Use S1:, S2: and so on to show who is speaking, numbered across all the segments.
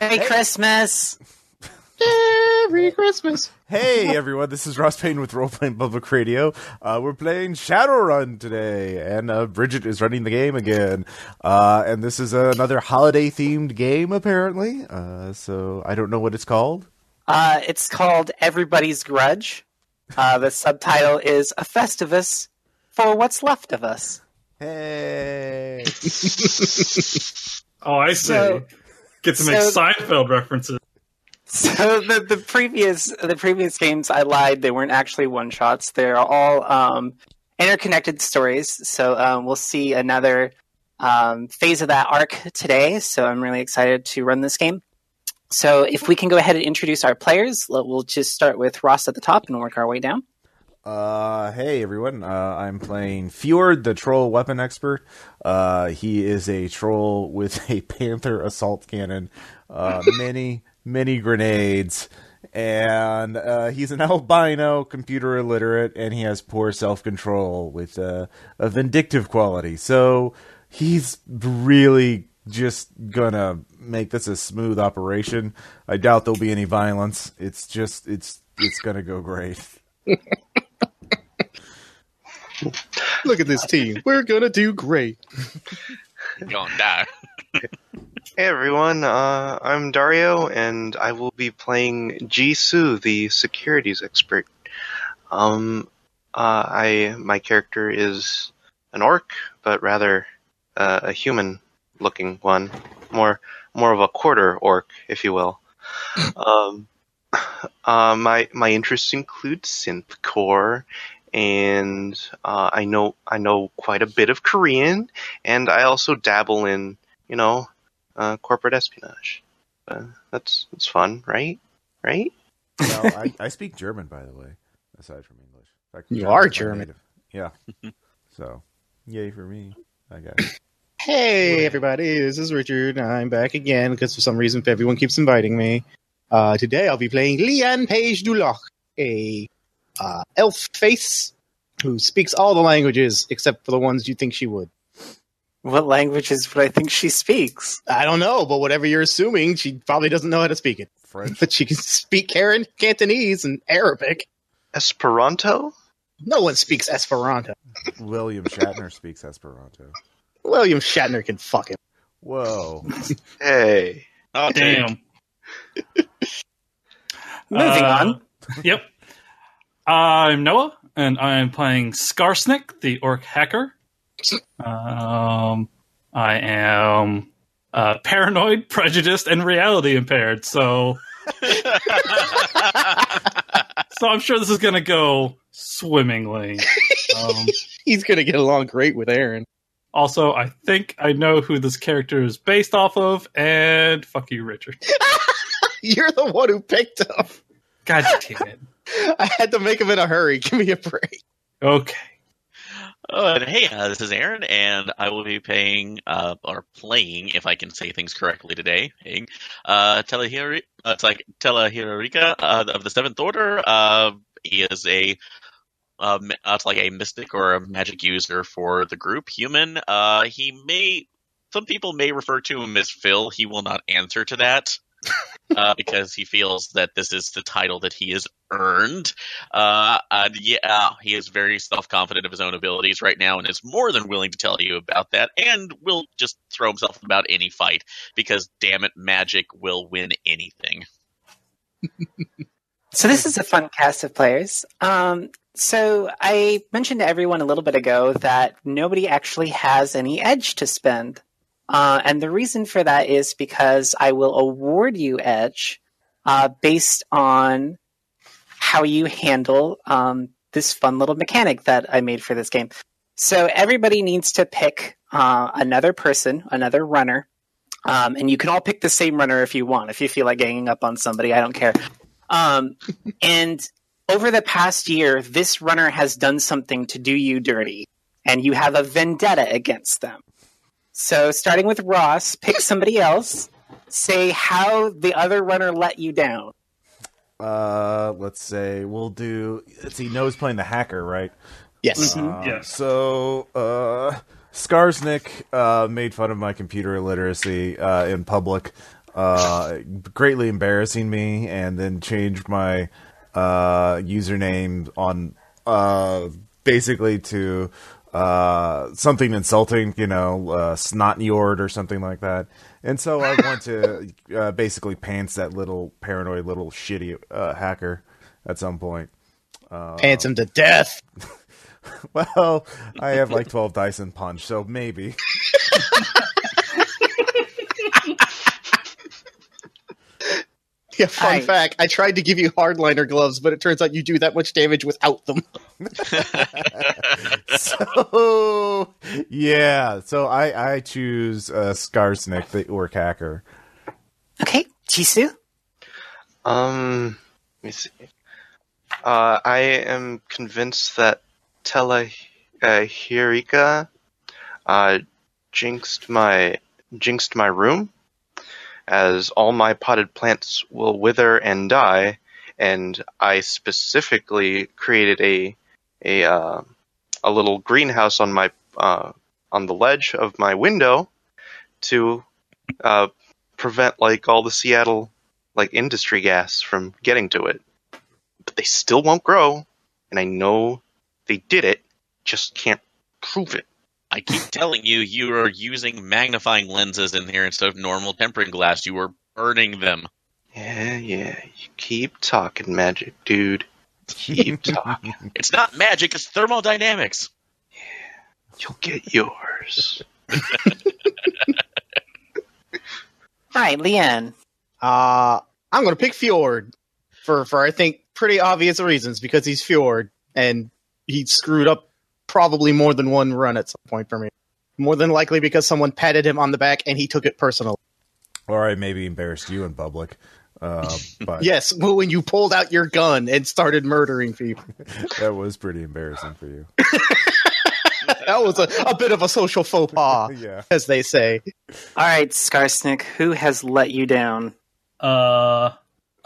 S1: Merry Christmas.
S2: Merry Christmas.
S3: Hey everyone, this is Ross Payne with Role Playing Public Radio. Uh, we're playing Shadowrun today, and uh, Bridget is running the game again. Uh, and this is another holiday themed game, apparently. Uh, so I don't know what it's called.
S1: Uh, it's called Everybody's Grudge. Uh, the subtitle is A Festivus for What's Left of Us.
S3: Hey,
S2: Oh, I see.
S1: So-
S2: Get to make
S1: so-
S2: Seinfeld references.
S1: So the, the previous the previous games I lied they weren't actually one shots they're all um, interconnected stories so um, we'll see another um, phase of that arc today so I'm really excited to run this game so if we can go ahead and introduce our players let- we'll just start with Ross at the top and work our way down
S3: uh, hey everyone. Uh, I'm playing Fjord, the troll weapon expert. Uh, he is a troll with a panther assault cannon, uh, many many grenades. and uh, he's an albino, computer illiterate, and he has poor self control with uh, a vindictive quality. So he's really just gonna make this a smooth operation. I doubt there'll be any violence. It's just it's it's gonna go great.
S4: Look at this team. We're gonna do great.
S5: Gonna die.
S6: Hey everyone, uh, I'm Dario, and I will be playing Jisoo, the securities expert. Um, uh, I my character is an orc, but rather uh, a human-looking one, more more of a quarter orc, if you will. um, uh, my my interests include synth core, and uh, I know I know quite a bit of Korean, and I also dabble in you know uh, corporate espionage. Uh, that's that's fun, right? Right?
S3: Well, I, I speak German, by the way, aside from English. In fact,
S4: You
S3: German's
S4: are
S3: my
S4: German.
S3: native. Yeah. So, yay for me, I guess.
S4: Hey everybody, this is Richard. I'm back again because for some reason everyone keeps inviting me. Uh, today I'll be playing Leanne Page Duloc, a uh, elf face who speaks all the languages except for the ones you think she would.
S1: what language is what I think she speaks
S4: I don't know, but whatever you're assuming, she probably doesn't know how to speak it.
S3: French.
S4: But she can speak Karen Cantonese and Arabic.
S6: Esperanto?
S4: No one speaks Esperanto.
S3: William Shatner speaks Esperanto.
S4: William Shatner can fuck him.
S3: Whoa.
S6: Hey.
S5: Oh
S2: Damn.
S1: moving
S2: Uh,
S1: on
S2: yep. I'm Noah, and I am playing Skarsnik, the orc hacker. Um, I am uh, paranoid, prejudiced, and reality impaired. So, so I'm sure this is going to go swimmingly. Um,
S4: He's gonna get along great with Aaron.
S2: also, I think I know who this character is based off of, and fuck you, Richard.
S4: You're the one who picked him.
S2: God damn it.
S4: I had to make him in a hurry. Give me a break.
S2: Okay.
S5: Uh, and hey, uh, this is Aaron, and I will be paying uh, or playing, if I can say things correctly today, paying, uh, Telehiri, uh, it's like Telehirika uh, of the Seventh Order. Uh, he is a um, uh, it's like a mystic or a magic user for the group human. Uh, he may some people may refer to him as Phil. He will not answer to that. uh, because he feels that this is the title that he has earned, uh, and yeah, he is very self confident of his own abilities right now and is more than willing to tell you about that and will just throw himself about any fight because, damn it, magic will win anything.
S1: So this is a fun cast of players. Um, so I mentioned to everyone a little bit ago that nobody actually has any edge to spend, uh, and the reason for that is because I will award you edge uh, based on how you handle um, this fun little mechanic that I made for this game. So everybody needs to pick uh, another person, another runner, um, and you can all pick the same runner if you want. If you feel like ganging up on somebody, I don't care. Um, and over the past year, this runner has done something to do you dirty, and you have a vendetta against them. So, starting with Ross, pick somebody else. Say how the other runner let you down.
S3: Uh, let's say we'll do. Let's see, Noah's playing the hacker, right?
S4: Yes.
S3: Um,
S2: Yes.
S3: So, uh, Skarsnik uh, made fun of my computer illiteracy uh, in public uh, greatly embarrassing me, and then changed my uh, username on uh, basically to uh, something insulting, you know, uh, Snotjord or something like that. And so I want to uh, basically pants that little paranoid little shitty uh, hacker at some point.
S4: Pants him to death.
S3: Well, I have like 12 Dyson punch, so maybe.
S4: Yeah, fun
S1: Aye.
S4: fact. I tried to give you hardliner gloves, but it turns out you do that much damage without them.
S3: so yeah, so I I choose uh, Skarsnik, the orc hacker.
S1: Okay, Jisoo.
S6: Um, let me see. Uh, I am convinced that Tela uh, Hirika uh, jinxed my jinxed my room, as all my potted plants will wither and die, and I specifically created a a uh, a little greenhouse on my uh, on the ledge of my window to uh, prevent like all the Seattle like industry gas from getting to it. But they still won't grow, and I know they did it, just can't prove it.
S5: I keep telling you, you are using magnifying lenses in here instead of normal tempering glass. You are burning them.
S6: Yeah, yeah, you keep talking magic, dude. Keep talking.
S5: It's not magic, it's thermodynamics.
S6: You'll get yours.
S1: All right, Leanne.
S4: Uh, I'm going to pick Fjord for, for, I think, pretty obvious reasons because he's Fjord and he screwed up probably more than one run at some point for me. More than likely because someone patted him on the back and he took it personal.
S3: Or I maybe embarrassed you in public. Uh, but
S4: Yes, well, when you pulled out your gun and started murdering people.
S3: that was pretty embarrassing for you.
S4: That was a, a bit of a social faux pas,
S3: yeah.
S4: as they say.
S1: All right, Skarsnik, who has let you down?
S2: Uh,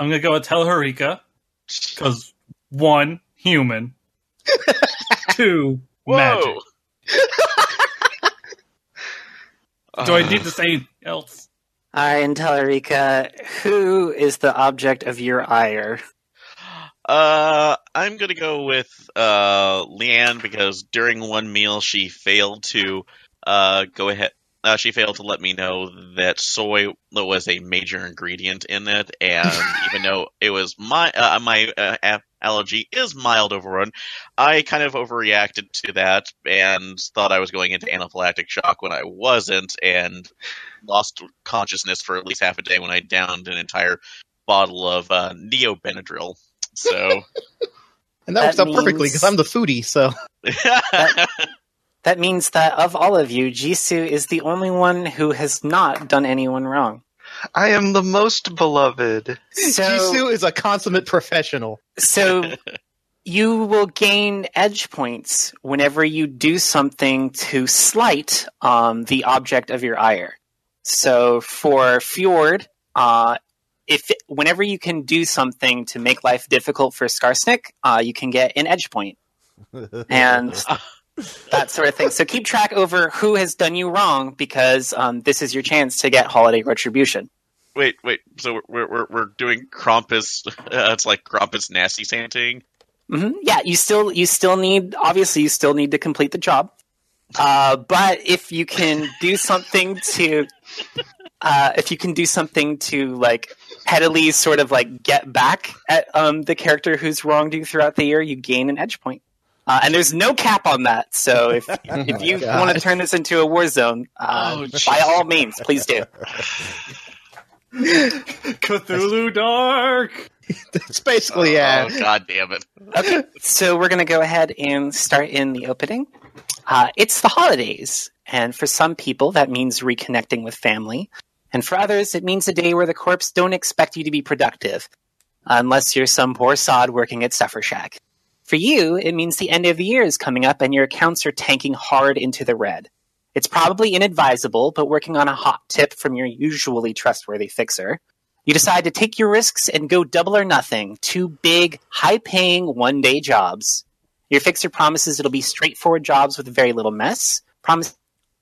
S2: I'm gonna go with Telharika because one human, two magic. Do I need to say anything else?
S1: All right, and Telerica, who is the object of your ire?
S5: Uh, I'm gonna go with uh Leanne because during one meal she failed to uh go ahead. Uh, she failed to let me know that soy was a major ingredient in it, and even though it was my uh, my uh, a- allergy is mild overrun, I kind of overreacted to that and thought I was going into anaphylactic shock when I wasn't, and lost consciousness for at least half a day when I downed an entire bottle of uh, neo Benadryl. So
S4: And that,
S1: That
S4: works out perfectly
S1: means-
S4: because I'm the foodie, so.
S1: That means that of all of you, Jisoo is the only one who has not done anyone wrong.
S6: I am the most beloved.
S1: So,
S4: Jisoo is a consummate professional.
S1: so you will gain edge points whenever you do something to slight um, the object of your ire. So for Fjord, uh, if whenever you can do something to make life difficult for Skarsnik, uh, you can get an edge point. and that sort of thing. So keep track over who has done you wrong because um, this is your chance to get holiday retribution.
S5: wait, wait. So we're we're we're doing Krampus. Uh, it's like Krampus nasty santing.
S1: hmm Yeah, you still you still need obviously you still need to complete the job, uh, but if you can do something to uh, if you can do something to like pettily sort of like get back at um, the character who's wronged you throughout the year, you gain an edge point. Uh, and there's no cap on that, so if if you
S4: God.
S1: want to turn this into a war zone, uh,
S5: Oh, jeez.
S1: by all means, please do.
S2: Cthulhu Dark.
S4: It's basically, yeah.
S5: Oh god damn it!
S1: So we're going to go ahead and start in the opening. Uh, it's the holidays, and for some people that means reconnecting with family, and for others it means a day where the corps don't expect you to be productive, unless you're some poor sod working at Suffer Shack. For you, it means the end of the year is coming up and your accounts are tanking hard into the red. It's probably inadvisable, but working on a hot tip from your usually trustworthy fixer. You decide to take your risks and go double or nothing. Two big, high paying, one day jobs. Your fixer promises it'll be straightforward jobs with very little mess. Promise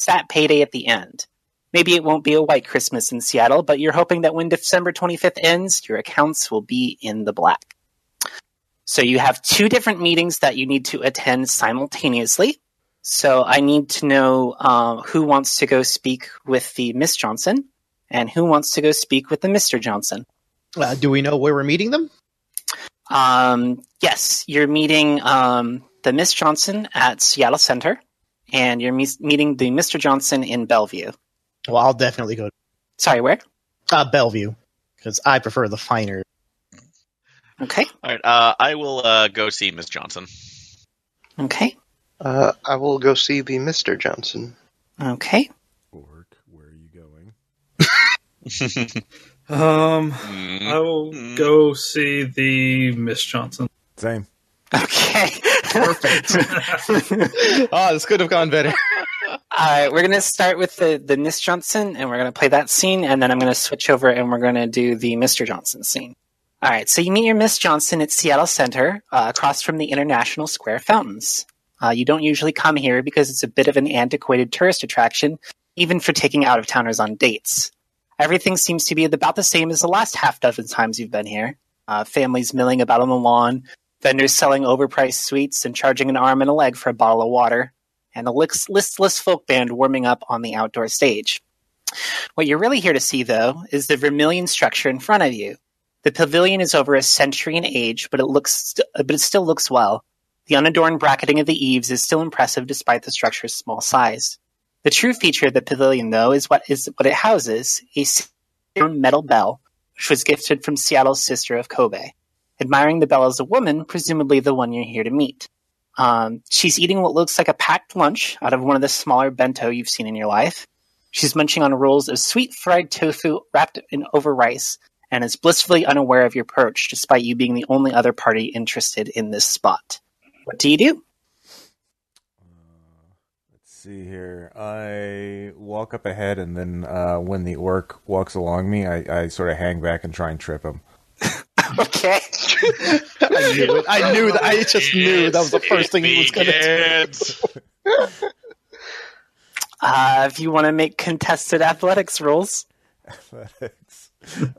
S1: that payday at the end. Maybe it won't be a white Christmas in Seattle, but you're hoping that when December 25th ends, your accounts will be in the black. So you have two different meetings that you need to attend simultaneously. So I need to know um, who wants to go speak with the Miss Johnson and who wants to go speak with the Mr. Johnson.
S4: Uh, do we know where we're meeting them?
S1: Um, yes, you're meeting um, the Miss Johnson at Seattle Center, and you're mis- meeting the Mr. Johnson in Bellevue.
S4: Well, I'll definitely go
S1: Sorry, where?
S4: to uh, Bellevue because I prefer the finer.
S1: Okay,
S5: All right, uh, I will uh, go see Miss Johnson.
S1: okay,
S6: Uh, I will go see the Mister Johnson.
S1: okay.
S3: Orc, where are you going?
S2: Um, I
S5: Mm.
S2: will
S5: Mm.
S2: go see the Miss Johnson.
S3: Same.
S1: Okay.
S4: Perfect. oh, this could have gone better.
S1: All right, we're going to start with the, the Miss Johnson, and we're going to play that scene, and then I'm going to switch over and we're going to do the Mr. Johnson scene. All right, so you meet your Miss Johnson at Seattle Center, uh, across from the International Square Fountains. Uh, you don't usually come here because it's a bit of an antiquated tourist attraction, even for taking out of towners on dates. Everything seems to be about the same as the last half dozen times you've been here. Uh, families milling about on the lawn, vendors selling overpriced sweets and charging an arm and a leg for a bottle of water and a list- listless folk band warming up on the outdoor stage. What you're really here to see, though, is the vermilion structure in front of you. The pavilion is over a century in age, but it looks, st- but it still looks well. The unadorned bracketing of the eaves is still impressive despite the structure's small size. The true feature of the pavilion, though, is what is what it houses: a stone metal bell, which was gifted from Seattle's sister of Kobe. Admiring the bell as a woman, presumably the one you're here to meet. Um, she's eating what looks like a packed lunch out of one of the smaller bento you've seen in your life. She's munching on rolls of sweet fried tofu wrapped in over rice and is blissfully unaware of your approach, despite you being the only other party interested in this spot. What do you do?
S3: Let's see here. I walk up ahead, and then uh, when the orc walks along me, I, I sort of hang back and try and trip him.
S1: Okay.
S4: I knew it. I knew that. I just knew that was the first thing he was going to do.
S5: do.
S1: Uh, if you want to make contested athletics rolls,
S3: Athletics.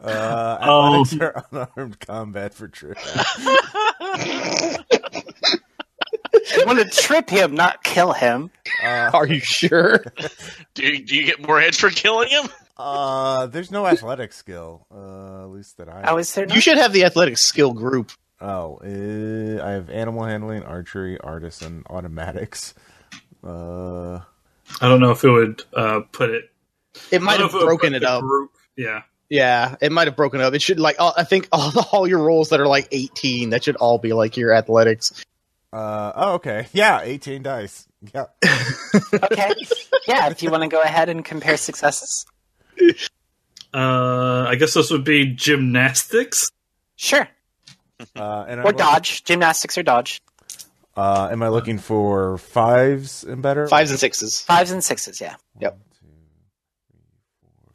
S3: Uh,
S2: Oh.
S3: athletics are unarmed combat for trip.
S1: you want to trip him, not kill him.
S3: Uh,
S4: Are you sure?
S5: do, do you get more heads for killing him?
S3: uh, there's no athletic skill, uh, at least that I.
S1: Oh, is there?
S4: You should have the athletic skill group.
S3: Oh, uh, I have animal handling, archery, artisan, automatics. Uh,
S2: I don't know if it would uh, put it.
S4: It might
S2: I don't
S4: have
S2: know if would
S4: broken
S2: put
S4: it
S2: the
S4: up.
S2: Group. Yeah.
S4: Yeah, it might have broken up. It should like all, I think all, all your rolls that are like eighteen that should all be like your athletics.
S3: uh, oh, okay. Yeah, 18 dice. Yeah.
S1: Okay. Yeah, if you want to go ahead and compare successes.
S2: Uh, I guess this would be gymnastics.
S1: Sure.
S3: Uh, and I'm
S1: Or
S3: looking-
S1: dodge. Gymnastics or dodge.
S3: Uh, am I looking for fives and better?
S4: Fives and sixes.
S1: Fives and sixes, yeah.
S4: Yep.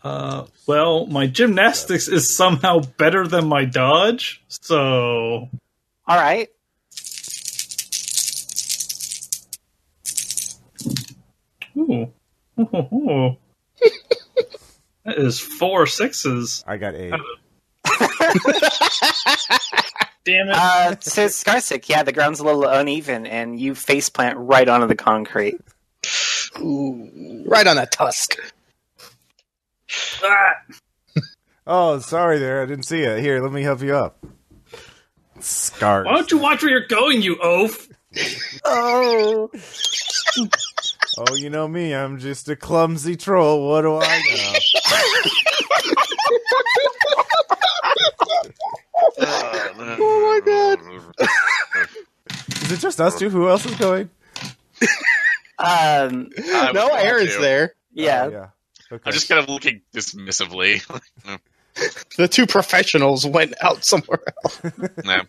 S2: Uh, well, my gymnastics is somehow better than my dodge, so
S1: All right.
S2: ooh. that is four sixes.
S3: I got eight.
S2: Damn it! Ah.
S1: Uh, so Scarsik, yeah, the ground's a little uneven, and you faceplant right onto the concrete.
S4: Ooh, right on that tusk.
S2: Ah!
S3: Oh, sorry there. I didn't see it. Here, let me help you up. Scar.
S2: Why don't you watch where you're going, you oaf?
S3: Oh. oh, you know me. I'm just a clumsy troll. What do I know?
S5: oh my god.
S3: Is it just us two? Who else is going? Oh,
S1: Um,
S5: I
S4: no,
S5: was going
S4: Aaron's
S5: to.
S4: there.
S1: yeah.
S3: Oh, yeah. Okay.
S5: I'm just kind of looking dismissively.
S4: The two professionals went out somewhere. Else.
S5: no.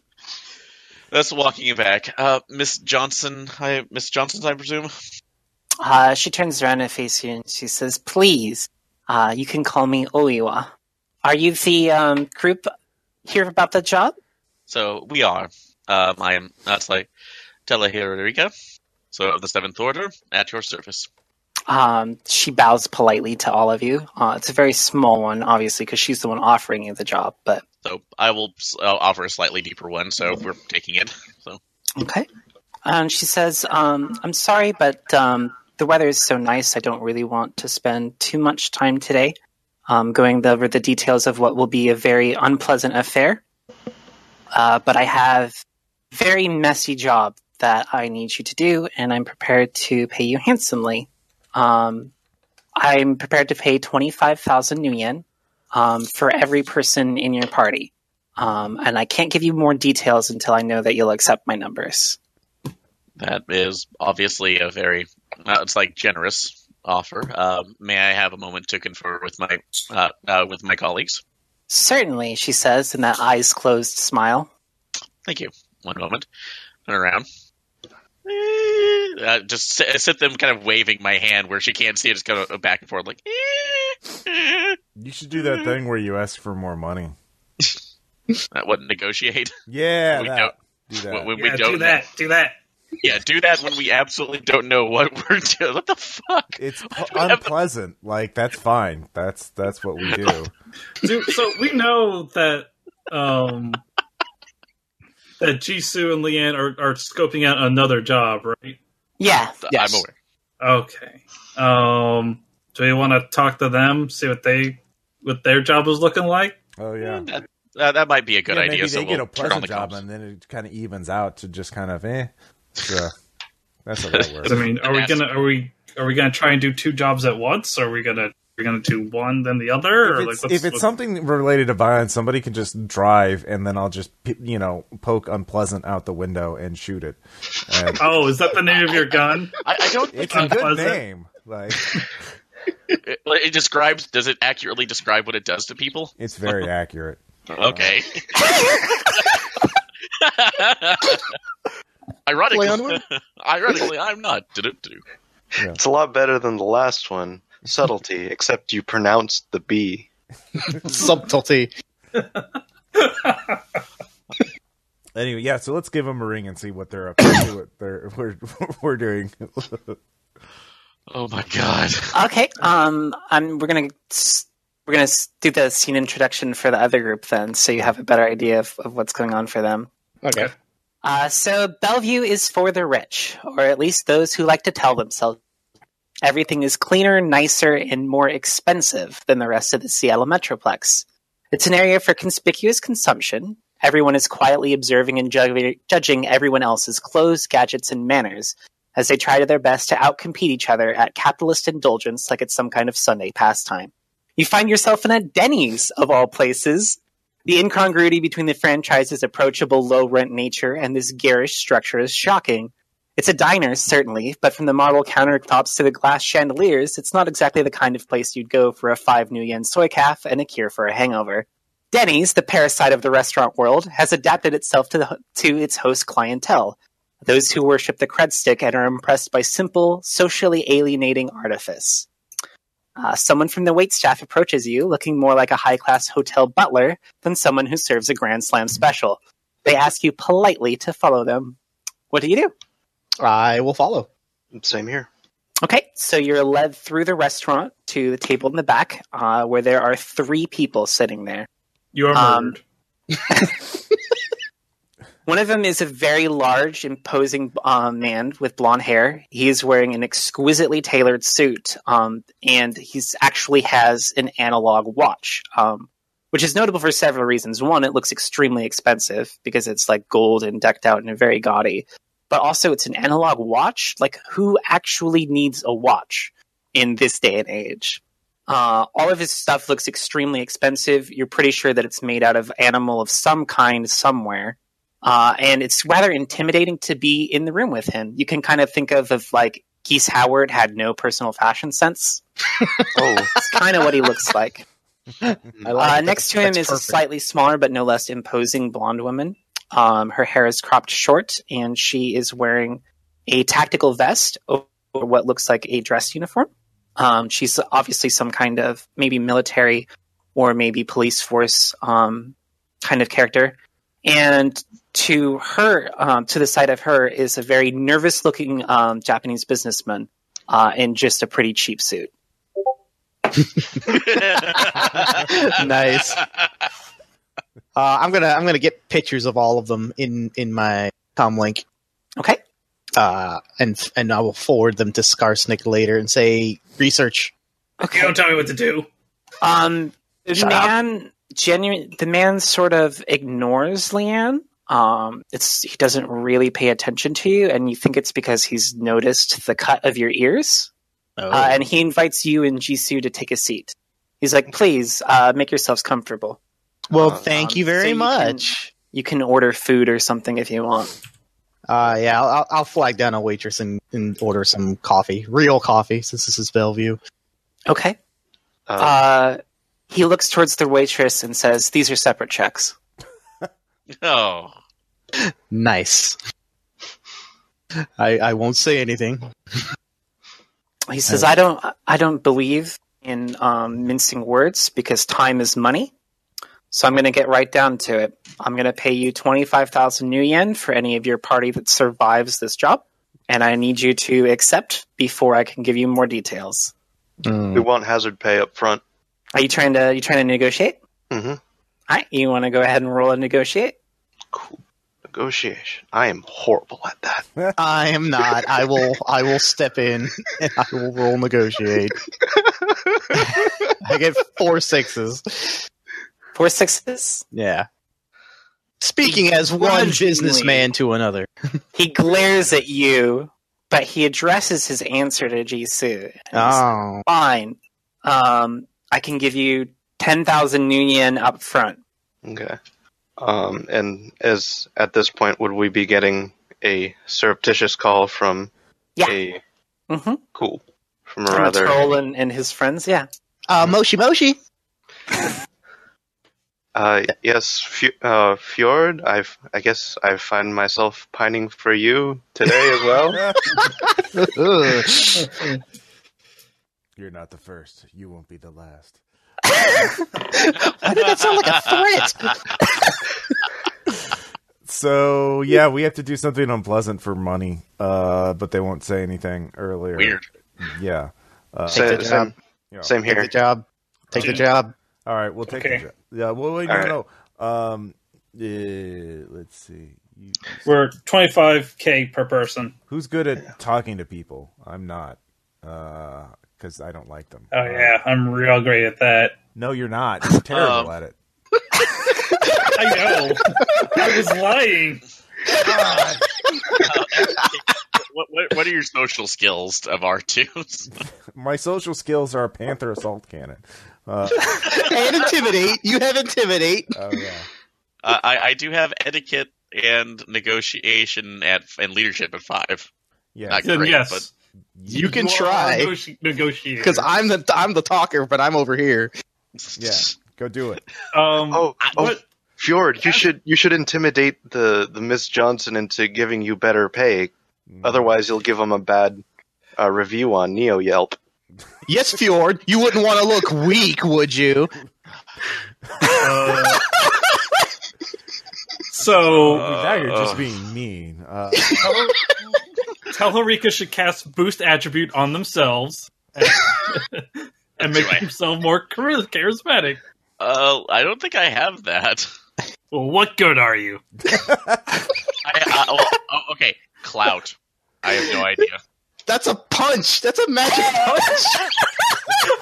S5: That's walking it back. Uh, Miss Johnson, I, Miss Johnson's, I presume.
S1: Uh, she turns around and faces you, and she says, "Please, uh, you can call me Oiwa. Are you the um, group here about the job?
S5: So we are. Um, I am. That's like Telehirarika. So of the Seventh Order, at your service.
S1: Um, she bows politely to all of you. Uh, it's a very small one, obviously, because she's the one offering you the job. But
S5: So I will s- I'll offer a slightly deeper one. So we're taking it. So
S1: okay. Um, she says, um, "I'm sorry, but um, the weather is so nice. I don't really want to spend too much time today um, going over the details of what will be a very unpleasant affair. Uh, but I have a very messy job that I need you to do, and I'm prepared to pay you handsomely. Um, I'm prepared to pay twenty five thousand new yen um, for every person in your party." Um, and I can't give you more details until I know that you'll accept my numbers.
S5: that is obviously a very uh, it's like generous offer. Um, may I have a moment to confer with my uh, uh, with my colleagues?
S1: Certainly, she says in that eyes closed smile.
S5: Thank you. One moment. Turn around. Eh, Uh, just sit, sit them kind of waving my hand where she can't see it. Just go back and forth like. eh, eh.
S3: You should do that thing where you ask for more money.
S5: Uh, what negotiate?
S3: Yeah,
S5: We
S3: that. Do that.
S5: When
S7: yeah,
S5: we don't
S7: do that. Do that.
S5: Yeah, do that when we absolutely don't know what we're doing. What the fuck?
S3: It's p- unpleasant. Like that's fine. That's that's what we do.
S2: Do- so we know that um, that Jisoo and Leanne are, are scoping out another job, right?
S1: Yeah, yes.
S5: I'm aware.
S2: Okay. Um, do you want to talk to them, see what they what their job was looking like?
S3: Oh yeah.
S5: That, uh, that might be a good
S3: Yeah,
S5: idea.
S3: Maybe
S5: so
S3: they
S5: we'll
S3: get a
S5: turn
S3: pleasant
S5: on the
S3: job,
S5: comms.
S3: and then it kind of evens out to just kind of eh. So, that's how that
S2: 'Cause,
S3: works.
S2: I mean, are we gonna are we are we gonna try and do two jobs at once? Or are we gonna we're gonna do one then the other?
S3: if
S2: or
S3: it's,
S2: like,
S3: if it's something related to violence, somebody can just drive, and then I'll just p- you know poke unpleasant out the window and shoot it. And
S2: oh, is that the name of your gun?
S5: I, I don't.
S3: it's a good
S2: Unpleasant.
S3: name. Like
S5: It, it describes. Does it accurately describe what it does to people?
S3: it's very accurate. Uh,
S5: Okay. ironically,
S4: Play on one?
S5: ironically, I'm not. Do-do-do.
S6: It's a lot better than the last one. Subtlety, except you pronounced the B.
S4: Subtlety.
S3: Anyway, yeah. So let's give them a ring and see what they're up to, see what they're we're we're doing.
S5: Oh my god.
S1: Okay. Um, I'm. We're gonna s- we're gonna s- do the scene introduction for the other group then, so you have a better idea of, of what's going on for them.
S4: Okay.
S1: Uh, so Bellevue is for the rich, or at least those who like to tell themselves everything is cleaner, nicer, and more expensive than the rest of the Seattle Metroplex. It's an area for conspicuous consumption. Everyone is quietly observing and ju- judging everyone else's clothes, gadgets, and manners as they try to their best to outcompete each other at capitalist indulgence like it's some kind of Sunday pastime. You find yourself in a Denny's, of all places, the incongruity between the franchise's approachable low rent nature and this garish structure is shocking. It's a diner, certainly, but from the marble countertops to the glass chandeliers, it's not exactly the kind of place you'd go for a five new yen soy calf and a cure for a hangover. Denny's, the parasite of the restaurant world, has adapted itself to, the, to its host clientele those who worship the cred stick and are impressed by simple, socially alienating artifice. Uh, someone from the waitstaff approaches you, looking more like a high class hotel butler than someone who serves a Grand Slam special. They ask you politely to follow them. What do you do?
S4: I will follow.
S6: Same here.
S1: Okay, so you're led through the restaurant to the table in the back, uh, where there are three people sitting there.
S2: You are
S1: Um,
S2: murdered.
S1: One of them is a very large, imposing uh, man with blonde hair. He is wearing an exquisitely tailored suit, um, and he's actually has an analog watch, um, which is notable for several reasons. One, it looks extremely expensive because it's like gold and decked out and very gaudy, but also it's an analog watch. Like, who actually needs a watch in this day and age? Uh, all of his stuff looks extremely expensive. You're pretty sure that it's made out of animal of some kind somewhere uh, and it's rather intimidating to be in the room with him. You can kind of think of of like Geese Howard had no personal fashion sense.
S6: Oh,
S1: It's kind of what he looks like.
S4: I like
S1: Uh,
S4: it.
S1: next to
S4: That's-
S1: him is
S4: that's
S1: a
S4: perfect.
S1: slightly smaller but no less imposing blonde woman. Um, her hair is cropped short, and she is wearing a tactical vest over what looks like a dress uniform. Um, she's obviously some kind of maybe military or maybe police force um, kind of character. And to her, um, to the side of her, is a very nervous looking um, Japanese businessman. uh, in just a pretty cheap suit.
S4: Nice. Uh, I'm gonna I'm gonna get pictures of all of them in in my comlink.
S1: Okay.
S4: Uh, and and I will forward them to Scarsnick later and say research.
S1: Okay.
S7: You don't tell me what to do.
S1: Um, the
S4: Shut up.
S1: man, genuine, the man sort of ignores Leanne. Um, it's he doesn't really pay attention to you, and you think it's because he's noticed the cut of your ears.
S5: Oh.
S4: Oh.
S1: Uh, and he invites you and Jisoo to take a seat. He's like, "Please, uh, make yourselves comfortable.
S4: Well,
S6: Um,
S5: Uh,
S4: thank you
S1: so
S4: very
S1: you can-
S4: much.
S1: You can order food or something if you want."
S4: Uh, yeah, I'll, I'll- I'll flag down a waitress and, and order some coffee, real coffee, since this is Bellevue.
S1: Okay.
S4: Oh.
S6: Uh,
S1: Uh, he looks towards the waitress and says, "These are separate checks."
S5: oh.
S4: Nice. I I won't say anything.
S1: He says, "I don't, I don't believe in um, mincing words because time is money. So I'm going to get right down to it. I'm going to pay you twenty five thousand new yen for any of your party that survives this job, and I need you to accept before I can give you more details.
S4: Um.
S6: we want hazard pay up front.
S1: Are you trying to, you trying to negotiate?
S6: hmm
S1: All right, you want to go ahead and roll and negotiate?
S6: Cool. Negotiation. I am horrible at that.
S4: I am not. I will. I will step in and I will roll negotiate. I get four sixes.
S1: Four sixes.
S4: Yeah. Speaking as one businessman to another.
S1: He glares at you, but he addresses his answer to Jisoo. And
S4: Oh,
S1: fine. Um, I can give you 10,000 new yen up front.
S6: Okay. Um, and as at this point, would we be getting a surreptitious call from
S1: Yeah.
S6: a
S1: Mm-hmm.
S6: cool from a
S1: From a
S6: rather
S1: troll and, and his friends, yeah.
S4: uh, Moshi Moshi.
S6: Uh, yes, F- uh, Fjord. I've, I guess I find myself pining for you today as well.
S4: Ugh.
S3: You're not the first. You won't be the last.
S4: Why did that sound like a threat?
S3: So yeah, we have to do something unpleasant for money. Uh, but they won't say anything earlier.
S5: Weird.
S3: Yeah. Uh,
S4: Take
S6: Sa-
S4: the
S6: same,
S4: job.
S3: yeah.
S6: same
S4: Take
S6: here.
S4: the job. Take the job.
S3: All right, we'll take
S7: Okay.
S3: the job. Yeah. Well, wait, no, no.
S6: All
S3: Um, eh, let's see. You,
S7: We're 25k per person.
S3: who's good at talking to people? I'm not, because I don't like them. Uh,
S7: Oh yeah, I'm real great at that.
S3: No, you're not. You're terrible
S5: Um,
S3: at it.
S7: I know. I was lying.
S5: What, what, what are your social skills of R2s?
S3: My social skills are a Panther assault cannon. Uh,
S4: And intimidate. You have intimidate.
S3: oh yeah.
S5: uh, I, I do have etiquette and negotiation at and leadership at five.
S3: Yeah.
S5: Not
S7: Then
S5: great,
S7: yes,
S5: but
S4: You can
S7: are
S4: try.
S7: our negoti- negotiate
S4: Because I'm the I'm the talker, but I'm over here.
S3: Yeah. Go do it.
S7: Um,
S6: Oh, oh,
S7: what?
S6: Fjord, you should you should intimidate the the Miss Johnson into giving you better pay.
S3: Mm.
S4: Mm-hmm.
S6: Otherwise, you'll give them a bad uh, review on Neo Yelp.
S4: Yes, Fjord. You wouldn't want to look weak, would you?
S7: Uh, so
S5: Uh,
S3: now you're just being mean. Uh,
S7: Telharica should cast boost attribute on themselves and make
S5: Do I-
S7: themselves more chari- charismatic.
S5: Uh, I don't think I have that.
S7: Well, what good are you?
S5: I, I, oh, oh, okay, clout. I have no idea.
S4: That's a punch. That's a magic punch.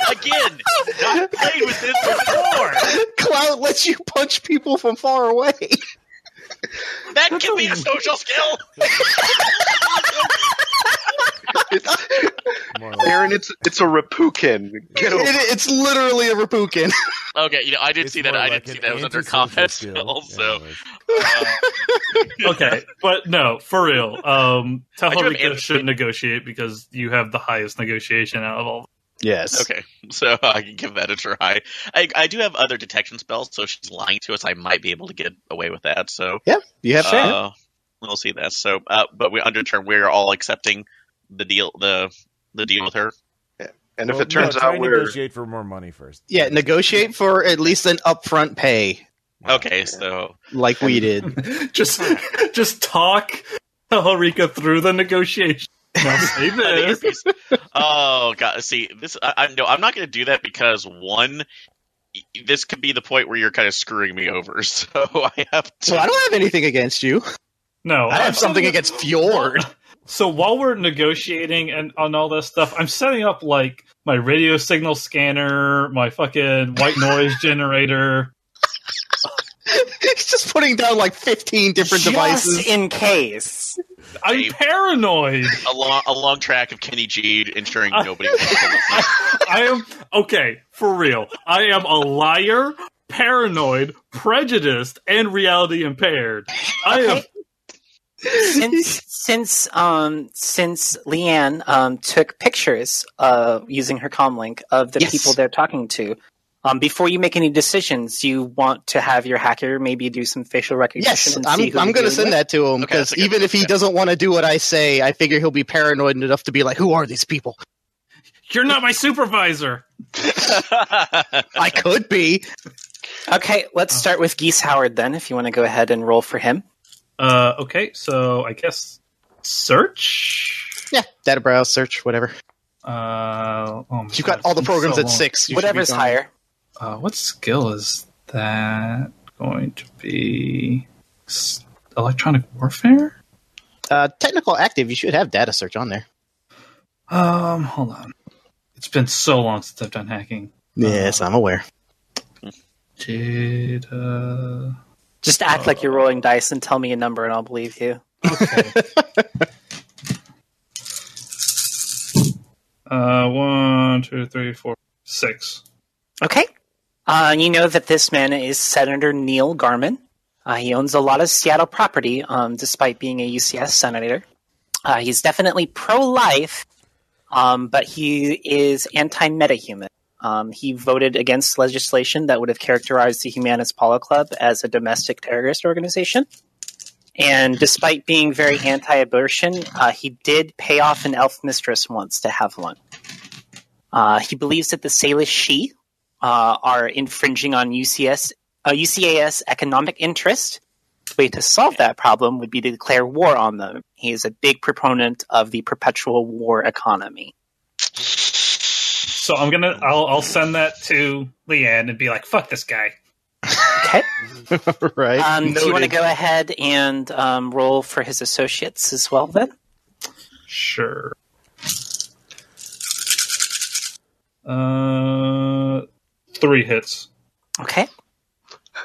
S5: Again, not played with this before.
S4: Cloud lets you punch people from far away.
S5: That can be a social skill.
S3: more like-
S6: Aaron, it's it's a Rapukin. Get over.
S4: It- it's literally a Rapukin.
S5: Okay, you know, I did
S3: it's
S5: see that.
S3: more
S5: I
S3: like
S5: didn't see
S3: an
S5: that it was under
S3: antisocial
S5: Um, combat
S3: skill.
S5: skill. So
S3: Anyways.
S7: Okay, but no, for real. Um,
S5: do have
S7: Telharica
S5: anti-
S7: should negotiate because you have the highest negotiation out of all.
S4: Yes.
S5: Okay, so I can give that a try. I, I do have other detection spells, so if she's lying to us. I might be able to get away with that. So
S4: You have faith.
S5: uh, we'll see that. So, uh, but we under turn. We're all accepting the deal. The the deal with her.
S6: And if
S3: Well,
S6: it turns
S3: no, try
S6: out
S3: and
S6: we're
S3: negotiate for more money first.
S4: yeah, negotiate for at least an upfront pay,
S5: Okay, so
S4: like we did.
S7: just, just talk Telharica through the negotiation. Now say
S5: Uh, the
S7: this.
S5: earpiece. oh god, see this. I, I no, I'm not going to do that because one, y- this could be the point where you're kind of screwing me over. So I have to.
S4: So I don't have anything against you.
S7: No,
S4: I
S7: I'm
S4: have something
S7: setting
S4: against Fjord.
S7: So while we're negotiating and on all this stuff, I'm setting up like my radio signal scanner, my fucking white noise generator.
S4: He's just putting down like 15 different
S1: Just
S4: devices.
S1: in case.
S7: I'm paranoid.
S5: a long, a long track of Kenny G ensuring nobody. walks on the floor.
S7: I am okay for real. I am a liar, paranoid, prejudiced, and reality impaired. I am.
S1: since since um since Leanne um took pictures uh using her comlink of the
S4: Yes.
S1: people they're talking to. Um, before you make any decisions, you want to have your hacker maybe do some facial recognition.
S4: Yes,
S1: and see
S4: I'm,
S1: who
S4: I'm
S1: you're
S4: going to
S1: dealing
S4: send
S1: with.
S4: that to him
S5: Okay,
S4: because
S5: that's a good
S4: even if he
S5: idea.
S4: doesn't want to do what I say, I figure he'll be paranoid enough to be like, "Who are these people?"
S7: You're not my supervisor.
S4: I could be.
S1: Okay, let's
S4: Oh.
S1: start with Geese Howard then, if you want to go ahead and roll for him.
S7: Uh, okay, so I guess search.
S4: Yeah, data browse, search, whatever.
S7: Uh, oh my
S4: You've
S7: God,
S4: got all
S7: it's
S4: the
S7: been
S4: programs
S7: so
S4: at
S7: long.
S4: six. you should be
S1: Whatever's
S4: fine.
S1: higher.
S7: Uh, what skill is that going to be? S- electronic warfare?
S4: Uh, technical active, you should have data search on there.
S7: Um, hold on. It's been so long since I've done hacking.
S4: Yes, I'm aware.
S7: Data.
S1: Just act like you're rolling dice and tell me a number and I'll believe you.
S7: Okay. uh, one, two, three, four, six.
S1: Okay. Uh, and you know that this man is Senator Neil Garman. Uh, he owns a lot of Seattle property, um, despite being a UCS senator. Uh, he's definitely pro life, um, but he is anti metahuman. Um, he voted against legislation that would have characterized the Humanist Polo Club as a domestic terrorist organization. And despite being very anti abortion, uh, he did pay off an elf mistress once to have one. Uh, he believes that the Salish Shi, uh, are infringing on UCS, uh, UCAS economic interest. The way to solve that problem would be to declare war on them. He is a big proponent of the perpetual war economy.
S7: So I'm gonna. I'll, I'll send that to Leanne and be like, "Fuck this guy."
S1: Okay.
S4: right.
S1: Um, do you want to
S4: Noted.
S1: go ahead and um, roll for his associates as well, then?
S7: Sure. Uh, three hits.
S1: Okay.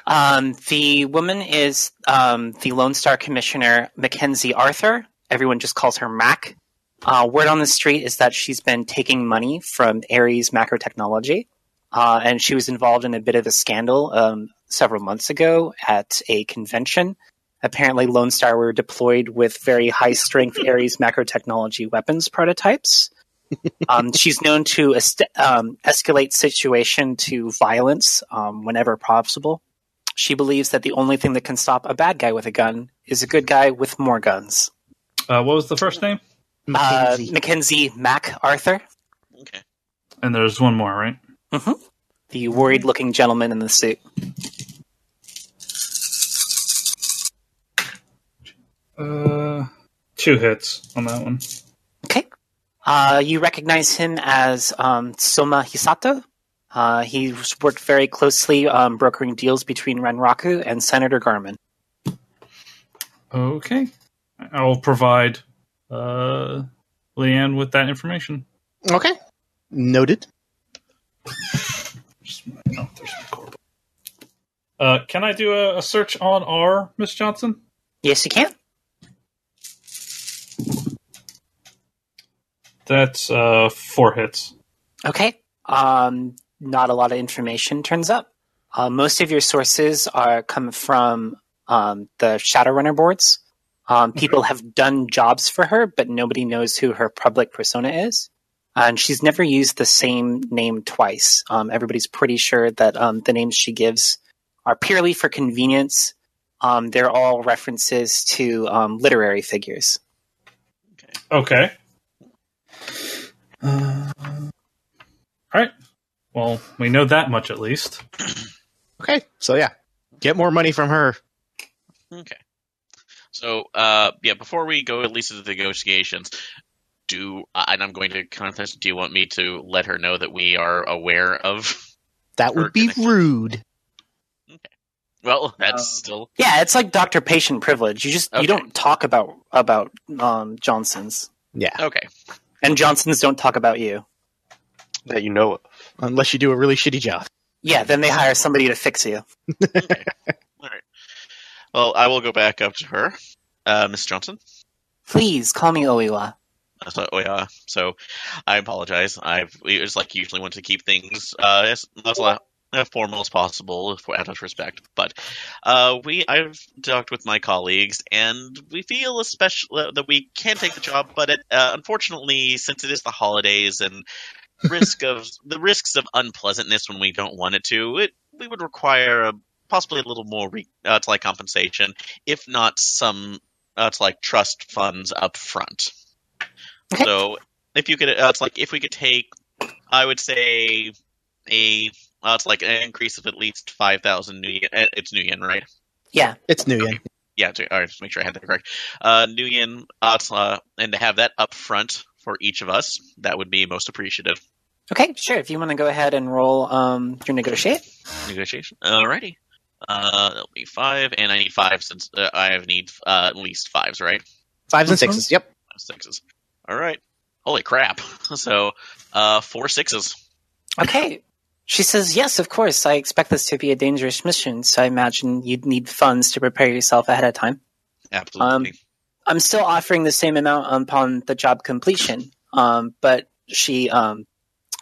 S1: Um, the woman is um, the Lone Star Commissioner Mackenzie Arthur. Everyone just calls her Mac. Uh, word on the street is that she's been taking money from Ares Macro Technology, uh, and she was involved in a bit of a scandal um, several months ago at a convention. Apparently, Lone Star were deployed with very high strength Ares Macro Technology weapons prototypes um, she's known to est- um, escalate situation to violence um, whenever possible. She believes that the only thing that can stop a bad guy with a gun is a good guy with more guns.
S7: Uh, what was the first name?
S1: Mackenzie,
S4: Mackenzie.
S1: uh, Mackenzie Mac Arthur,
S5: okay.
S7: And there's one more, right?
S1: the worried-looking gentleman in the suit.
S7: Uh, two hits on that one.
S1: Okay. Uh, you recognize him as um, Soma Hisato. Uh, he's worked very closely um, brokering deals between Renraku and Senator Garmin.
S7: Okay. I'll provide uh, Leanne with that information.
S4: okay. Noted.
S7: Just- oh, there's my corp. Uh, can I do a, a search on R, Miss Johnson?
S1: Yes, you can.
S7: That's uh, four hits.
S1: Okay. Um, not a lot of information turns up. Uh, most of your sources are come from um, the Shadowrunner boards. Um, people have done jobs for her, but nobody knows who her public persona is. And she's never used the same name twice. Um, everybody's pretty sure that um, the names she gives are purely for convenience. Um, they're all references to um, literary figures.
S7: Okay. Uh, all right. Well, we know that much at least.
S4: Okay. So yeah, get more money from her.
S5: Okay. So, uh, yeah, before we go at least into the negotiations, do uh, and I'm going to contest. Do you want me to let her know that we are aware of?
S4: That
S5: Her
S4: would be
S5: connection.
S4: rude.
S5: Well, that's
S1: Um,
S5: still
S1: Yeah, it's like doctor patient privilege. You just
S5: Okay.
S1: you don't talk about about um, Johnsons,
S4: Yeah,
S5: okay.
S1: and Johnsons don't talk about you.
S6: that you know of.
S4: unless you do a really shitty job.
S1: Yeah, then they hire somebody to fix you.
S5: All right. Well, I will go back up to her, uh, Miss Johnson.
S1: Please call me Oiwa.
S5: Uh, So, oh, yeah. So, I apologize. I've we just like usually want to keep things uh, as, as, la- as formal as possible for out of respect. But uh, we I've talked with my colleagues, and we feel especially uh, that we can take the job, but it, uh, unfortunately, since it is the holidays and risk of the risks of unpleasantness when we don't want it to, it we would require a, possibly a little more re, uh, to like compensation, if not some uh, to like trust funds up front.
S1: Okay.
S5: So if you could, uh, it's like if we could take, I would say a uh, it's like an increase of at least five thousand new yen. eh, It's new yen, right?
S1: Yeah,
S4: It's new yen.
S5: Yeah. To, all right, just make sure I had that correct. Uh, new yen, uh, it's, uh, and to have that up front for each of us, that would be most appreciative.
S1: okay, sure. If you want to go ahead and roll um, your negotiate,
S5: Negotiation. Alrighty. Uh, that'll be five, and I need five since uh, I have need uh, at least fives, right?
S4: Fives and
S1: Mhm.
S4: sixes. Yep.
S5: Five Sixes. All right. Holy crap! So, uh, four sixes.
S1: okay. She says, "Yes, of course. I expect this to be a dangerous mission, so I imagine you'd need funds to prepare yourself ahead of time."
S5: Absolutely.
S1: I'm still offering the same amount upon the job completion. Um, but she um,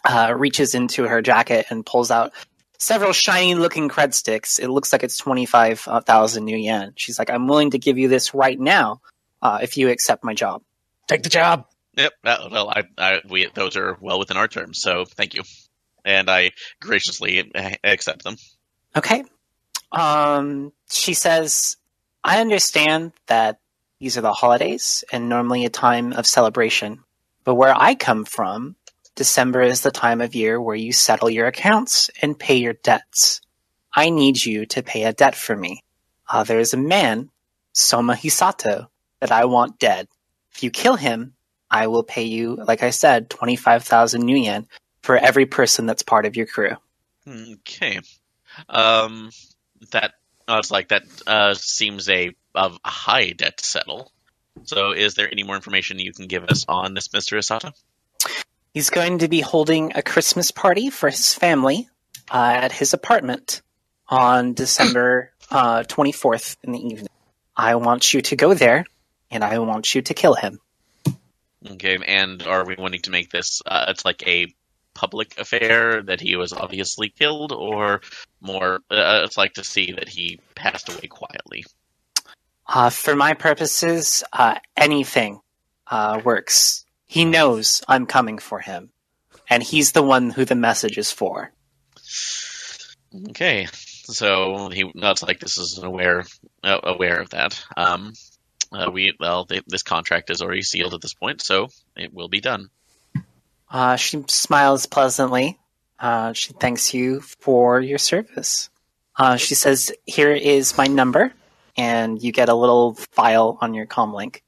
S1: uh, reaches into her jacket and pulls out several shiny looking cred sticks. It looks like it's 25,000 new yen. She's like, I'm willing to give you this right now uh, if you accept my job.
S4: Take the job.
S5: Yep. uh, Well, I, I, we, those are well within our terms, so thank you. And I graciously uh, accept them.
S1: Okay. Um, she says, I understand that these are the holidays and normally a time of celebration, but where I come from, December is the time of year where you settle your accounts and pay your debts. I need you to pay a debt for me. Uh, there is a man, Soma Hisato, that I want dead. If you kill him, I will pay you, like I said, 25,000 new yen for every person that's part of your crew.
S5: Okay. Um, that I was like that uh, seems a of a high debt to settle. So, is there any more information you can give us on this, Mister Isata?
S1: He's going to be holding a Christmas party for his family uh, at his apartment on December uh, 24th in the evening. I want you to go there and I want you to kill him.
S5: Okay, and are we wanting to make this? Uh, it's like a public affair that he was obviously killed, or more? Uh, it's like to see that he passed away quietly.
S1: Uh, for my purposes, uh, anything uh, works. He knows I'm coming for him, and he's the one who the message is for.
S5: Okay, so he not like this is aware uh, aware of that. Um, uh, we well, th this contract is already sealed at this point, so it will be done.
S1: Uh, she smiles pleasantly. Uh, she thanks you for your service. Uh, she says, Here is my number, and you get a little file on your comlink.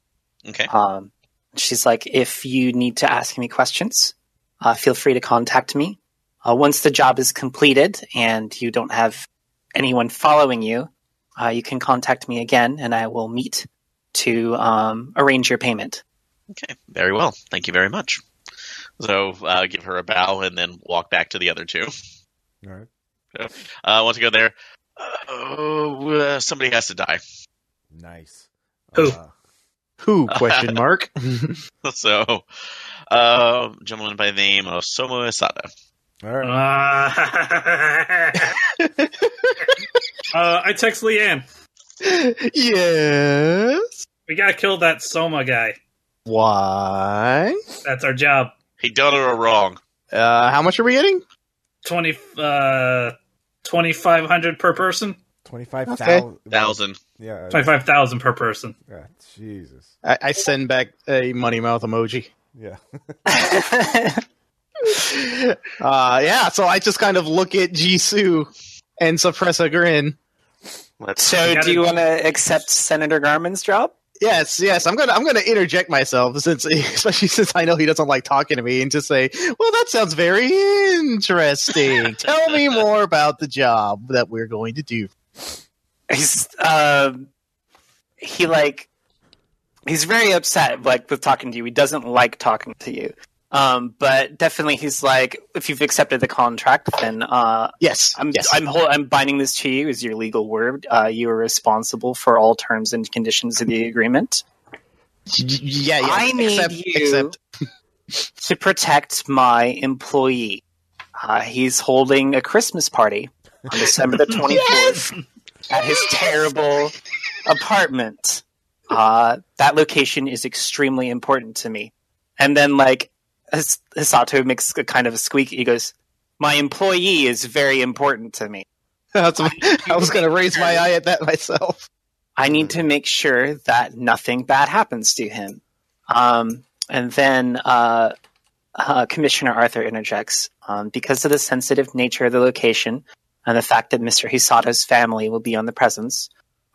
S5: Okay,
S1: Um, she's like, If you need to ask me questions, uh, feel free to contact me. Uh, once the job is completed and you don't have anyone following you, uh, you can contact me again, and I will meet to um, arrange your payment.
S5: okay, very well. Thank you very much. So uh, give her a bow and then walk back to the other two.
S3: All right.
S5: Uh, once you go there, oh, uh, somebody has to die.
S3: Nice.
S2: Who?
S3: Uh,
S4: Who? Question mark.
S5: So, uh, gentleman by the name of Somo Isada.
S3: all
S7: Uh,
S3: right.
S2: Uh, uh, I text Leanne.
S4: yes.
S2: We gotta kill that Soma guy.
S4: Why?
S2: That's our job.
S5: He done her a wrong.
S4: Uh, how much are we getting?
S2: Twenty uh, twenty five hundred per person.
S3: Twenty-five
S5: Thousand.
S3: Yeah. uh,
S2: Twenty five thousand per person.
S3: yeah. Jesus.
S4: I, I send back a money mouth emoji.
S3: Yeah.
S4: Uh, yeah, so I just kind of look at Jisoo and suppress a grin.
S6: Let's
S1: So,
S2: gotta-
S1: do you want to accept Senator Garman's job?
S4: Yes, yes, I'm gonna I'm gonna interject myself since especially since I know he doesn't like talking to me and just say, well, that sounds very interesting. Tell me more about the job that we're going to do.
S1: He's um, he like he's very upset like with talking to you. He doesn't like talking to you. Um, but definitely he's like, if you've accepted the contract, then uh,
S4: Yes,
S1: I'm
S4: yes.
S1: I'm hol- I'm binding this to you as your legal word. Uh, you are responsible for all terms and conditions of the agreement.
S4: yeah, yeah.
S1: I need
S4: except,
S1: you
S4: except
S1: to protect my employee. Uh, he's holding a Christmas party on December the 24th at his terrible apartment. Uh, that location is extremely important to me. And then, like, His- Hisato makes a kind of a squeak. He goes, My employee is very important to me.
S4: that's what- I was gonna raise my eye at that myself.
S1: I need to make sure that nothing bad happens to him. Um, and then uh, uh, Commissioner Arthur interjects um, because of the sensitive nature of the location and the fact that Mr. Hisato's family will be on the presence.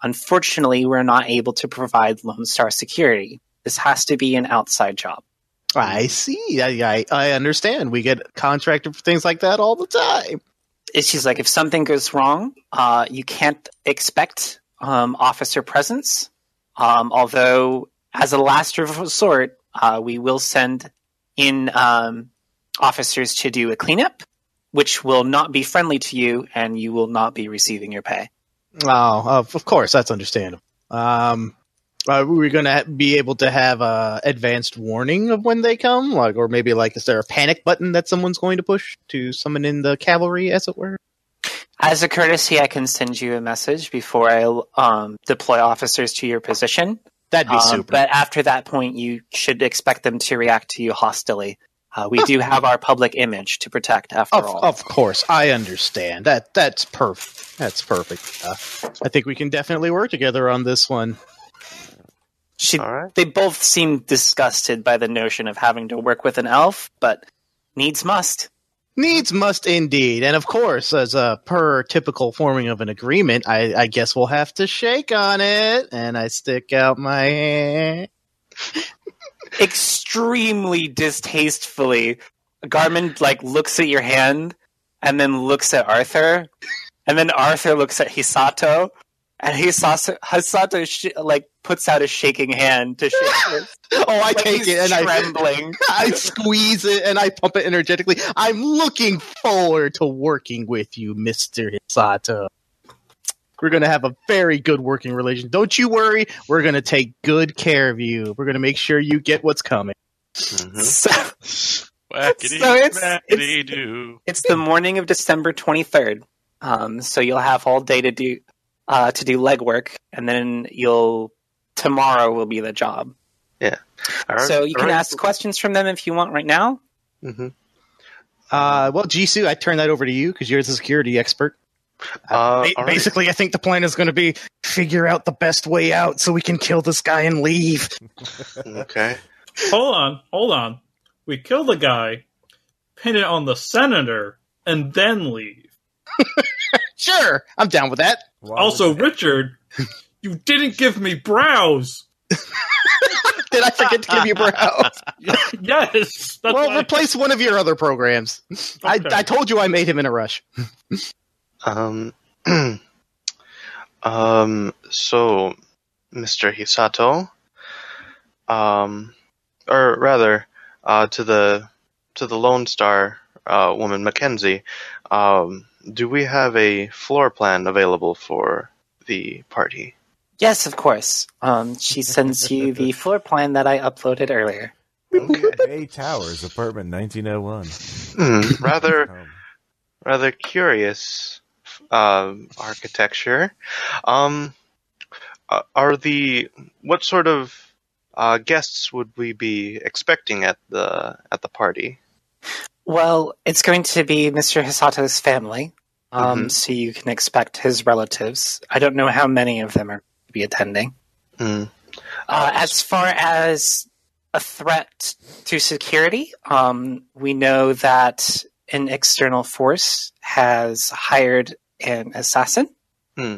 S1: Unfortunately, we're not able to provide Lone Star security. This has to be an outside job.
S4: I see. I, I I understand. We get contracted for things like that all the time.
S1: It's- She's like, if something goes wrong, uh, you can't expect um, officer presence. Um, although, as a last resort, uh, we will send in um, officers to do a cleanup, which will not be friendly to you, and you will not be receiving your pay.
S4: Oh, of, of course, that's understandable. Um, are we going to ha- be able to have uh, advanced warning of when they come? Like, or maybe like, is there a panic button that someone's going to push to summon in the cavalry, as it were?
S1: As a courtesy, I can send you a message before I um, deploy officers to your position.
S4: That'd be
S1: Um,
S4: super.
S1: But after that point, you should expect them to react to you hostilely. Uh, we do have our public image to protect, after
S4: of,
S1: all.
S4: of course, I understand. That that's perfect. That's perfect. Uh, I think we can definitely work together on this one.
S1: She,
S6: All right.
S1: They both seem disgusted by the notion of having to work with an elf, but needs must.
S4: Needs must indeed, and of course, as a per typical forming of an agreement, I, I guess we'll have to shake on it. And I stick out my hand.
S1: Extremely distastefully, Garmin like looks at your hand and then looks at Arthur, and then Arthur looks at Hisato, and Hisato, Hisato sh- like puts out a shaking hand to shake. his.
S4: Oh, I
S1: Like,
S4: take
S1: he's
S4: it and I,
S1: trembling.
S4: I squeeze it and I pump it energetically. I'm looking forward to working with you, Mr. Hisato. We're going to have a very good working relation. Don't you worry. We're going to take good care of you. We're going to make sure you get what's coming.
S6: Mhm.
S1: So
S5: Whackity,
S1: So it's-
S5: whackity do.
S1: it's the morning of December 23rd. Um, so you'll have all day to do uh, to do legwork, and then you'll tomorrow will be the job.
S6: All right.
S1: So you
S6: All
S1: can
S6: right.
S1: ask questions from them if you want right now.
S3: Mm-hmm.
S6: Mhm.
S4: Uh, well, Jisoo, I turn that over to you because you're the security expert.
S6: Uh,
S4: Ba-
S6: all right.
S4: basically, I think the plan is going to be figure out the best way out so we can kill this guy and leave.
S6: Okay.
S7: hold on, hold on. We kill the guy, pin it on the senator, and then leave.
S4: Sure, I'm down with that.
S3: Wow.
S7: Also, Richard, you didn't give me brows.
S4: Did I forget to give you brows?
S7: Yes, that's
S4: well,
S7: why-
S4: replace one of your other programs. I,
S7: Okay.
S4: I told you I made him in a rush.
S6: Um, um, so, Mr. Hisato, um, or rather, uh, to the to the Lone Star uh, woman, Mackenzie, um, do we have a floor plan available for the party?
S1: Yes, of course. Um, she sends you the floor plan that I uploaded earlier.
S3: Bay Towers, apartment 1901.
S6: Hmm, rather
S3: Um,
S6: rather curious um, architecture. Um, uh, are the what sort of uh, guests would we be expecting at the at the party?
S1: Well, it's going to be Mr. Hisato's family, um,
S6: Mhm.
S1: so you can expect his relatives. I don't know how many of them are going to be attending.
S6: Hmm.
S1: Uh, as far as a threat to security, um, we know that an external force has hired an assassin,
S6: Hmm.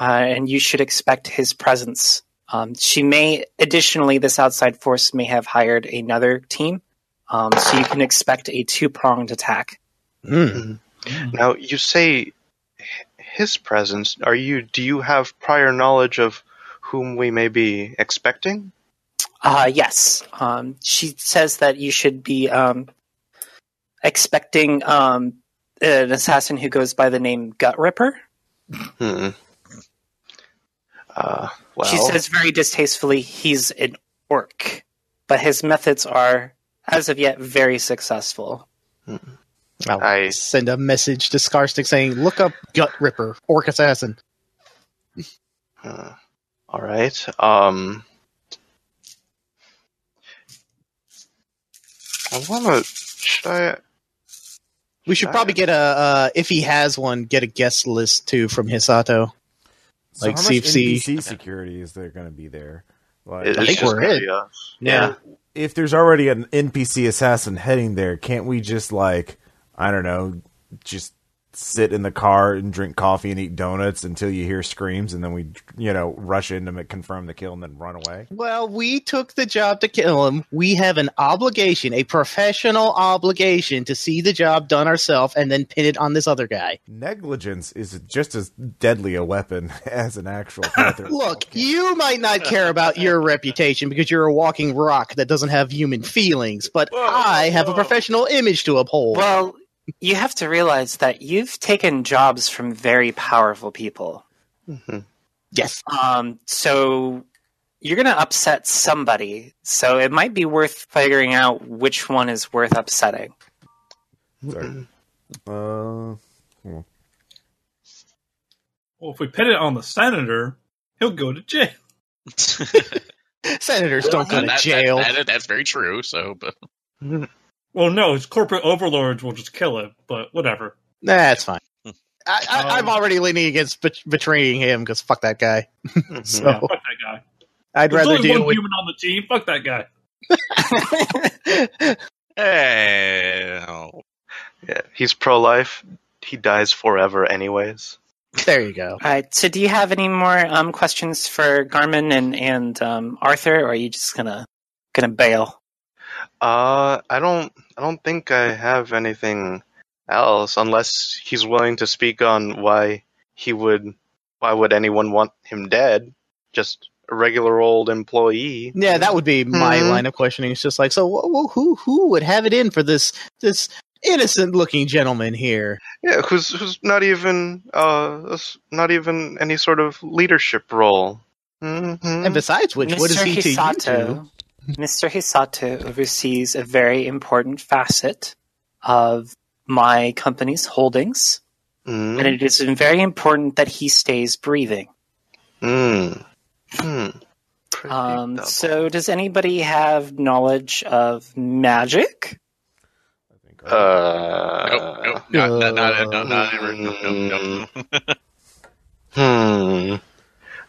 S1: uh, and you should expect his presence Um, she may, additionally, this outside force may have hired another team, um, so you can expect a two pronged attack.
S6: Now you say h- his presence. Are you? Do you have prior knowledge of whom we may be expecting?
S1: Uh, yes, um, she says that you should be um, expecting um, an assassin who goes by the name Gut Ripper.
S6: Hmm. Uh, well,
S1: She says very distastefully, he's an orc, but his methods are, as of yet, very successful.
S4: I'll
S6: I-
S4: send a message to Scarstick saying, "Look up Gut Ripper, Orc Assassin."
S6: Uh, all right. Um, I wanna. Should I?
S4: We should
S6: Nice.
S4: probably get a uh, if he has one, get a guest list too from Hisato.
S3: So
S4: Like
S3: how much
S4: CFC.
S3: NPC security is there going to be there? Like,
S6: It's
S4: I think
S6: just
S4: we're
S6: gonna
S4: in.
S6: be a-
S4: Yeah,
S3: if there's already an NPC assassin heading there, can't we just like I don't know, just sit in the car and drink coffee and eat donuts until you hear screams, and then we you know rush in to ma- confirm the kill and then run away?
S4: Well, we took the job to kill him. We have an obligation, a professional obligation, to see the job done ourselves and then pin it on this other guy.
S3: Negligence is just as deadly a weapon as an actual. Panther.
S4: Look, you might not care about your reputation because you're a walking rock that doesn't have human feelings, but
S5: Whoa,
S4: I have a
S5: whoa.
S4: professional image to uphold.
S1: Well, you have to realize that you've taken jobs from very powerful people.
S6: Mhm.
S4: yes.
S1: Um, so you're going to upset somebody. So it might be worth figuring out which one is worth upsetting.
S3: Sorry. Uh,
S7: Well, if we pin it on the senator, he'll go to jail.
S4: Senators don't go
S5: That-
S4: to
S5: that-
S4: jail.
S5: that- that- that's very true. So, but
S7: Well, no, his corporate overlords will just kill him, but whatever.
S4: That's fine.
S5: Hmm.
S4: I, I, I'm
S7: Um,
S4: already leaning against bet- betraying him because fuck that guy.
S6: Mhm.
S4: So
S7: Yeah, fuck that guy.
S4: Oh. I'd
S7: There's
S4: rather
S7: only
S4: deal
S7: one
S4: with.
S7: human on the team. Fuck that guy.
S5: eh, oh,
S6: yeah, he's pro-life. He dies forever, anyways.
S4: there you go.
S1: All right. Uh, So do you have any more um, questions for Garmin and, and um, Arthur, or are you just going to gonna bail?
S6: Uh, I don't. I don't think I have anything else, unless he's willing to speak on why he would. Why would anyone want him dead? Just a regular old employee.
S4: Yeah, that would be my
S6: Mhm.
S4: line of questioning. It's just like, so wh- wh- who who would have it in for this this innocent looking gentleman here?
S6: Yeah, who's who's not even uh s- not even any sort of leadership role. Mm-hmm.
S4: And besides which, what is
S1: Mr.
S4: he to you two?
S1: Hisato, Mr. Hisato oversees a very important facet of my company's holdings, and it is very important that he stays breathing.
S6: Mm. Hmm.
S1: Um,
S6: Predictable.
S1: so, does anybody have knowledge of magic?
S3: I think.
S6: Uh,
S5: nope, nope, not, not, not, not, not, no, no, no,
S6: Hmm.
S5: no.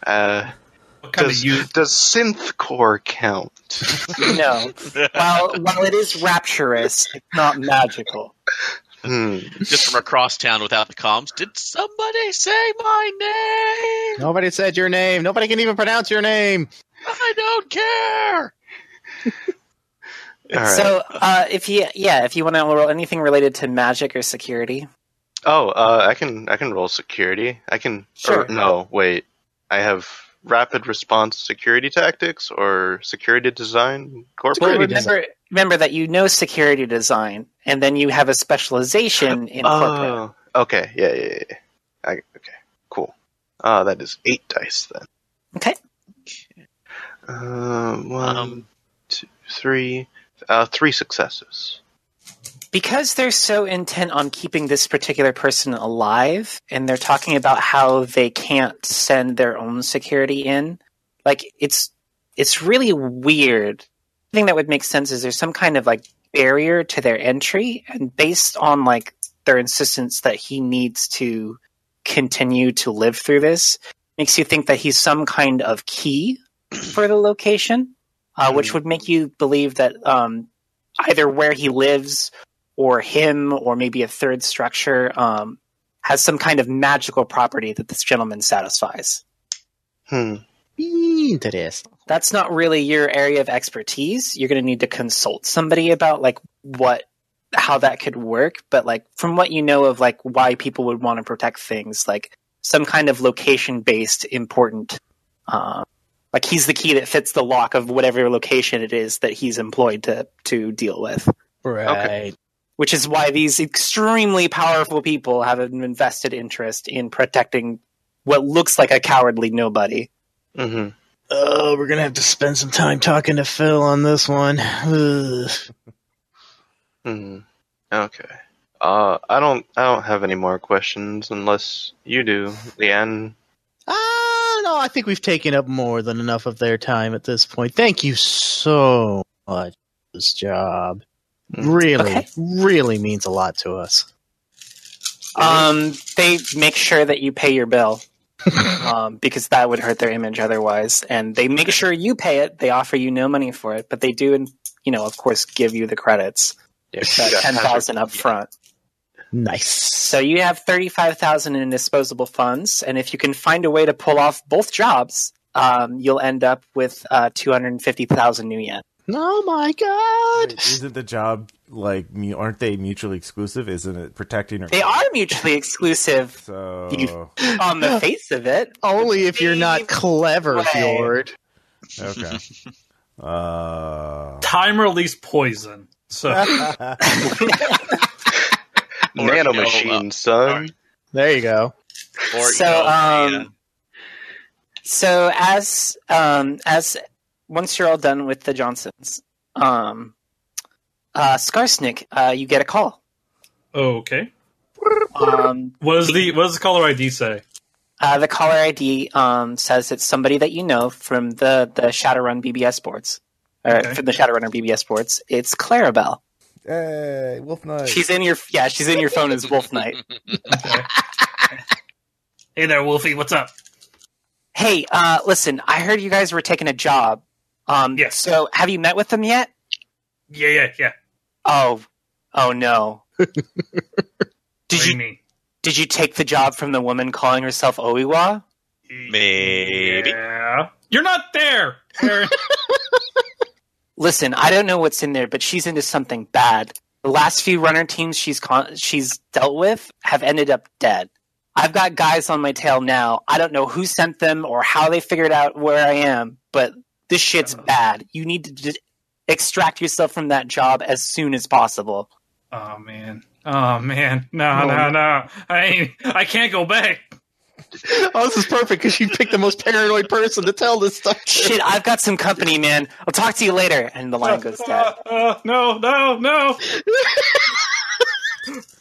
S6: Uh,
S7: What kind
S6: does
S7: of use?
S6: does synth core count?
S1: No. well, while it is rapturous, it's not magical.
S6: Hmm.
S5: Just from across town without the comms. Did somebody say my name?
S4: Nobody said your name. Nobody can even pronounce your name.
S5: I don't care.
S6: All right.
S1: So, uh, if you yeah, if you want to roll anything related to magic or security,
S6: oh, uh, I can I can roll security. I can.
S1: Sure.
S6: Or, no, wait. I have rapid response security tactics or security design. Corporate.
S1: well,
S4: Security design.
S1: remember remember that you know security design, and then you have a specialization in corporate.
S6: Oh, okay. Yeah, yeah, yeah, yeah. I, okay, cool. Uh, that is eight dice then.
S1: Okay.
S6: Um, one,
S5: Um,
S6: two, three, uh, three successes.
S1: because they're so intent on keeping this particular person alive and they're talking about how they can't send their own security in like it's it's really weird the thing that would make sense is there's some kind of like barrier to their entry and based on like their insistence that he needs to continue to live through this makes you think that he's some kind of key for the location uh, which would make you believe that um, either where he lives or him or maybe a third structure um, has some kind of magical property that this gentleman satisfies.
S6: Hmm.
S4: be into this.
S1: that's not really your area of expertise. You're going to need to consult somebody about like what how that could work, but like from what you know of like why people would want to protect things, like some kind of location based important uh, like he's the key that fits the lock of whatever location it is that he's employed to to deal with.
S4: Right.
S1: Which is why these extremely powerful people have an invested interest in protecting what looks like a cowardly nobody.
S6: hmm
S4: Oh, we're gonna have to spend some time talking to Phil on this one. Ugh.
S6: hmm Okay. Uh, I don't. I don't have any more questions unless you do, Leanne.
S4: Ah, no, I think we've taken up more than enough of their time at this point. Thank you so much for this job. Really,
S1: Okay.
S4: really means a lot to us.
S1: Um, they make sure that you pay your bill, um, because that would hurt their image otherwise. And they make sure you pay it. They offer you no money for it, but they do, and you know, of course, give you the credits, the
S6: Yeah.
S1: ten thousand up front.
S4: Nice.
S1: So you have thirty-five thousand in disposable funds, and if you can find a way to pull off both jobs, um, you'll end up with uh, two hundred fifty thousand new yen.
S4: Oh my god!
S3: Isn't uh, the job like mu- aren't they mutually exclusive? Isn't it protecting or
S1: They are mutually exclusive
S3: So
S1: You- on the face of it.
S4: Only if you're not clever,
S1: Way.
S4: Fjord.
S3: okay. Uh,
S7: Time release poison. So
S6: Nanomachine, son.
S4: There you go.
S5: Or,
S1: So,
S5: you know, uh,
S1: um,
S5: yeah.
S1: So as um as once you're all done with the Johnsons, um uh Skarsnik, uh you get a call.
S7: okay.
S1: Um
S7: What does the what does the caller ID say?
S1: uh, the caller ID um says it's somebody that you know from the the Shadowrun BBS boards. Or
S7: Okay.
S1: from the Shadowrunner BBS boards. It's Clarabelle.
S3: hey, Wolf Knight.
S1: She's in your yeah, she's in your phone as Wolf Knight.
S7: Hey there, Wolfie. What's up?
S1: Hey, uh listen, I heard you guys were taking a job. Um
S7: Yes.
S1: so have you met with them yet?
S7: Yeah, yeah, yeah.
S1: Oh oh no.
S7: What
S1: Did
S7: do
S1: you
S7: you mean?
S1: Did you take the job from the woman calling herself Oiwa?
S5: Maybe.
S7: Yeah. You're not there. Aaron.
S1: Listen, I don't know what's in there, but she's into something bad. The last few runner teams she's con- she's dealt with have ended up dead. I've got guys on my tail now. I don't know who sent them or how they figured out where I am, but this shit's bad. You need to d- extract yourself from that job as soon as possible.
S7: oh man. Oh man. No,
S1: Oh.
S7: no, no. I ain't, I can't go back.
S4: Oh, this is perfect because you picked the most paranoid person to tell this stuff.
S1: Shit, I've got some company, man. I'll talk to you later. And the line goes dead.
S7: Uh, uh, no, no, no.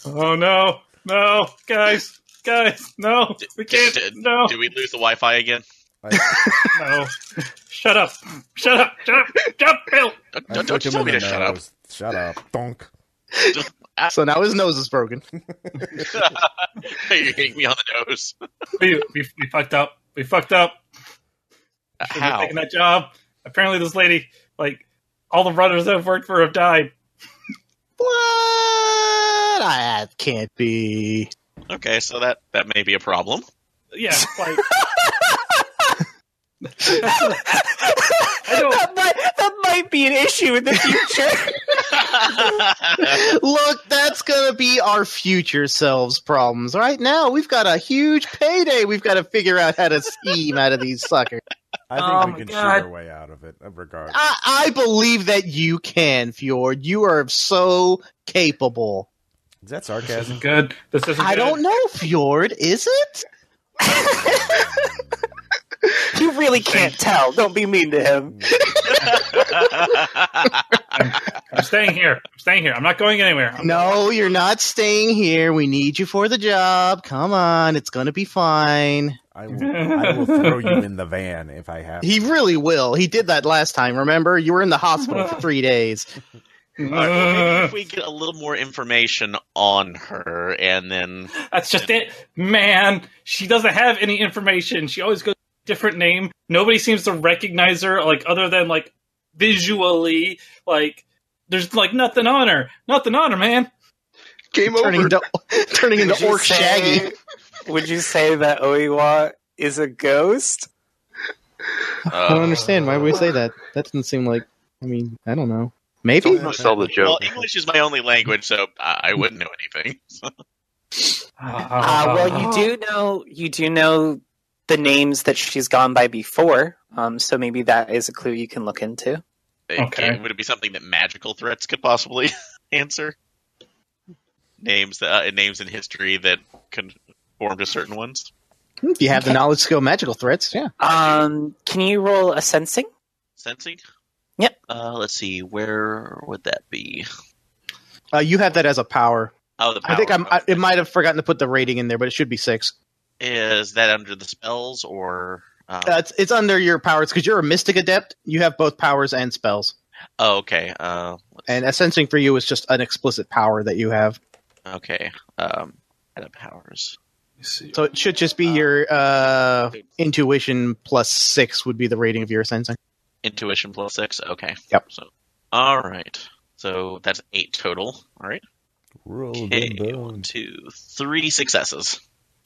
S7: oh no, no, guys, guys, no, we can't.
S5: Did-
S7: No,
S5: Did we lose the Wi-Fi again?
S3: I,
S7: no. Shut up! Shut up! Shut up! Shut up, Bill!
S5: Don't,
S3: I
S5: don't,
S3: took
S5: you
S3: him
S5: tell
S3: in
S5: me
S3: the
S5: to shut up.
S3: nose. Shut up. Donk.
S4: So now his nose is broken.
S5: you hit me on the nose.
S7: We, we, we fucked up. We fucked up. We were
S5: How?
S7: taking that job. Apparently, this lady, like all the runners that I've worked for, have died.
S4: What? I that can't be.
S5: Okay, so that that may be a problem.
S7: Yeah, like. I don't.
S1: That might, that might be an issue in the future.
S4: Look, that's gonna be our future selves' problems. Right now, we've got a huge payday. We've got to figure out how to scheme out of these suckers.
S3: I think
S7: Oh
S3: we
S7: my
S3: can
S7: God.
S3: shoot our way out of it, uh, regardless.
S5: Ah.
S4: I, I believe that you can, Fjord. You are so capable.
S3: Is that
S7: This
S3: sarcasm?
S7: isn't good. This isn't.
S4: I
S7: good.
S4: don't know, Fjord. Is it?
S1: You really can't tell. Don't be mean to him.
S7: I'm staying here. I'm staying here. I'm not going anywhere. I'm-
S4: No, you're not staying here. We need you for the job. Come on, it's gonna be fine.
S3: I will, I will throw you in the van if I have.
S4: He really will. He did that last time. Remember, you were in the hospital for three days.
S5: All right, well, maybe if we get a little more information on her, and then
S7: That's just it. Man, she doesn't have any information. She always goes different name. Nobody seems to recognize her, like other than like visually. Like there's like nothing on her. Nothing on her, man.
S6: Game
S4: turning
S6: over.
S4: into turning
S1: Would
S4: into
S1: you
S4: Orc
S1: say-
S4: Shaggy.
S1: Would you say that Oiwa is a ghost?
S6: Um,
S4: I don't understand why would we say that. That doesn't seem like. I mean, I don't know. Maybe.
S6: Don't sell the
S5: Well,
S6: joke.
S5: English is my only language, so I I wouldn't know anything.
S1: Uh, well, you do know you do know the names that she's gone by before, um, so maybe that is a clue you can look into.
S5: It
S7: Okay.
S5: can't- would it be something that magical threats could possibly answer? Names uh, names in history that conform to certain ones.
S4: If you have the knowledge to go magical threats, yeah.
S1: Um, can you roll a sensing?
S5: Sensing.
S1: Yep.
S5: Uh, let's see. Where would that be?
S4: Uh, you have that as a power.
S5: Oh, the
S4: I think
S5: power.
S4: I'm, I it might have forgotten to put the rating in there, but it should be six.
S5: Is that under the spells or? Uh,
S4: Uh, it's, it's under your powers because you're a mystic adept. You have both powers and spells.
S5: oh, okay. Uh,
S4: And ascensing for you is just an explicit power that you have.
S5: okay. Um, out of powers.
S4: So it should just be your uh, intuition plus six would be the rating of your ascensing.
S5: Intuition plus six. Okay.
S4: Yep.
S5: So, all right. So that's eight total. All right.
S3: Roll
S5: Okay.
S3: them
S5: One,
S3: bones.
S5: two, three successes.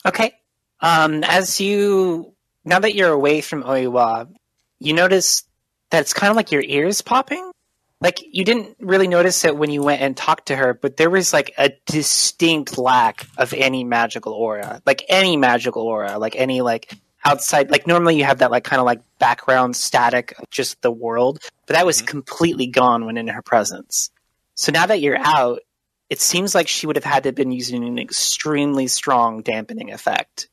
S1: Okay. Um, as you now that you're away from Oiwa, you notice that it's kind of like your ears popping. Like you didn't really notice it when you went and talked to her, but there was like a distinct lack of any magical aura, like any magical aura, like any like outside. Like normally you have that like kind of like background static of just the world, but that was
S5: Mhm.
S1: completely gone when in her presence. So now that you're out, it seems like she would have had to have been using an extremely strong dampening effect.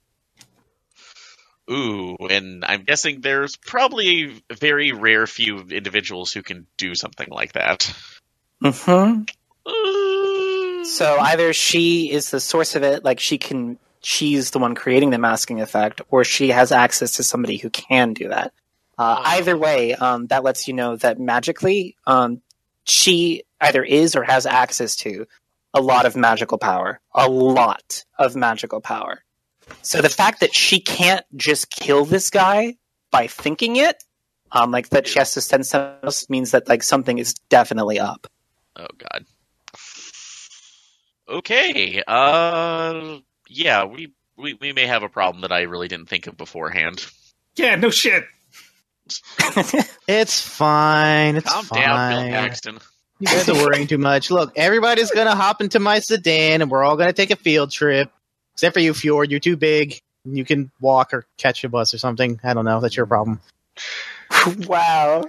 S5: Ooh, and I'm guessing there's probably very rare few individuals who can do something like that.
S1: Mm-hmm.
S5: Ooh.
S1: So either she is the source of it, like she can, she's the one creating the masking effect, or she has access to somebody who can do that. Uh, Either way, um, that lets you know that magically, um, she either is or has access to a lot of magical power, a lot of magical power. So the fact that she can't just kill this guy by thinking it, um, like that she has to send someone else, means that like something is definitely up.
S5: Oh god. Okay. Uh yeah, we, we we may have a problem that I really didn't think of beforehand.
S7: Yeah, no shit.
S4: It's fine. It's
S5: Calm
S4: fine.
S5: down, Bill Paxton.
S4: You guys are worrying too much. Look, everybody's gonna hop into my sedan, and we're all gonna take a field trip. Except for you, Fjord. You're too big. You can walk or catch a bus or something. I don't know. That's your problem.
S1: wow.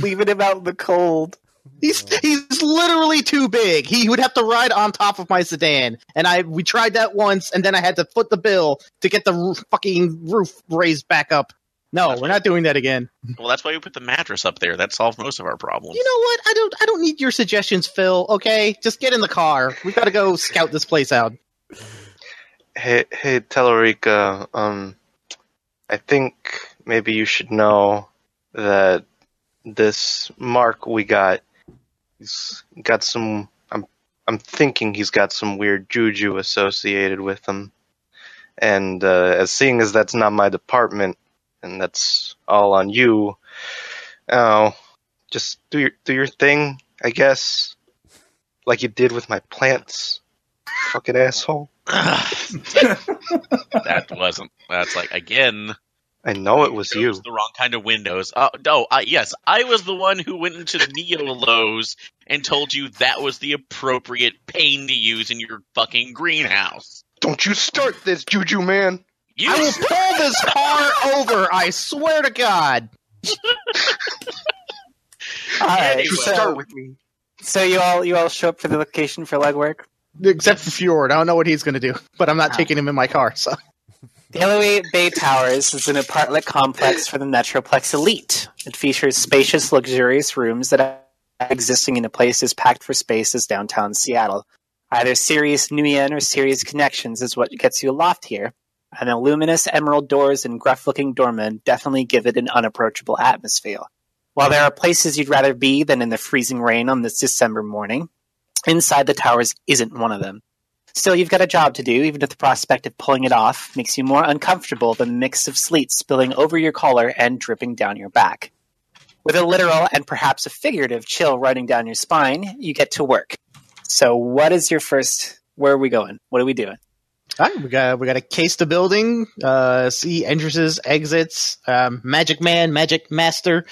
S1: Leaving him out in the cold.
S4: He's he's literally too big. He would have to ride on top of my sedan, and I we tried that once, and then I had to foot the bill to get the roof, fucking roof raised back up. No, we're not doing that again.
S5: Well, that's why we put the mattress up there. That solved most of our problems.
S4: You know what? I don't I don't need your suggestions, Phil. Okay, just get in the car. We got to go scout this place out.
S6: Hey, hey, Telerica. Um, I think maybe you should know that this mark we got, he's got some. I'm, I'm thinking he's got some weird juju associated with him. And uh, as seeing as that's not my department, and that's all on you. Oh, just do your do your thing, I guess. Like you did with my plants, fucking asshole.
S5: that wasn't. That's like again.
S6: I know it was you.
S5: Those are The wrong kind of windows. Uh, no, I, yes, I was the one who went into Neo Lowe's and told you that was the appropriate pane to use in your fucking greenhouse.
S6: Don't you start this, Juju man.
S5: You
S4: I will pull this car over. I swear to God.
S1: All right.
S5: Anyway.
S6: You
S1: So,
S6: start with me.
S1: so you all you all show up for the location for legwork.
S4: Except for Fjord, I don't know what he's going to do, but I'm not
S1: Ah.
S4: taking him in my car. So
S1: The Eloi Bay Towers is an apartment complex for the Metroplex elite. It features spacious, luxurious rooms that are existing in a place as packed for space as downtown Seattle. Either serious Nguyen or serious connections is what gets you aloft here, and the luminous emerald doors and gruff-looking doormen definitely give it an unapproachable atmosphere. While there are places you'd rather be than in the freezing rain on this December morning, inside the towers isn't one of them. Still, you've got a job to do, even if the prospect of pulling it off makes you more uncomfortable than the mix of sleet spilling over your collar and dripping down your back. With a literal and perhaps a figurative chill running down your spine, you get to work. So, what is your first? Where are we going? What are we doing?
S4: All right, we got we got to case the building, uh, see entrances, exits, um, magic man, magic master.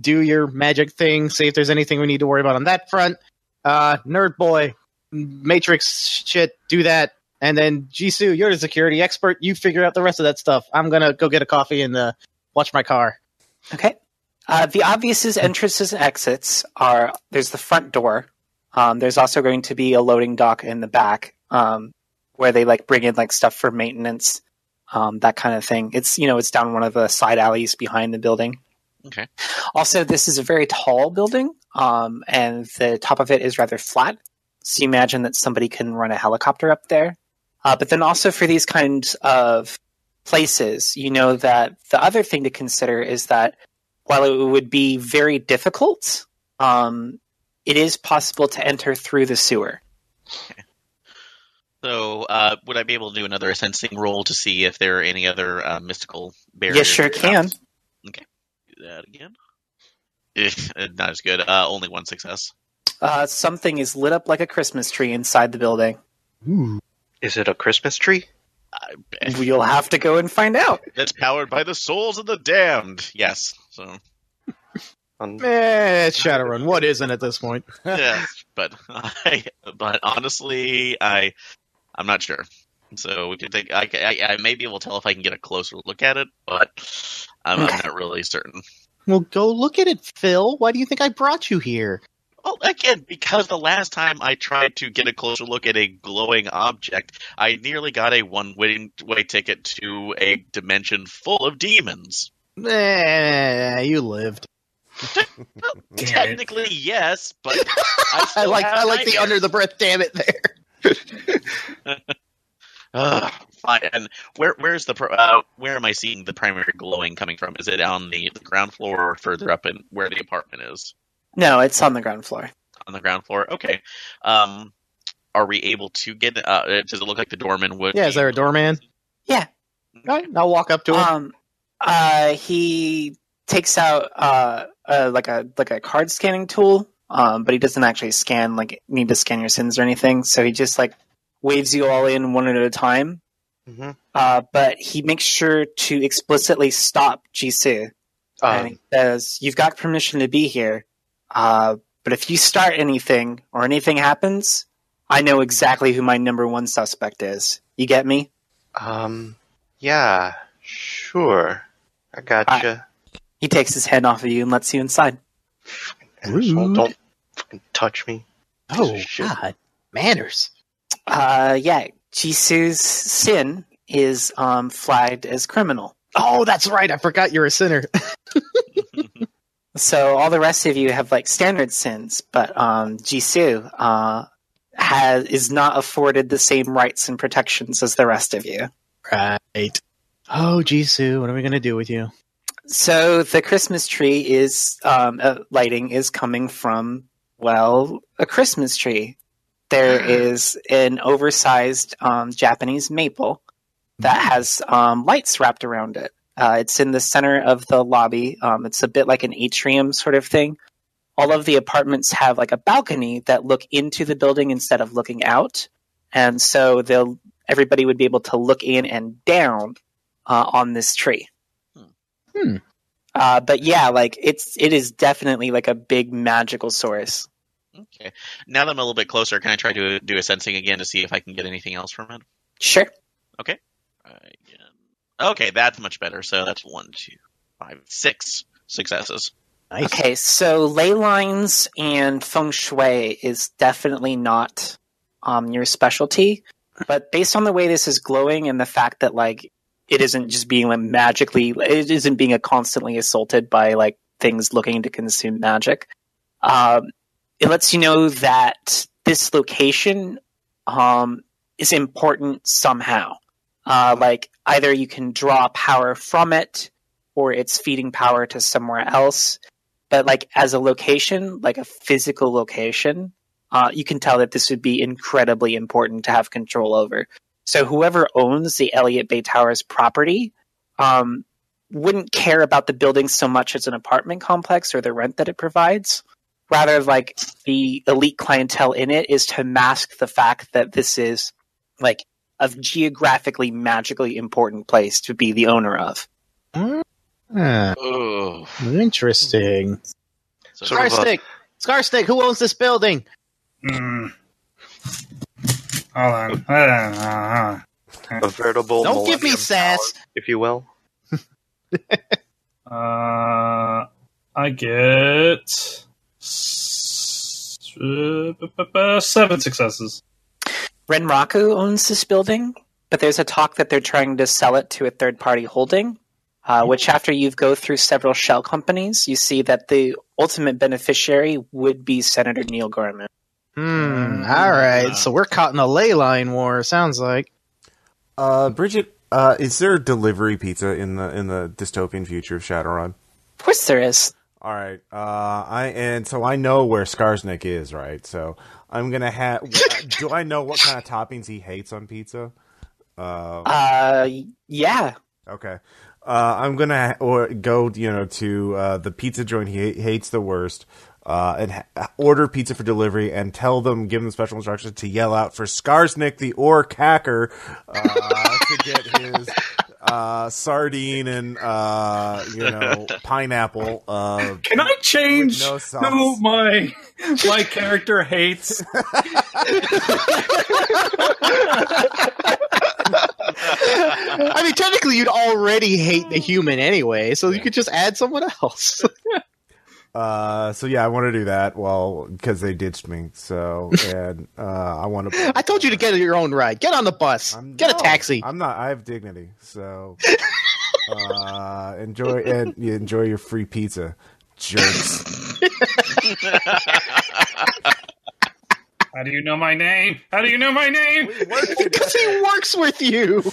S4: Do your magic thing. See if there's anything we need to worry about on that front. Uh, nerd boy, matrix shit. Do that, and then Jisoo, you're the security expert. You figure out the rest of that stuff. I'm gonna go get a coffee and uh, watch my car.
S1: Okay. Uh, the obvious is entrances and exits are there's the front door. Um, there's also going to be a loading dock in the back um, where they like bring in like stuff for maintenance, um, that kind of thing. It's you know it's down one of the side alleys behind the building.
S5: Okay.
S1: Also, this is a very tall building, um, and the top of it is rather flat. So you imagine that somebody can run a helicopter up there. Uh, but then also for these kinds of places, you know that the other thing to consider is that while it would be very difficult, um, it is possible to enter through the sewer.
S5: So, uh, would I be able to do another sensing roll to see if there are any other uh, mystical barriers?
S1: You sure can.
S5: Do that again. Eh, not as good. Uh, only one success.
S1: Uh, something is lit up like a Christmas tree inside the building.
S6: Is it a Christmas tree?
S1: You'll have to go and find out.
S5: That's powered by the souls of the damned. Yes. So,
S6: On-
S4: Eh, it's Shadowrun. What isn't at this point?
S5: yeah. but I, but honestly, I, I'm not sure. So we can think. I, I, I may be able to tell if I can get a closer look at it, but I'm, I'm not really certain.
S4: Well, go look at it, Phil. Why do you think I brought you here?
S5: Well, again, because the last time I tried to get a closer look at a glowing object, I nearly got a one-way ticket to a dimension full of demons.
S4: Eh, you lived.
S7: Damn it.
S5: Technically, yes, but I,
S4: I
S5: still
S4: like
S5: have
S4: I like the
S5: nightmares.
S4: under the breath. Damn it, there.
S5: Ugh, fine. And where where's the pro- uh, where am I seeing the primary glowing coming from? Is it on the, the ground floor or further up in where the apartment is?
S1: No, it's on the ground floor.
S5: On the ground floor. Okay. Um, are we able to get? Uh, does it look like the doorman would?
S4: Yeah, is
S5: be-
S4: there a doorman?
S1: Yeah.
S4: All right, I'll walk up to him.
S1: Um, uh, he takes out uh, uh, like a like a card scanning tool, um, but he doesn't actually scan like need to scan your sins or anything. So he just like waves you all in one at a time.
S4: Mm-hmm.
S6: Mhm.
S1: Uh, but he makes sure to explicitly stop Jisoo and
S6: Um,
S1: he says, "You've got permission to be here, uh, but if you start anything or anything happens, I know exactly who my number one suspect is. You get me?"
S6: um, yeah, sure. I gotcha.
S1: He takes his hand off of you and lets you inside.
S6: Asshole,
S4: rude.
S6: don't fucking touch me.
S4: oh
S6: shit.
S4: God, manners.
S1: Uh, yeah, Jisoo's sin is um, flagged as criminal.
S4: Oh, that's right. I forgot you're a sinner.
S1: So all the rest of you have like standard sins, but um, Jisoo uh, has is not afforded the same rights and protections as the rest of you.
S4: right. Oh, Jisoo, what are we gonna do with you?
S1: So the Christmas tree is um, uh, lighting is coming from well a Christmas tree. There is an oversized um, Japanese maple that has um, lights wrapped around it. Uh, it's in the center of the lobby. Um, it's a bit like an atrium sort of thing. All of the apartments have like a balcony that look into the building instead of looking out, and so they'll everybody would be able to look in and down uh, on this tree.
S4: Hmm.
S1: Uh, but yeah, like it's it is definitely like a big magical source.
S5: Okay. Now that I'm a little bit closer, can I try to do a sensing again to see if I can get anything else from it?
S1: Sure.
S5: Right, yeah. Okay, that's much better. So that's one, two, five, six successes.
S4: Nice.
S1: Okay, so ley lines and feng shui is definitely not um, your specialty, but based on the way this is glowing and the fact that like it isn't just being like magically, it isn't being a constantly assaulted by like things looking to consume magic. Um, it lets you know that this location um, is important somehow. Uh, like either you can draw power from it, or it's feeding power to somewhere else but like as a location, like a physical location, uh, you can tell that this would be incredibly important to have control over. So whoever owns the Elliott Bay Towers property um, wouldn't care about the building so much as an apartment complex or the rent that it provides. Rather, like the elite clientele in it is to mask the fact that this is like a geographically magically important place to be the owner of.
S4: Ah,
S5: Oh,
S4: Hmm. interesting.
S5: so
S6: Sort of a-
S4: Scarstick! Scarstick, who owns this building?
S7: Mm. Hold on. Uh,
S6: a veritable.
S4: Don't give me
S6: Millennium
S4: sass.
S6: Tower, if you will.
S7: uh, uh, I get s- uh, bu- bu- bu- seven successes.
S1: Renraku owns this building, but there's a talk that they're trying to sell it to a third party holding. Uh, which, after you go through several shell companies, you see that the ultimate beneficiary would be Senator Neil Gorman.
S4: Hmm. All right. So we're caught in a ley line war. Sounds like.
S3: Uh, Bridget, uh, is there delivery pizza in the in the dystopian future of Shadowrun?
S1: Of course, there is.
S3: All right. Uh, I and so I know where Skarsnik is, right? So I'm gonna have. do I know what kind of toppings he hates on pizza? Uh,
S1: Uh, yeah.
S3: Okay. Uh, I'm gonna or go, you know, to uh, the pizza joint he hates the worst, uh, and ha- order pizza for delivery, and tell them, give them special instructions to yell out for Skarsnik the orc hacker uh, to get his uh, sardine and uh, you know pineapple. Uh,
S7: Can I change
S3: no sauce.
S7: who my my character hates?
S4: I mean, technically, you'd already hate the human anyway, so you could just add someone else.
S3: uh, so yeah, I want to do that. Well, because they ditched me, so and uh, I want to.
S4: I told you to get your own ride. Get on the bus.
S3: I'm-
S4: get
S3: no,
S4: a taxi.
S3: I'm not. I have dignity, so uh, enjoy and you enjoy your free pizza, jerks.
S7: How do you know my name? How do you know my name?
S4: Because he works with you.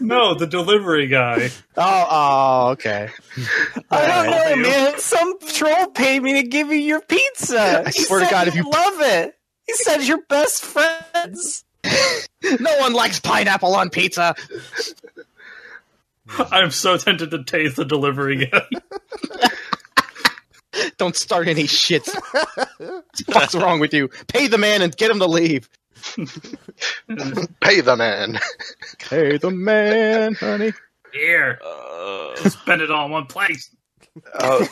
S7: No, the delivery guy.
S4: Oh, oh, okay.
S1: I don't
S7: Alright.
S1: know, man. Some troll paid me to give you your pizza.
S4: I
S1: He
S4: swear to
S1: said
S4: God, if
S1: he'd
S4: you-
S1: love it, he said you're best friends.
S4: No one likes pineapple on pizza.
S7: I'm so tempted to taste the delivery guy.
S4: Don't start any shit. What's wrong with you? Pay the man and get him to leave.
S6: Pay the man.
S4: Pay the man, honey.
S7: Here,
S5: Uh,
S7: spend it all in one place.
S6: Uh,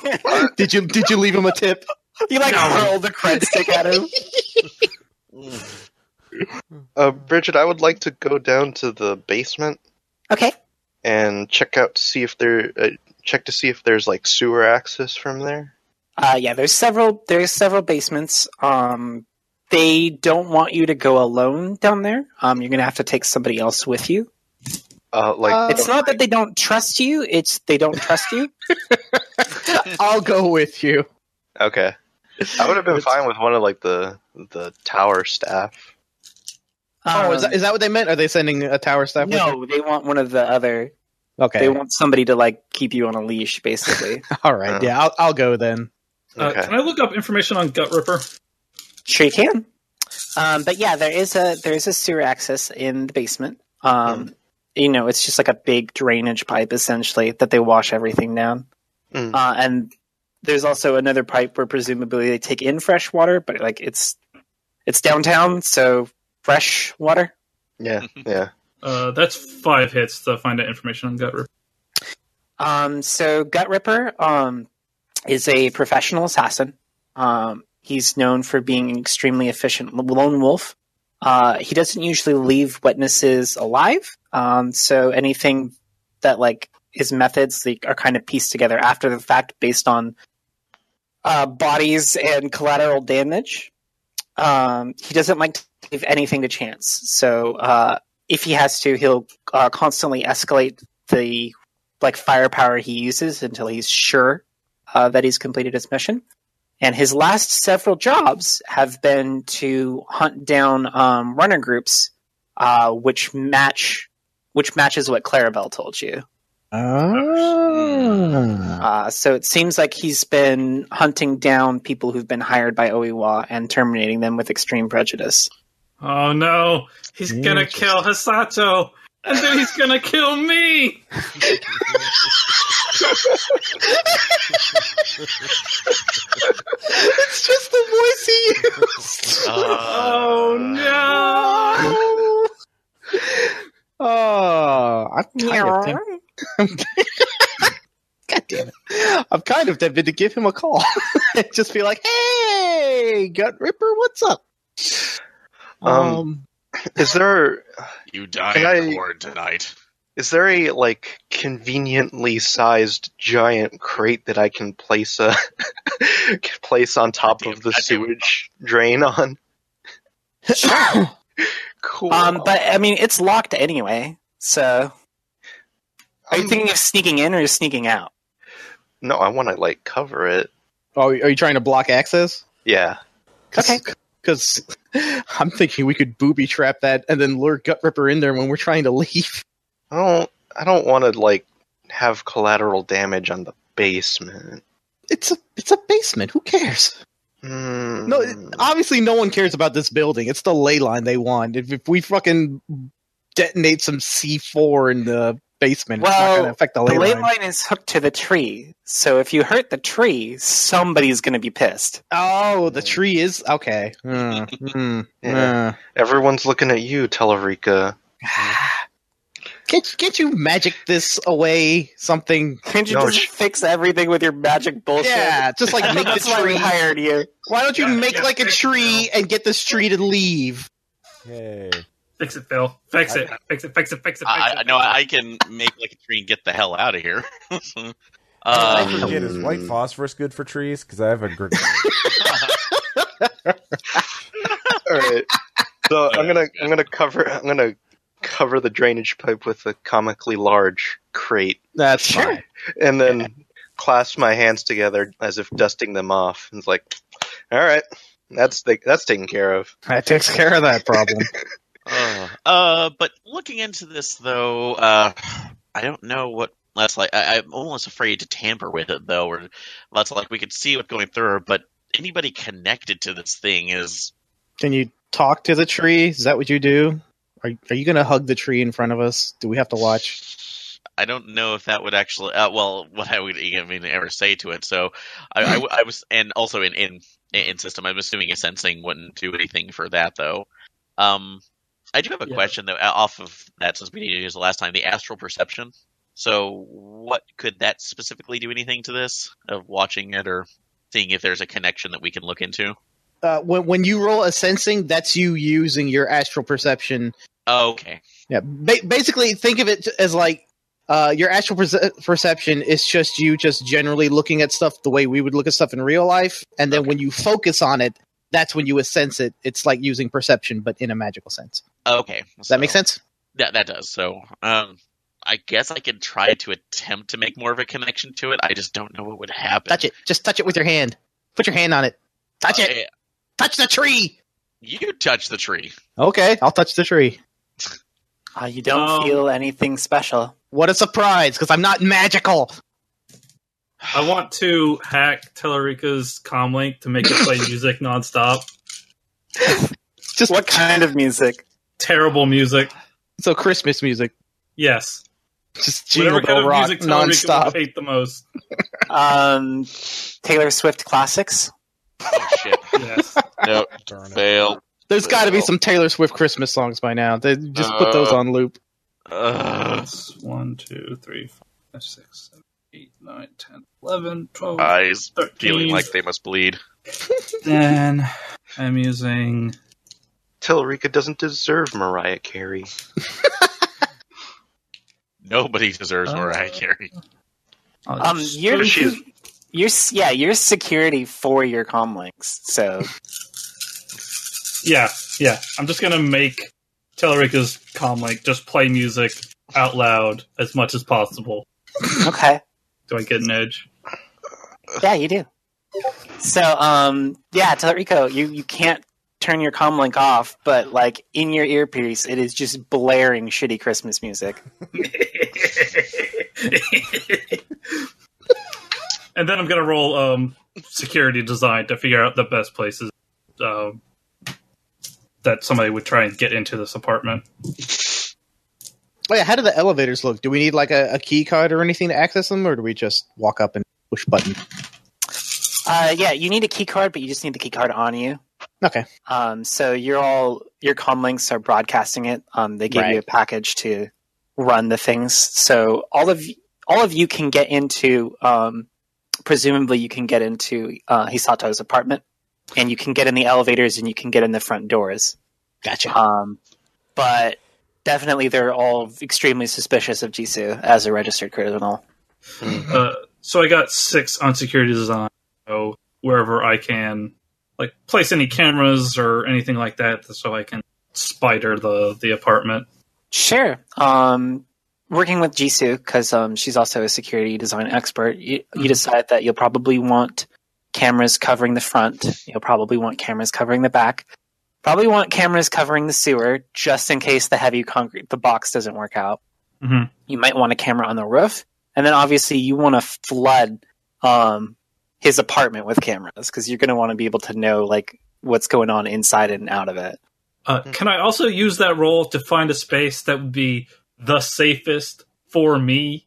S4: Did you did you leave him a tip?
S1: You like
S7: No.
S1: hurl the cred stick at him.
S6: uh, Bridget, I would like to go down to the basement
S1: Okay.
S6: and check out see if there uh, check to see if there's like sewer access from there.
S1: Uh, yeah, there's several there's several basements. Um, they don't want you to go alone down there. Um, you're gonna have to take somebody else with you.
S6: Uh, like
S4: Uh,
S1: It's not that they don't trust you; it's they don't trust you.
S4: I'll go with you.
S6: okay, I would have been fine with one of like the the tower staff.
S4: Oh, is
S1: Um,
S4: that, is that what they meant? Are they sending a tower staff? with
S1: no, they want one of the other.
S4: you? Okay.
S1: They want somebody to like keep you on a leash, basically.
S4: All right. Yeah, I'll, I'll go then.
S7: Uh,
S6: Okay.
S7: Can I look up information on Gut Ripper?
S1: Sure, you can. Um, but yeah, there is a there is a sewer access in the basement. Um, You know, it's just like a big drainage pipe essentially that they wash everything down.
S6: Mm.
S1: Uh, and there's also another pipe where presumably they take in fresh water, but like it's it's downtown, so fresh water.
S6: Yeah, yeah.
S7: Uh, that's five hits to find out information on Gut Ripper.
S1: Um, so Gut Ripper um, is a professional assassin. Um, he's known for being an extremely efficient l- lone wolf. Uh, he doesn't usually leave witnesses alive. Um, so anything that like his methods they are kind of pieced together after the fact based on uh, bodies and collateral damage. Um, he doesn't like to leave anything to chance. So uh, if he has to, he'll uh, constantly escalate the like firepower he uses until he's sure uh, that he's completed his mission. And his last several jobs have been to hunt down um, runner groups, uh, which match which matches what Clarabelle told you.
S4: Ah.
S1: Uh, so it seems like he's been hunting down people who've been hired by OEWA and terminating them with extreme prejudice.
S7: Oh no, he's gonna
S4: Interesting.
S7: kill Hisato, and then he's gonna kill me.
S4: it's just the voice he used.
S1: Oh,
S5: uh,
S7: Oh no!
S4: Oh. I'm kind of tempted. God damn it! I'm kind of tempted to give him a call and just be like, "Hey, Gut Ripper, what's up?"
S6: Um, Is there
S5: You die
S6: Can
S5: in
S6: I-
S5: corn tonight.
S6: is there a like conveniently sized giant crate that I can place a can place on top
S5: Goddamn
S6: of the
S5: goddamn
S6: sewage drain on?
S4: Um,
S1: Sure.
S6: Cool.
S1: Um, but I mean, it's locked anyway. So, are you
S6: Um,
S1: thinking of sneaking in or sneaking out?
S6: no, I want to like cover it.
S4: Oh, are you trying to block access?
S6: Yeah.
S1: Okay.
S4: Because I'm thinking we could booby trap that and then lure Gut Ripper in there when we're trying to leave.
S6: I don't I don't want to like have collateral damage on the basement.
S4: It's a it's a basement. Who cares?
S6: Mm.
S4: No, it- uh, obviously no one cares about this building. It's the ley line they want. If, if we fucking detonate some C four in the basement, it's not
S1: Well,
S4: going to affect the
S1: The
S4: ley,
S1: ley
S4: line.
S1: line is hooked to the tree, so if you hurt the tree, somebody's going to be pissed.
S4: Oh, the tree is okay. Mm, mm,
S6: Yeah.
S4: mm.
S6: Everyone's looking at you, Telerica.
S4: Can't can't you magic this away? Something.
S1: Can't you
S6: No,
S1: just
S6: sh-
S1: fix everything with your magic bullshit?
S4: Yeah, just like
S1: I
S4: make
S1: think
S4: the
S1: that's why we
S4: tree
S1: hired you.
S4: Why don't you
S7: Yeah,
S4: make
S7: yeah,
S4: like a
S7: fix it,
S4: tree and get this tree to leave?
S3: Hey.
S7: Fix it, Phil. Fix it. Fix it. Fix it. Fix it.
S5: I,
S7: fix
S5: I
S7: it.
S5: no, I can make like a tree and get the hell out of here.
S3: I
S5: um,
S3: forget is white phosphorus good for trees? Because I have a gr-
S6: All right. So I'm
S5: Okay.
S6: gonna I'm gonna cover I'm gonna cover the drainage pipe with a comically large crate,
S4: That's
S1: Sure.
S4: fine.
S6: and then clasp my hands together as if dusting them off. And it's like, all right, that's the, that's taken care of.
S4: That takes care of that problem.
S5: uh, uh, but looking into this though, uh, I don't know what that's like. I, I'm almost afraid to tamper with it though. Or that's like we could see what's going through, her, but anybody connected to this thing is
S4: Can you talk to the tree? Is that what you do? Are, are you going to hug the tree in front of us? Do we have to watch?
S5: I don't know if that would actually. Uh, well, what I would even ever say to it. So, I, I w- I was, and also in in in system, I'm assuming a sensing wouldn't do anything for that though. Um, I do have a
S7: Yeah.
S5: question though, off of that since we didn't use the last time the astral perception. So, what could that specifically do anything to this of watching it or seeing if there's a connection that we can look into?
S4: Uh, when when you roll a sensing, that's you using your astral perception.
S5: Okay,
S4: Yeah. Ba- basically, think of it as like uh, your astral perce- perception is just you just generally looking at stuff the way we would look at stuff in real life, and then when you focus on it, that's when you sense it. It's like using perception, but in a magical sense.
S5: okay,
S4: Does that make sense?
S5: That that does. So, um, I guess I could try to attempt to make more of a connection to it. I just don't know what would happen.
S4: Touch it. Just touch it with your hand. Put your hand on it. Touch it.
S5: Uh,
S4: Touch the tree.
S5: you touch the tree.
S4: Okay, I'll touch the tree.
S1: Uh, you don't
S7: Um,
S1: feel anything special.
S4: What a surprise! Because I'm not magical.
S7: I want to hack Telerica's comlink to make it play music nonstop.
S4: Just
S1: What kind of music?
S7: Terrible music.
S4: so Christmas music.
S7: Yes.
S4: Just
S7: Whatever
S4: jingle
S7: kind
S4: bell
S7: of
S4: rock
S7: music Telerica would
S4: nonstop.
S7: hate the most.
S1: Um, Taylor Swift classics.
S5: Oh, shit.
S7: Yes.
S5: Nope.
S3: Darn it.
S5: Fail.
S4: There's got to be some Taylor Swift Christmas songs by now. They just put those on loop.
S5: Ugh.
S7: That's one, two, three, five, six, seven, eight, nine, ten, eleven, twelve,
S5: Eyes Uh, feeling
S7: thirteen.
S5: like they must bleed.
S7: Then I'm using.
S6: Telerica doesn't deserve Mariah Carey.
S5: Nobody deserves
S7: Uh,
S5: Mariah Carey.
S7: I'll
S1: Um,
S7: use-
S1: your,
S6: She's-
S1: your, s- yeah, your security for your comlinks. So
S7: yeah, yeah. I'm just gonna make Telerica's comlink just play music out loud as much as possible.
S1: okay,
S7: Do I get an edge?
S1: yeah, you do. So um, yeah, Telerico, you you can't turn your comlink off, but like in your earpiece, it is just blaring shitty Christmas music.
S7: and then I'm gonna roll um, security design to figure out the best places um, that somebody would try and get into this apartment.
S4: Oh yeah, how do the elevators look? Do we need like a, a key card or anything to access them, or do we just walk up and push button?
S1: Uh, yeah, you need a key card, but you just need the key card on you.
S4: Okay.
S1: Um, so you're all your comlinks are broadcasting it. Um, they gave
S4: Right.
S1: you a package to run the things. So all of y- all of you can get into um, presumably you can get into uh, Hisato's apartment, and you can get in the elevators and you can get in the front doors.
S4: Gotcha.
S1: Um, but definitely, they're all extremely suspicious of Jisoo as a registered criminal.
S7: Uh, so I got six on security design. So wherever I can, like place any cameras or anything like that, so I can spider the the apartment.
S1: Sure. Um, working with Jisoo because um, she's also a security design expert. You, you decide that you'll probably want cameras covering the front. You'll probably want cameras covering the back. Probably want cameras covering the sewer just in case the heavy concrete the box doesn't work out.
S7: Mhm.
S1: You might want a camera on the roof, and then obviously you want to flood um, his apartment with cameras because you're going to want to be able to know like what's going on inside and out of it.
S7: Uh, Can I also use that role to find a space that would be the safest for me?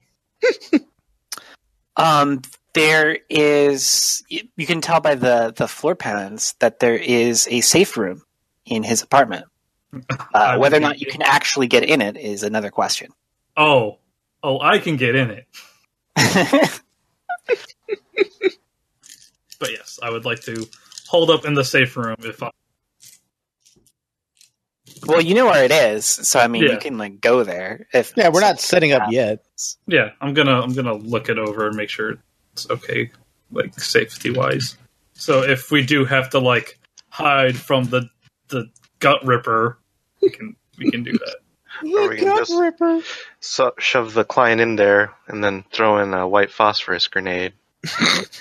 S1: Um, there is. You can tell by the the floor plans that there is a safe room in his apartment. Uh, whether or not you can actually get in it is another question.
S7: Oh, oh, I can get in it. But yes, I would like to hold up in the safe room if I.
S1: well, you know where it is, so I mean,
S7: Yeah.
S1: you can like go there. If
S4: Yeah, we're not setting up yet.
S7: Yeah, I'm gonna I'm gonna look it over and make sure it's okay, like safety wise. So if we do have to like hide from the the gut ripper, we can we can do that.
S6: Or we can just
S4: Ripper.
S6: so- shove the client in there and then throw in a white phosphorus grenade.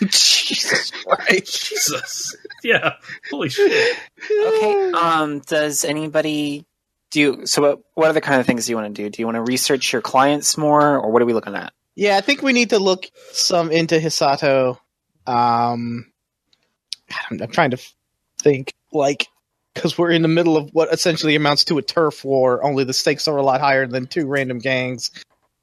S4: Jesus Christ.
S7: Jesus, yeah, holy shit.
S1: Okay. Um, does anybody do? So, what what other kind of things do you want to do? Do you want to research your clients more, or what are we looking at?
S4: Yeah, I think we need to look some into Hisato. Um, God, I'm, I'm trying to f- think, like, because we're in the middle of what essentially amounts to a turf war, only the stakes are a lot higher than two random gangs.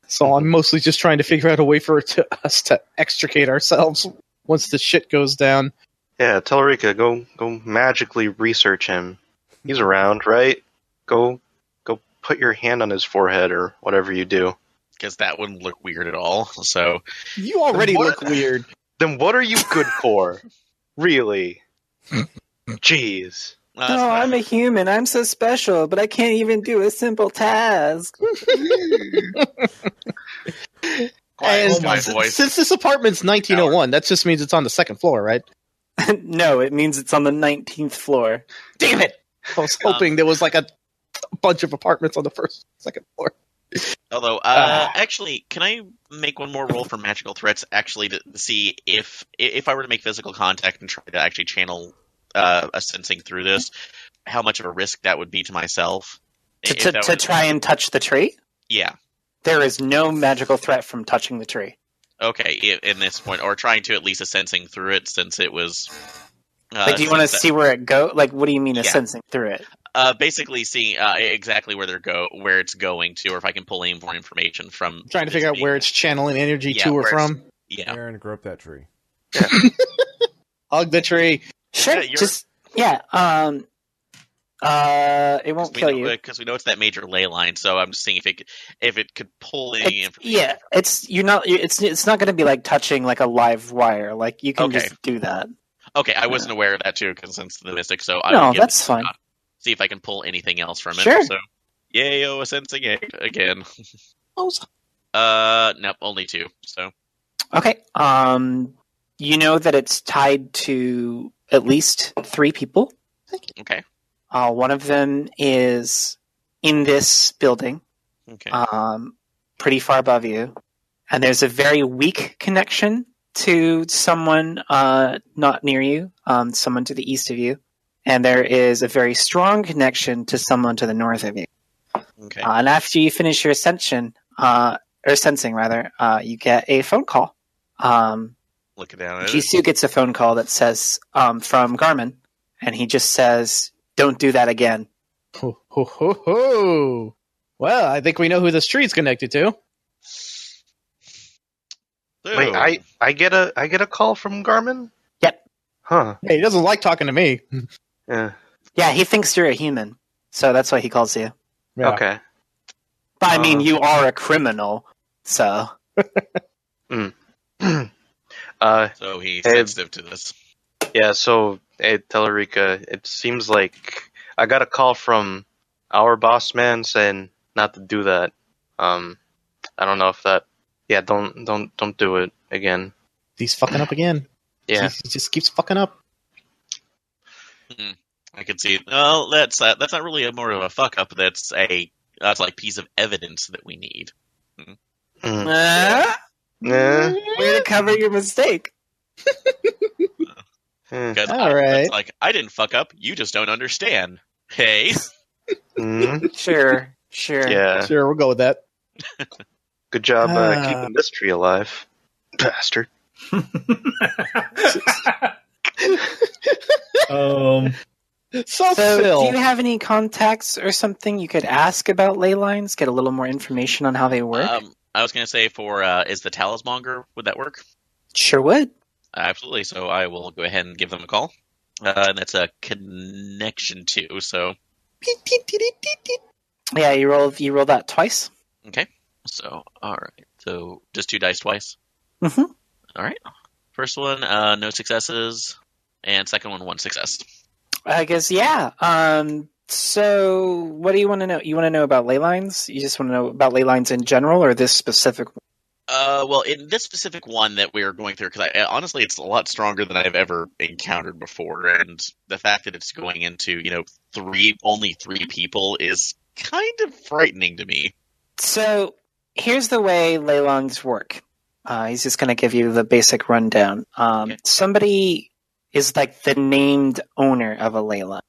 S4: So I'm mostly just trying to figure out a way for to, us to extricate ourselves once the shit goes down.
S6: Yeah, tell Rika go go magically research him. He's around, right? Go go put your hand on his forehead or whatever you do.
S5: because that wouldn't look weird at all. So
S4: You already
S6: What?
S4: look weird.
S6: Then what are you good for? really? Jeez.
S5: uh,
S1: Oh, I'm a human. I'm so special, but I can't even do a simple task.
S5: quiet is
S4: And
S5: my
S4: since-
S5: voice.
S4: Since this apartment's 1901, that just means it's on the second floor, right?
S1: no, it means it's on the 19th floor.
S4: Damn it! I was hoping there was like a bunch of apartments on the first, second floor.
S5: Although, uh,
S4: Ah.
S5: actually, can I make one more roll for magical threats? Actually, to to see if if I were to make physical contact and try to actually channel uh, a sensing through this, how much of a risk that would be to myself?
S1: To,
S5: If
S1: to,
S5: that
S1: to
S5: was-
S1: try and touch the tree?
S5: yeah.
S1: There is no magical threat from touching the tree.
S5: Okay, i- in this point, or trying to at least a sensing through it, since it was. Uh,
S1: Like, do you want to
S5: since that-
S1: see where it go? Like, what do you mean a
S5: Yeah.
S1: sensing through it?
S5: Uh, basically, seeing uh, exactly where they're go, where it's going to, or if I can pull any more information from.
S4: I'm trying to figure out where it's channeling energy
S5: Yeah,
S4: to or
S5: where it's-
S4: from.
S5: Yeah.
S3: Aaron, grow up that tree.
S4: Hug the tree.
S1: Sure.
S5: Yeah, you're-
S1: just, yeah. Um, uh, it won't kill you.
S5: because we know it's that major ley line. So I'm just seeing if it c- if it could pull any
S1: It's-
S5: information.
S1: yeah, it's you're not. you- It's it's not going to be like touching like a live wire. Like you can
S5: Okay.
S1: just do that.
S5: Okay, I wasn't aware of that too, because since the mystic, so I
S1: no,
S5: will give
S1: that's
S5: it a
S1: fine.
S5: shot. see if I can pull anything else from it.
S1: Sure.
S5: So, yay, oh, a sensing ape again.
S4: Oh, so-
S5: Uh, nope, only two. So
S1: Okay. Um, you know that it's tied to at least three people.
S5: okay,
S1: Uh, one of them is in this building,
S5: okay,
S1: um, pretty far above you, and there's a very weak connection to someone uh, not near you, um, someone to the east of you, and there is a very strong connection to someone to the north of you.
S5: okay.
S1: Uh, and after you finish your ascension, uh, or sensing rather, uh, you get a phone call. Um,
S5: Looking down at it.
S1: Jisoo gets a phone call that says um, from Garmin, and he just says, "Don't do that again."
S4: Ho, ho, ho, ho. Well, I think we know who this tree's connected to.
S6: Wait,
S5: Ooh.
S6: I I get a I get a call from Garmin?
S1: Yep.
S6: Huh.
S4: Hey, he doesn't like talking to me.
S6: Yeah.
S1: Yeah, he thinks you're a human, so that's why he calls you.
S4: Yeah.
S6: Okay.
S1: But I mean, you are a criminal, so
S6: Uh,
S5: So he's
S6: Hey.
S5: sensitive to this.
S6: yeah, so at Tellerica, it seems like I got a call from our boss man saying not to do that. Um, I don't know if that. Yeah, don't don't don't do it again.
S4: He's fucking up again.
S6: Yeah,
S4: He, he just keeps fucking up.
S5: I can see. Well, that's uh, that's not really a more of a fuck up. That's a that's like piece of evidence that we need.
S6: Mm.
S1: Ah,
S6: Eh,
S1: way to cover your mistake.
S6: eh,
S5: 'Cause
S4: All
S5: I-
S4: right.
S5: It's like I didn't fuck up. You just don't understand. Hey,
S6: mm.
S1: Sure, sure.
S6: Yeah,
S4: Sure, we'll go with that.
S6: good job uh,
S4: Ah.
S6: keeping this tree alive, bastard.
S7: Um,
S4: So,
S1: So,
S4: Phil,
S1: do you have any contacts or something you could ask about ley lines? Get a little more information on how they work.
S5: um, I was gonna say for uh, is the talismonger would that work?
S1: sure would.
S5: Absolutely. So I will go ahead and give them a call. Uh, and that's a connection too. So
S1: Yeah, you roll you roll that twice.
S5: okay. So all right. So just two dice twice.
S1: Mhm.
S5: All right. First one, uh, no successes, and second one, one success.
S1: I guess yeah. Um. So, what do you want to know? You want to know about ley lines? You just want to know about ley lines in general, or this specific?
S5: Uh, well, in this specific one that we are going through, because honestly, it's a lot stronger than I've ever encountered before, and the fact that it's going into you know three only three people is kind of frightening to me.
S1: So here's the way ley lines work. Uh, he's just going to give you the basic rundown. Um,
S5: Okay.
S1: Somebody is like the named owner of a ley line.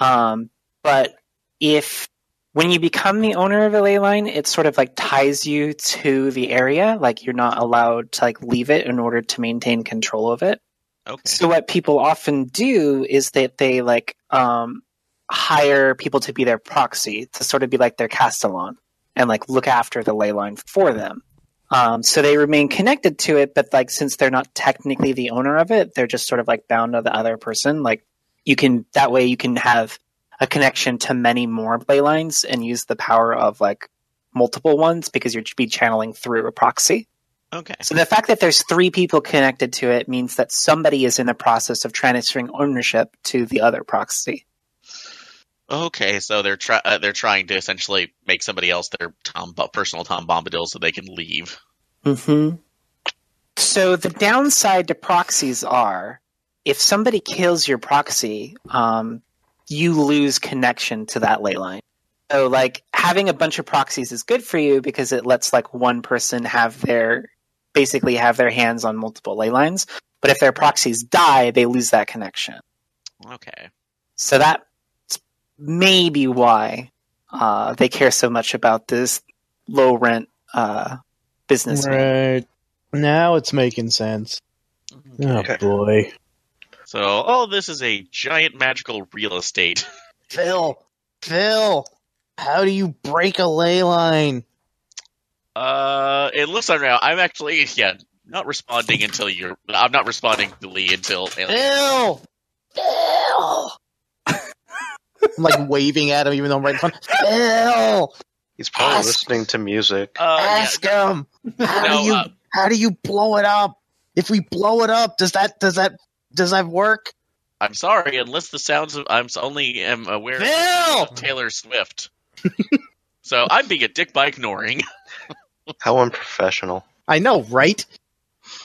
S1: Um, but if when you become the owner of a ley line, it sort of like ties you to the area. Like you're not allowed to like leave it in order to maintain control of it.
S5: Okay.
S1: So what people often do is that they like um, hire people to be their proxy to sort of be like their castellan and like look after the ley line for them. Um, so they remain connected to it, but like since they're not technically the owner of it, they're just sort of like bound to the other person. Like you can that way you can have a connection to many more ley lines and use the power of like multiple ones because you're be channeling through a proxy.
S5: okay.
S1: So the fact that there's three people connected to it means that somebody is in the process of transferring ownership to the other proxy.
S5: Okay. So they're try uh, they're trying to essentially make somebody else their Tom Bo- personal Tom Bombadil so they can leave.
S1: Mm-hmm. So the downside to proxies are if somebody kills your proxy, um, you lose connection to that ley line. So like having a bunch of proxies is good for you because it lets like one person have their basically have their hands on multiple ley lines. But if their proxies die, they lose that connection.
S5: Okay.
S1: So that's maybe why uh, they care so much about this low rent uh, business.
S4: right now it's making sense. Oh
S6: Okay.
S4: boy,
S5: So all this is a giant magical real estate.
S4: Phil, Phil, how do you break a ley line?
S5: Uh, it looks like now I'm actually yeah not responding until you're. I'm not responding to Lee until.
S1: Eh,
S4: Phil, Phil. I'm like waving at him, even though I'm right in front. Phil,
S6: He's probably
S4: Ask-
S6: listening to music.
S5: Uh, Oh, yeah,
S4: ask him. How
S5: No,
S4: do you
S5: uh,
S4: how do you blow it up? If we blow it up, does that does that does that work?
S5: I'm sorry, unless the sounds of I'm s- only am aware
S4: Phil,
S5: of Taylor Swift. so I'm being a dick by ignoring. Oh.
S6: How unprofessional.
S4: I know, right?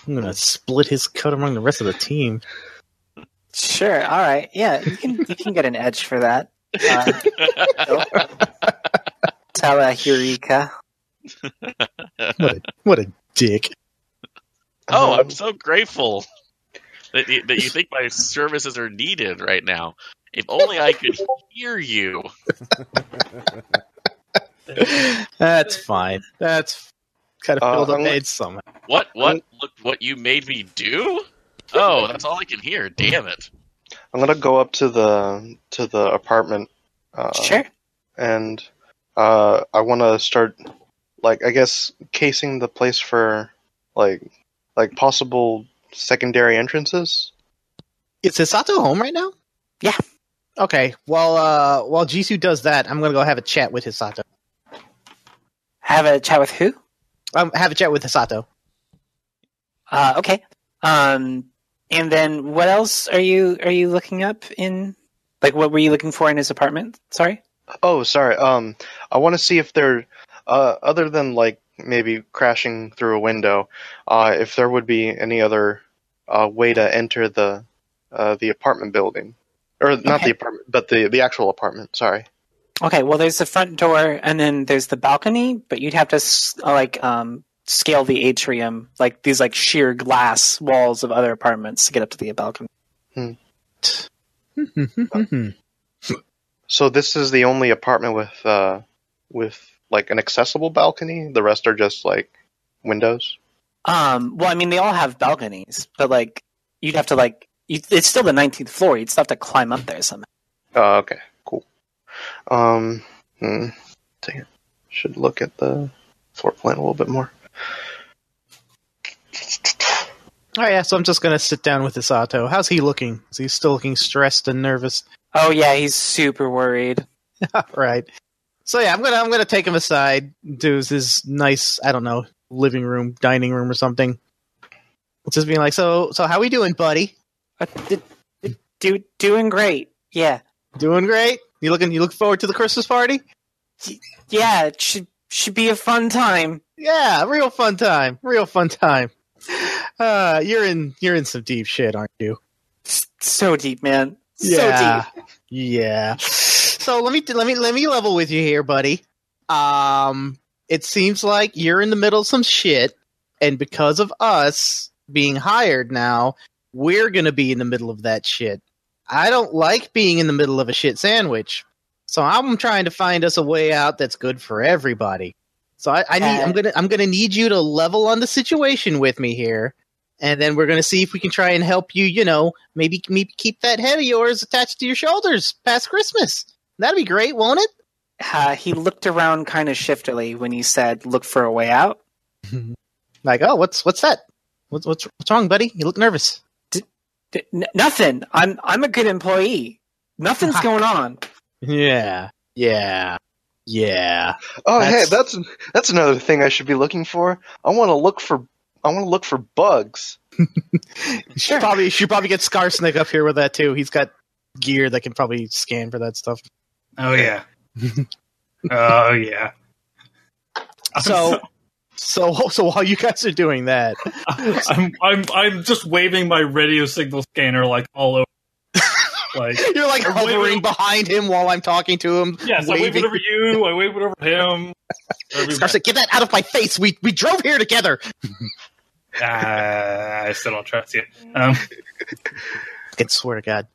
S4: I'm gonna split his coat among the rest of the team.
S1: Sure. All right. Yeah, you can you can get an edge for that. Uh, Tala Eureka.
S4: What a dick!
S5: oh,
S6: Um,
S4: Um,
S5: I'm so grateful that you, that you think my services are needed right now. If only I could hear you.
S4: That's fine. That's kind
S6: Uh,
S4: of filled
S6: I'm-
S4: up edge somehow.
S5: What?
S4: Um,
S5: What? Look what you made me do. Oh, that's all I can hear. Damn it.
S6: I'm gonna go up to the to the apartment. Uh,
S1: sure.
S6: and uh, I want to start, like, I guess casing the place for, like, like possible secondary entrances.
S4: Is Hisato home right now?
S1: Yeah.
S4: Okay. Well, uh, while Jisoo does that, I'm gonna go have a chat with Hisato.
S1: Have a chat with who?
S4: Um, have a chat with Hisato.
S1: Uh, okay. Um, and then what else are you are you looking up in? Like, what were you looking for in his apartment? Sorry.
S6: Oh, sorry. Um, I want to see if there, uh, other than like maybe crashing through a window, uh, if there would be any other uh, way to enter the uh, the apartment building, or not
S1: Okay.
S6: the apartment, but the the actual apartment. Sorry.
S1: Okay. Well, there's the front door, and then there's the balcony, but you'd have to s- like um, scale the atrium, like these like sheer glass walls of other apartments to get up to the balcony.
S6: So this is the only apartment with uh, with like an accessible balcony. The rest are just like windows.
S1: Um, well, I mean, they all have balconies, but like you'd have to like you, it's still the 19th floor. You'd still have to climb up there somehow.
S6: Oh, okay, cool. Um, hmm, dang it. Should look at the floor plan a little bit more.
S4: All right, Oh, yeah, so I'm just going to sit down with Hisato. How's he looking? Is he still looking stressed and nervous?
S1: Oh yeah, he's super worried.
S4: All right. So yeah, I'm going to I'm going to take him aside to his nice, I don't know, living room, dining room or something. Just being like, "So so how we doing, buddy?
S1: Uh, d- d- do doing great. Yeah,
S4: Doing great? You looking you look forward to the Christmas party?"
S1: yeah. It should should be a fun time.
S4: Yeah, real fun time. Real fun time. Uh, you're in you're in some deep shit, aren't you?
S1: S- so deep, man. So deep.
S4: Yeah. So let me let me let me level with you here, buddy. Um, it seems like you're in the middle of some shit, and because of us being hired now, we're gonna be in the middle of that shit. I don't like being in the middle of a shit sandwich, so I'm trying to find us a way out that's good for everybody. So I, I need I'm gonna I'm gonna need you to level on the situation with me here, and then we're gonna see if we can try and help you. You know, maybe maybe keep that head of yours attached to your shoulders past Christmas. That'd be great, won't it?
S1: Uh, he looked around kind of shiftily when you said, "Look for a way out."
S4: Like, oh, what's what's that? What's what's what's wrong, buddy? You look nervous.
S1: D- n- nothing. I'm I'm a good employee. Nothing's going on.
S4: Yeah, yeah, yeah.
S6: Oh,
S4: That's-
S6: hey, that's that's another thing I should be looking for. I want to look for I want to look for bugs.
S4: You should probably you should probably get Scarsnick up here with that too. He's got gear that can probably scan for that stuff.
S7: Oh yeah. oh yeah. I'm
S4: So. So, so while you guys are doing that,
S7: I'm I'm I'm just waving my radio signal scanner like all over. Like
S4: you're like
S7: I'm
S4: hovering
S7: waving-
S4: behind him while I'm talking to him.
S7: yes, I wave it
S4: waving.
S7: over you. I wave it over him. everybody.
S4: Scarsnick, get that out of my face. We we drove here together.
S7: Ah, I still don't trust you. Um,
S4: I swear to God.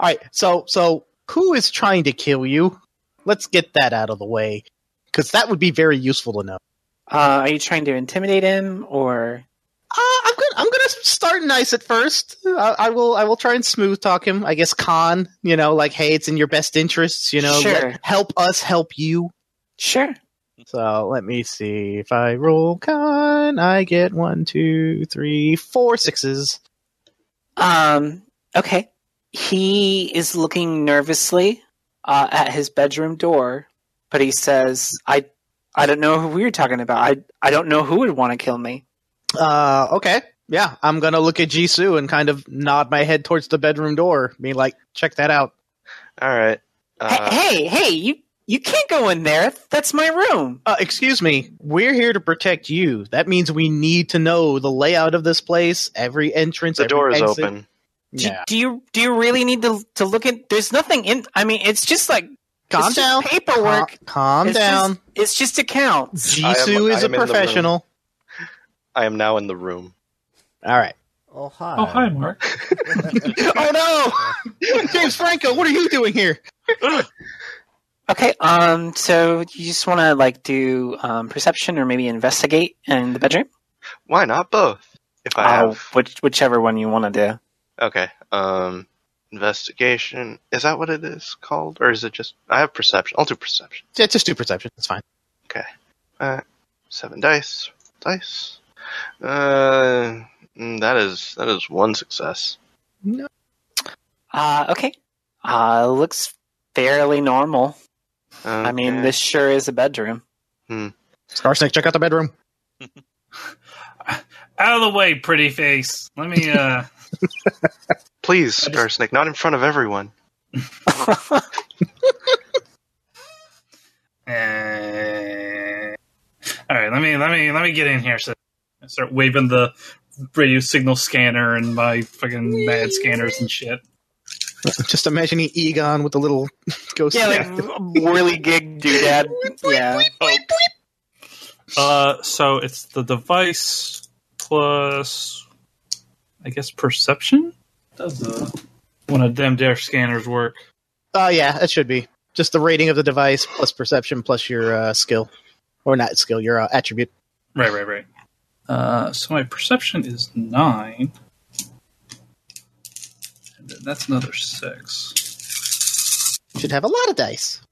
S4: All right, so so who is trying to kill you? Let's get that out of the way because that would be very useful to know.
S1: Uh, are you trying to intimidate him or?
S4: Uh, I'm gonna I'm gonna start nice at first. I, I will I will try and smooth talk him. I guess con, you know, like hey, it's in your best interests, you know, let-
S1: Sure.
S4: help us help you.
S1: Sure.
S4: So let me see if I roll con, I get one, two, three, four sixes.
S1: Um, okay. He is looking nervously uh, at his bedroom door, but he says, "I, I don't know who we are talking about. I, I don't know who would want to kill me."
S4: Uh, okay. Yeah, I'm gonna look at Jisoo and kind of nod my head towards the bedroom door, be like, check that out.
S6: All right. Uh,
S1: hey, hey, hey! You, you can't go in there. That's my room.
S4: Uh, excuse me, we're here to protect you. That means we need to know the layout of this place, every entrance.
S6: the
S4: every
S6: door is
S4: exit.
S6: open.
S1: Do,
S4: Yeah.
S1: do you, do you really need to to look at? There's nothing in. I mean, it's just like
S4: Calm
S1: it's just
S4: down.
S1: paperwork.
S4: Ca- calm
S1: It's
S4: down.
S1: Just, it's just accounts.
S6: I am-
S4: Jisoo
S6: I
S4: is a
S6: am in the room.
S4: professional.
S6: I am now in the room.
S4: All right.
S3: Oh hi.
S7: oh hi, Mark.
S4: oh no, James Franco, what are you doing here?
S1: Okay. Um. So you just want to like do um, perception or maybe investigate in the bedroom.
S6: Why not both? If I
S1: Uh,
S6: have
S1: which, whichever one you want to do.
S6: okay. Um, investigation is that what it is called, or is it just I have perception? I'll do perception.
S4: Yeah, just do perception. It's fine.
S6: Seven dice, dice. Uh, mm, that is that is one success.
S1: Uh, okay. Uh, looks fairly normal. I mean,
S6: Okay.
S1: this sure is a bedroom.
S4: Scarsnake, check out the bedroom.
S7: Out of the way, pretty face. Let me uh
S6: Please, Starsnake, not in front of everyone.
S7: Eh. all right, let me let me let me get in here. So I start waving the radio signal scanner and my fucking mad scanners and shit.
S4: Just imagine Egon with the little ghost.
S1: Yeah, like whirly gig doodad. yeah.
S7: Uh, so it's the device plus, I guess, perception. Does the one of them dare scanners work?
S4: Oh yeah, it should be just the rating of the device plus perception plus your uh, skill, or not skill, your uh, attribute.
S7: Right, right, right. Uh, so my perception is nine. And then that's another six.
S4: Should have a lot of dice.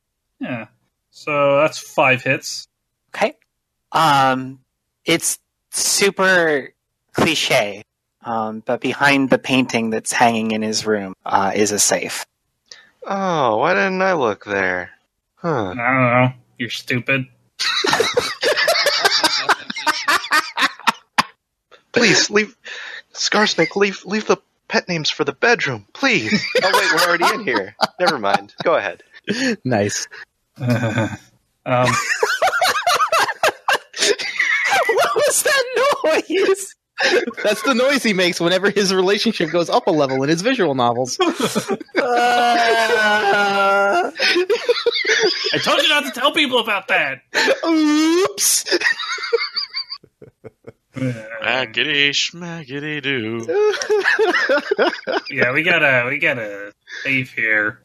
S7: Yeah. So that's five hits.
S1: Okay. Um, it's super cliche, um, but behind the painting that's hanging in his room uh, is a safe.
S6: Oh, why didn't I look there?
S7: I
S6: Huh.
S7: don't know. You're stupid.
S6: Please leave, Scarsnake. Leave leave the pet names for the bedroom, please. oh wait, we're already in here. Never mind. Go ahead.
S4: Nice.
S7: um,
S1: what was that noise?
S4: That's the noise he makes whenever his relationship goes up a level in his visual novels.
S1: Uh,
S7: I told you not to tell people about that.
S4: Oops.
S5: Smackety schmackety do.
S7: yeah, we gotta we gotta save here.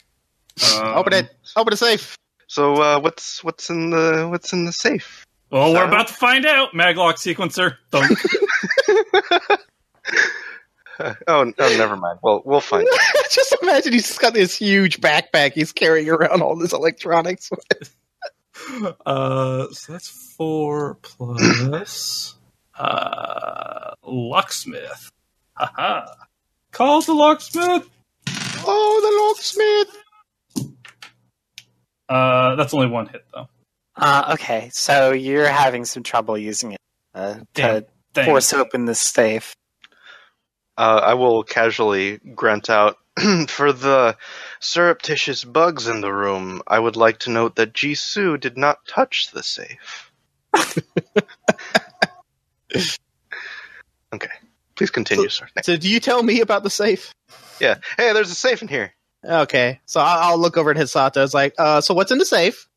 S7: Um,
S4: Open it. Open the safe.
S6: So uh, what's what's in the what's in the safe?
S7: Well, we're about to find out. Maglock sequencer. Thunk.
S6: Uh, oh, oh, never mind. Well, we'll find. It.
S4: just imagine he's just got this huge backpack he's carrying around all this electronics.
S7: Uh, so that's four plus uh, locksmith. Haha. Call the locksmith.
S4: Oh, the locksmith.
S7: Uh, that's only one hit though.
S1: uh, okay, so you're having some trouble using it uh, to
S7: Damn. Dang.
S1: force open this safe.
S6: Uh, I will casually grunt out for the surreptitious bugs in the room. I would like to note that Jisoo did not touch the safe. okay, please continue, sir.
S4: So, do you tell me about the safe?
S6: Yeah. Hey, there's a safe in here.
S4: Okay, so I- I'll look over at Hisato. It's like, uh, so what's in the safe?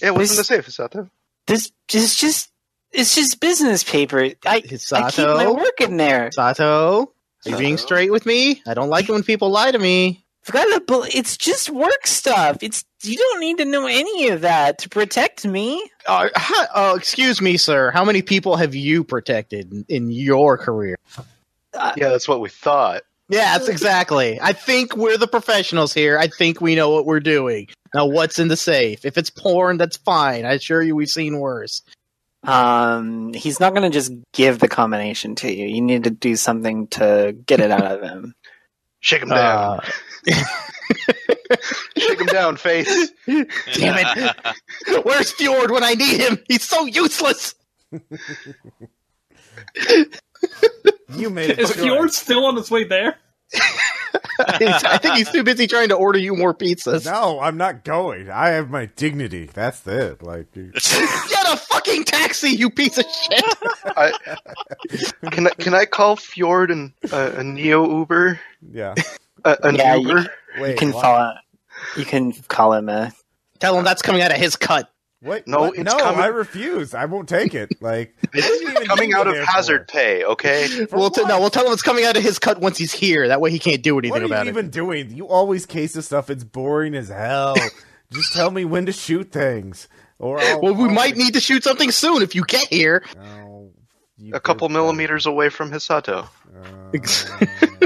S6: Yeah, what's in the
S1: This-
S6: safe? Is that there?
S1: This is just. It's just business paper. I, I keep my
S4: Hisato,
S1: work in there.
S4: Hisato, you being
S6: Hisato?
S4: straight with me? I don't like it when people lie to me.
S1: Forgot about, it's just work stuff. It's you don't need to know any of that to protect me.
S4: Uh, hi- oh, excuse me, sir. How many people have you protected in, in your career?
S6: Yeah, that's what we thought.
S4: Yeah, that's exactly. I think we're the professionals here. I think we know what we're doing. Now, what's in the safe? If it's porn, that's fine. I assure you, we've seen worse.
S1: Um, he's not going to just give the combination to you. You need to do something to get it out of him.
S6: Shake him down.
S4: Uh,
S6: Shake him down, face.
S4: Damn where's Fjord when I need him? He's so useless.
S3: You made it.
S7: Is Fjord still on his way there?
S4: I think he's too busy trying to order you more pizzas.
S3: No, I'm not going. I have my dignity. That's it. Like, you-
S4: Get a fucking taxi, you piece of shit.
S6: I, can I can I call Fjord and uh, a Neo Uber?
S3: yeah.
S6: Uh, an
S1: Yeah, you-
S6: Uber?
S3: Wait,
S1: You can
S3: what?
S1: call it. You can call him a.
S4: Tell him that's coming out of his cut.
S3: What?
S6: No,
S3: What?
S6: it's
S3: no,
S6: coming-
S3: I refuse. I won't take it. Like, what do you even
S6: It's coming
S3: need
S6: out
S3: me
S6: of
S3: there
S6: hazard
S3: for?
S6: pay. Okay.
S3: For
S4: We'll t- no,
S3: what?
S4: we'll tell him it's coming out of his cut once he's here. That way he can't do anything
S3: What are
S4: about
S3: you
S4: it.
S3: even doing? You always case this stuff. It's boring as hell. Just tell me when to shoot things, or I'll,
S4: Well, we
S3: I'll-
S4: might need to shoot something soon if you get here
S3: Oh, you
S6: a couple
S3: did-
S6: millimeters away from Hisato.
S3: Uh,
S4: Ex-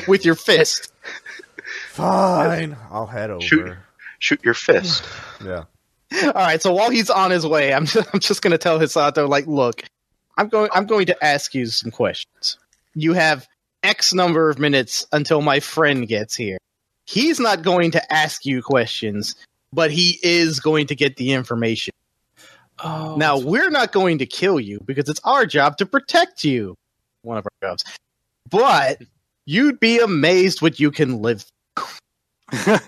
S4: with your fist.
S3: fine, I'll head over.
S6: Shoot. Shoot your fist.
S3: Yeah.
S4: All right. So while he's on his way, I'm just, I'm just going to tell Hisato, like, look, I'm going I'm going to ask you some questions. You have X number of minutes until my friend gets here. He's not going to ask you questions, but he is going to get the information.
S7: Oh,
S4: Now, we're not going to kill you because it's our job to protect you. One of our jobs. But you'd be amazed what you can live through.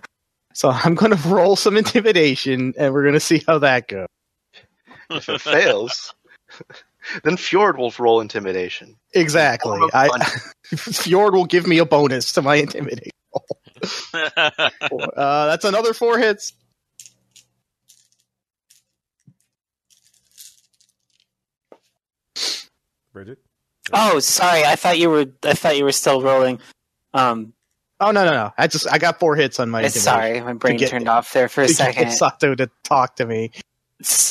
S4: so I'm going to roll some intimidation and we're going to see how that goes.
S6: If it fails, then Fjord will roll intimidation.
S4: Exactly.
S6: Oh,
S4: I,
S6: fun.
S4: Fjord will give me a bonus to my intimidation. Uh, that's another four hits.
S3: Bridget.
S1: Oh, sorry. I thought you were. I thought you were still rolling. Um,
S4: Oh no no no! I just I got four hits on my.
S1: it's- sorry, my brain
S4: get-
S1: turned off there for a second.
S4: Sato to talk to me.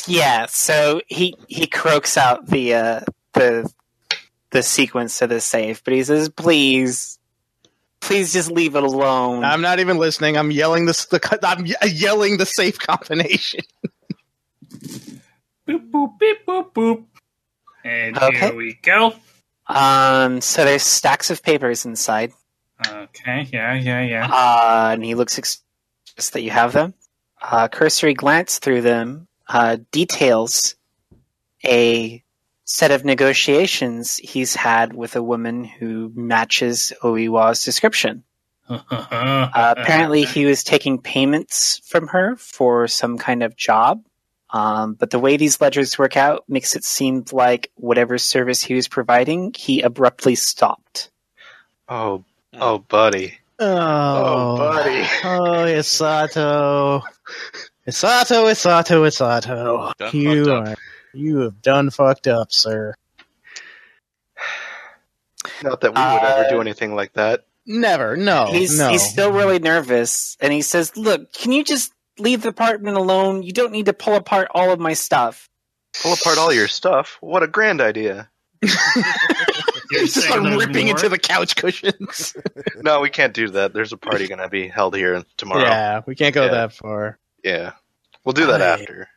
S1: Yeah, so he he croaks out the uh, the the sequence to the save, but he says, "Please, please just leave it alone."
S4: I'm not even listening. I'm yelling this. The co- I'm ye- yelling the safe combination.
S7: boop boop beep boop boop. And
S1: Okay.
S7: here we go.
S1: Um, so there's stacks of papers inside,
S7: Okay, yeah, yeah, yeah.
S1: uh, and he looks ex- just that you have them. Uh, cursory glance through them uh, details a set of negotiations he's had with a woman who matches Oiwa's description. Uh, apparently, he was taking payments from her for some kind of job. Um, but the way these ledgers work out makes it seem like whatever service he was providing, he abruptly stopped.
S6: Oh, oh, buddy.
S4: Oh,
S6: buddy.
S4: Oh, Isato. Isato, Isato, Isato.
S5: Done
S4: you
S5: fucked up.
S4: are. You have done fucked up, sir.
S6: Not that we would ever
S1: Uh,
S6: do anything like that.
S4: Never. No.
S1: he's,
S4: Oh, no.
S1: he's still really nervous, and he says, "Look, can you just leave the apartment alone? You don't need to pull apart all of my stuff."
S6: Pull apart all your stuff. What a grand idea.
S7: You're
S4: He's just
S7: saying
S4: like
S7: there's
S4: ripping
S7: more?
S4: into the couch cushions.
S6: No, we can't do that. There's a party going to be held here tomorrow. Yeah.
S4: yeah, we can't go
S6: Yeah.
S4: that far.
S6: We'll do that
S4: Aye.
S6: after.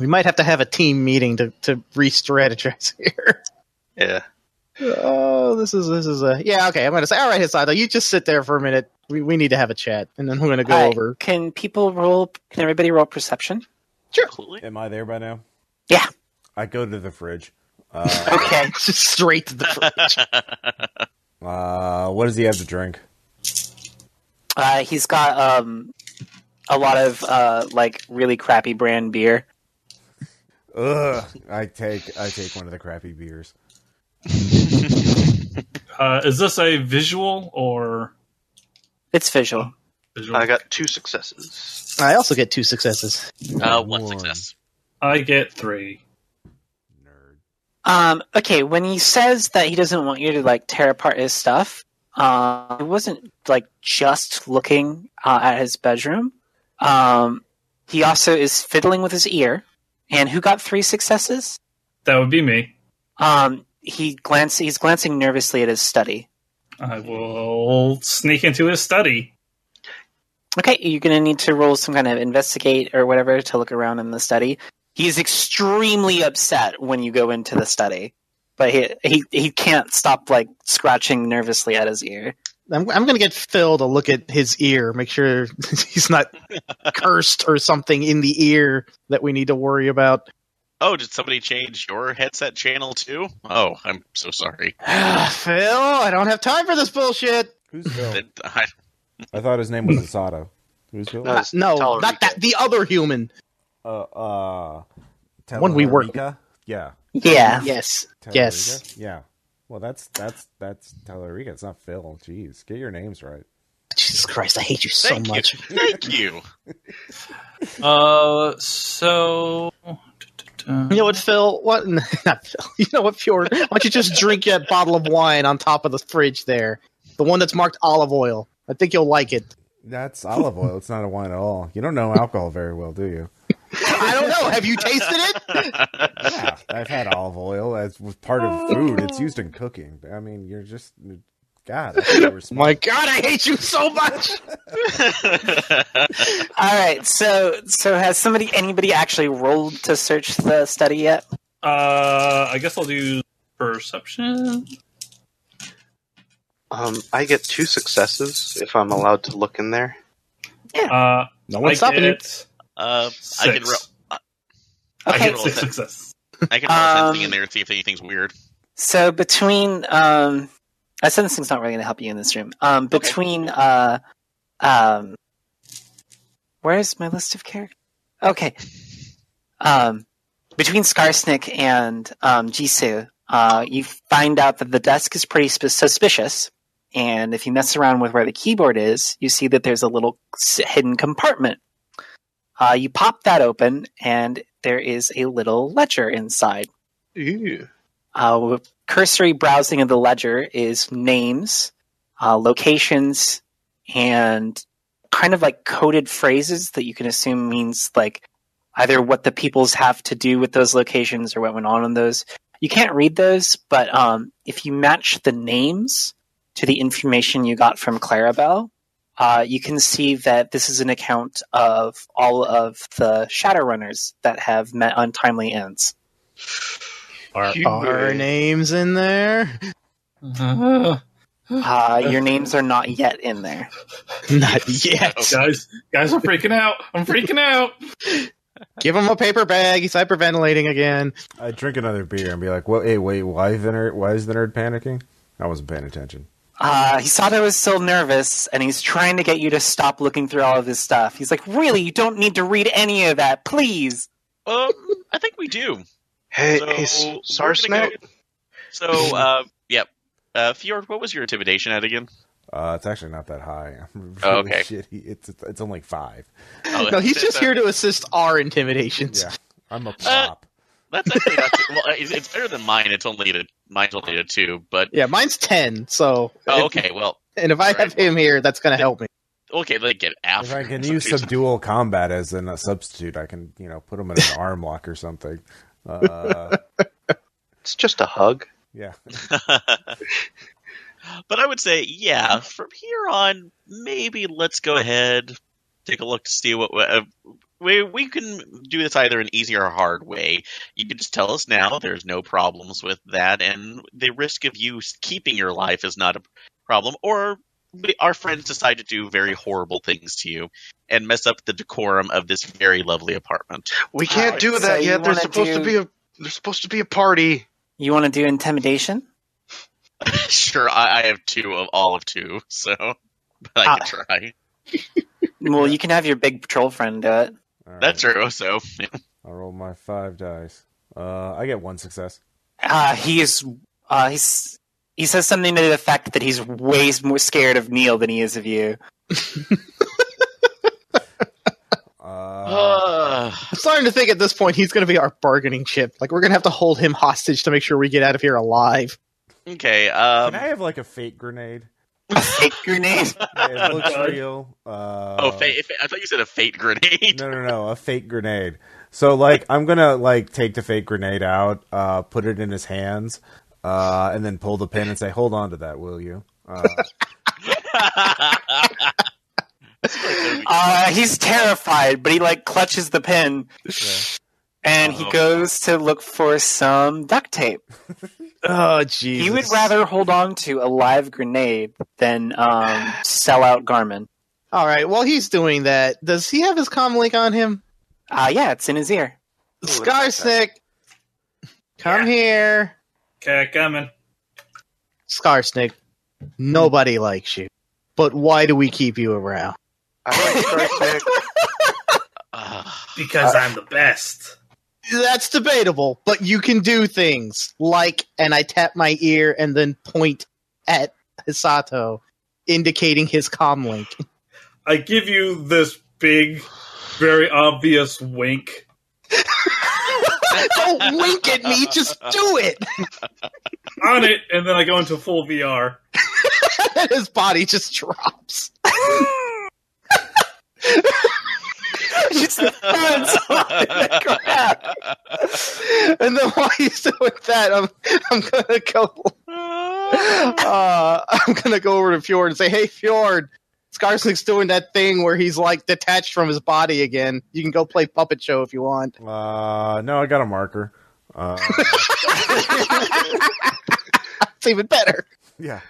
S4: We might have to have a team meeting to, to re-strategize here.
S6: Yeah.
S4: Oh, this is this is a yeah. Okay, I'm gonna say all right, Hisato, you just sit there for a minute. We we need to have a chat, and then we're gonna go
S1: All right,
S4: over.
S1: Uh, Can people roll? Can everybody roll perception?
S5: Absolutely.
S3: Am I there by now?
S1: Yeah.
S3: I go to the fridge. Uh,
S1: Okay.
S4: Just straight to the fridge.
S3: uh, what does he have to drink?
S1: Uh, he's got um, a lot of uh, like really crappy brand beer.
S3: Ugh. I take I take one of the crappy beers.
S7: Uh, is this a visual or
S1: It's visual.
S7: visual?
S6: I got two successes.
S4: I also get two successes.
S5: Uh, one
S3: Lord.
S5: success.
S7: I get three.
S3: Nerd.
S1: Um, okay, when he says that he doesn't want you to like tear apart his stuff, uh, he wasn't like just looking uh, at his bedroom. Um, he also is fiddling with his ear. And who got three successes?
S7: That would be me.
S1: Um, he glance he's glancing nervously at his study.
S7: I will sneak into his study.
S1: Okay, you're gonna need to roll some kind of investigate or whatever to look around in the study. He's extremely upset when you go into the study, but he he, he can't stop like scratching nervously at his ear.
S4: I'm I'm gonna get Phil to look at his ear, make sure he's not cursed or something in the ear that we need to worry about.
S5: Oh, did somebody change your headset channel too? Oh, I'm so sorry.
S4: Phil, I don't have time for this bullshit.
S3: Who's
S4: Oh,
S3: Bill?
S5: That- I-
S3: I thought his name was Asato. Who's Bill?
S6: No, it's
S4: Uh, No,
S6: Tellerica.
S4: not that. The other human.
S3: Uh, uh,
S4: One we work-
S3: Tellerica? Yeah.
S1: Yeah.
S4: Yes. Yes.
S3: Tellerica? Yeah. Well, that's that's that's Tellerica. It's not Phil. Jeez, get your names right.
S4: Jesus Christ, I hate you so
S5: Thank
S4: much.
S5: you. Thank you.
S7: Uh, so.
S4: You know what, Phil? What? Not Phil. You know what, Fjord? Why don't you just drink that bottle of wine on top of the fridge there? The one that's marked olive oil. I think you'll like it.
S3: That's olive oil. It's not a wine at all. You don't know alcohol very well, do you?
S4: I don't know. Have you tasted it?
S3: Yeah, I've had olive oil as was part of food. It's used in cooking. I mean, you're just God. I thought you were smart.
S4: My God, I hate you so much.
S1: All right. So so has somebody anybody actually rolled to search the study yet?
S7: Uh, I guess I'll do perception.
S6: Um, I get two successes if I'm allowed to look in there.
S7: Uh,
S4: No
S7: I
S4: one's stopping you.
S7: get
S5: Uh, I can
S7: six.
S5: roll. I
S1: Okay.
S5: can
S7: It's
S5: roll
S7: a
S5: a sen-
S7: success.
S5: I can roll a sensing
S1: Um,
S5: in there and see if anything's weird.
S1: So between um, uh, sensing's not really going to help you in this room. Um, between uh, um, where's my list of characters? Okay. Um, between Skarsnik and um, Jisoo, uh, you find out that the desk is pretty sp- suspicious. And if you mess around with where the keyboard is, you see that there's a little s- hidden compartment. Uh, you pop that open, and there is a little ledger inside.
S6: Ew.
S1: Uh, cursory browsing of the ledger is names, uh, locations, and kind of like coded phrases that you can assume means like either what the peoples have to do with those locations or what went on in those. You can't read those, but um, if you match the names to the information you got from Clarabelle, uh, you can see that this is an account of all of the Shadowrunners that have met untimely ends.
S2: Or-
S6: Ew.
S4: Our names in there?
S7: Uh,
S1: Uh, your names are not yet in there.
S4: Not yet.
S7: guys, guys are freaking out. I'm freaking out.
S4: Give him a paper bag. He's hyperventilating again.
S3: I drink another beer and be like, "Well, hey, wait, why the nerd? Why is the nerd panicking? I wasn't paying attention."
S1: Uh, he saw that I was still nervous, and he's trying to get you to stop looking through all of this stuff. He's like, "Really, you don't need to read any of that, please."
S5: Um, I think we do.
S6: Hey,
S5: So,
S6: hey,
S5: we're
S6: Sarsnet.
S5: gonna So, uh, yep. Uh, Fjord, what was your intimidation at again?
S3: Uh, it's actually not that high. I'm really
S5: Oh, okay.
S3: shitty. It's it's, it's only five.
S5: Oh,
S4: No, he's
S5: that's-
S4: just here to assist our intimidations.
S3: Yeah, I'm a pop.
S5: That's actually not too, well. It's, it's better than mine. It's only a mine's only a two, but
S4: Yeah, mine's 10, so.
S5: oh, okay. Well,
S4: And if I have him here, that's going to help me.
S5: okay. Let get
S3: if
S5: after.
S3: I can use some dual combat as in a substitute, I can you know put them in an arm lock or something. Uh,
S6: It's just a hug.
S3: yeah,
S5: but I would say, yeah. From here on, maybe let's go ahead take a look to see what uh, we we can do this either an easy or hard way. You can just tell us now. There's no problems with that, and the risk of you keeping your life is not a problem. Or we- our friends decide to do very horrible things to you and mess up the decorum of this very lovely apartment.
S6: We can't
S1: Alright,
S6: do
S1: so
S6: that
S1: you
S6: yet. There's
S1: wanna
S6: supposed
S1: do-
S6: to be a there's supposed to be a party.
S1: You want to do intimidation?
S5: sure, I, I have two of all of two, so but I can try.
S1: Well, you can have your big troll friend do it.
S3: All right.
S5: That's true. So
S3: I roll my five dice. Uh, I get one success.
S1: Uh, he is. Uh, he's. He says something to the effect that he's way more scared of Neil than he is of you.
S3: Uh,
S4: I'm starting to think at this point he's going to be our bargaining chip. Like, we're going to have to hold him hostage to make sure we get out of here alive.
S5: okay, um,
S3: can I have like a fake grenade?
S1: A fake grenade.
S3: Yeah, it looks real. Uh,
S5: oh, fa- fa- I thought you said a fate grenade.
S3: No, no, no, a fake grenade. So like, I'm gonna like take the fake grenade out, uh, put it in his hands, uh, and then pull the pin and say, "Hold on to that, will you?" Uh,
S5: That's quite good.
S1: Uh, he's terrified, but he like clutches the pin,
S3: yeah.
S1: and he
S5: Oh.
S1: goes to look for some duct tape.
S4: Oh, Jesus.
S1: He would rather hold on to a live grenade than um, sell out Garmin.
S4: All right, while he's doing that, does he have his comlink on him?
S1: Uh, yeah, it's in his ear.
S6: Ooh,
S4: Scarsnick, come here.
S7: Okay, coming.
S4: Scarsnick, nobody likes you. But why do we keep you around?
S6: I like Sarsnet.
S3: Uh,
S5: Ah,
S7: Because I'm the best.
S4: That's debatable, but you can do things like, and I tap my ear and then point at Hisato, indicating his comlink.
S7: I give you this big, very obvious wink.
S4: Don't wink at me, just do it.
S7: on it, and then I go into full VR.
S4: and his body just drops.
S1: Just the Oh, hands on the ground.
S4: And then while he's doing that, I'm I'm gonna go uh, I'm gonna go over to Fjord and say, "Hey, Fjord, Skarsnik's doing that thing where he's like detached from his body again. You can go play puppet show if you want."
S3: Uh, no, I got a marker. Uh,
S4: It's even better.
S3: yeah.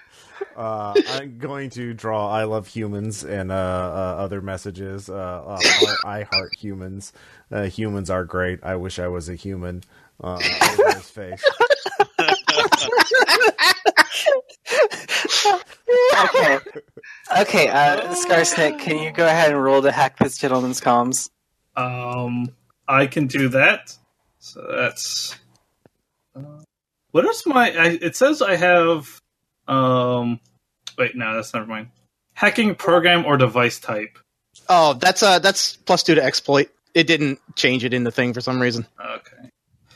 S3: Uh, I'm going to draw "I love humans" and uh, uh, other messages. Uh, uh, I, I heart humans. Uh, humans are great. I wish I was a human. Uh, over his face.
S1: okay. Okay, uh, Scarsnick, can you go ahead and roll to hack this gentleman's comms?
S7: Um, I can do that. So that's. uh, what is my? I, it says I have. Um, wait, no, that's never mind. Hacking program or device type.
S4: Oh, that's uh, that's plus two to exploit. It didn't change it in the thing for some reason.
S7: Okay.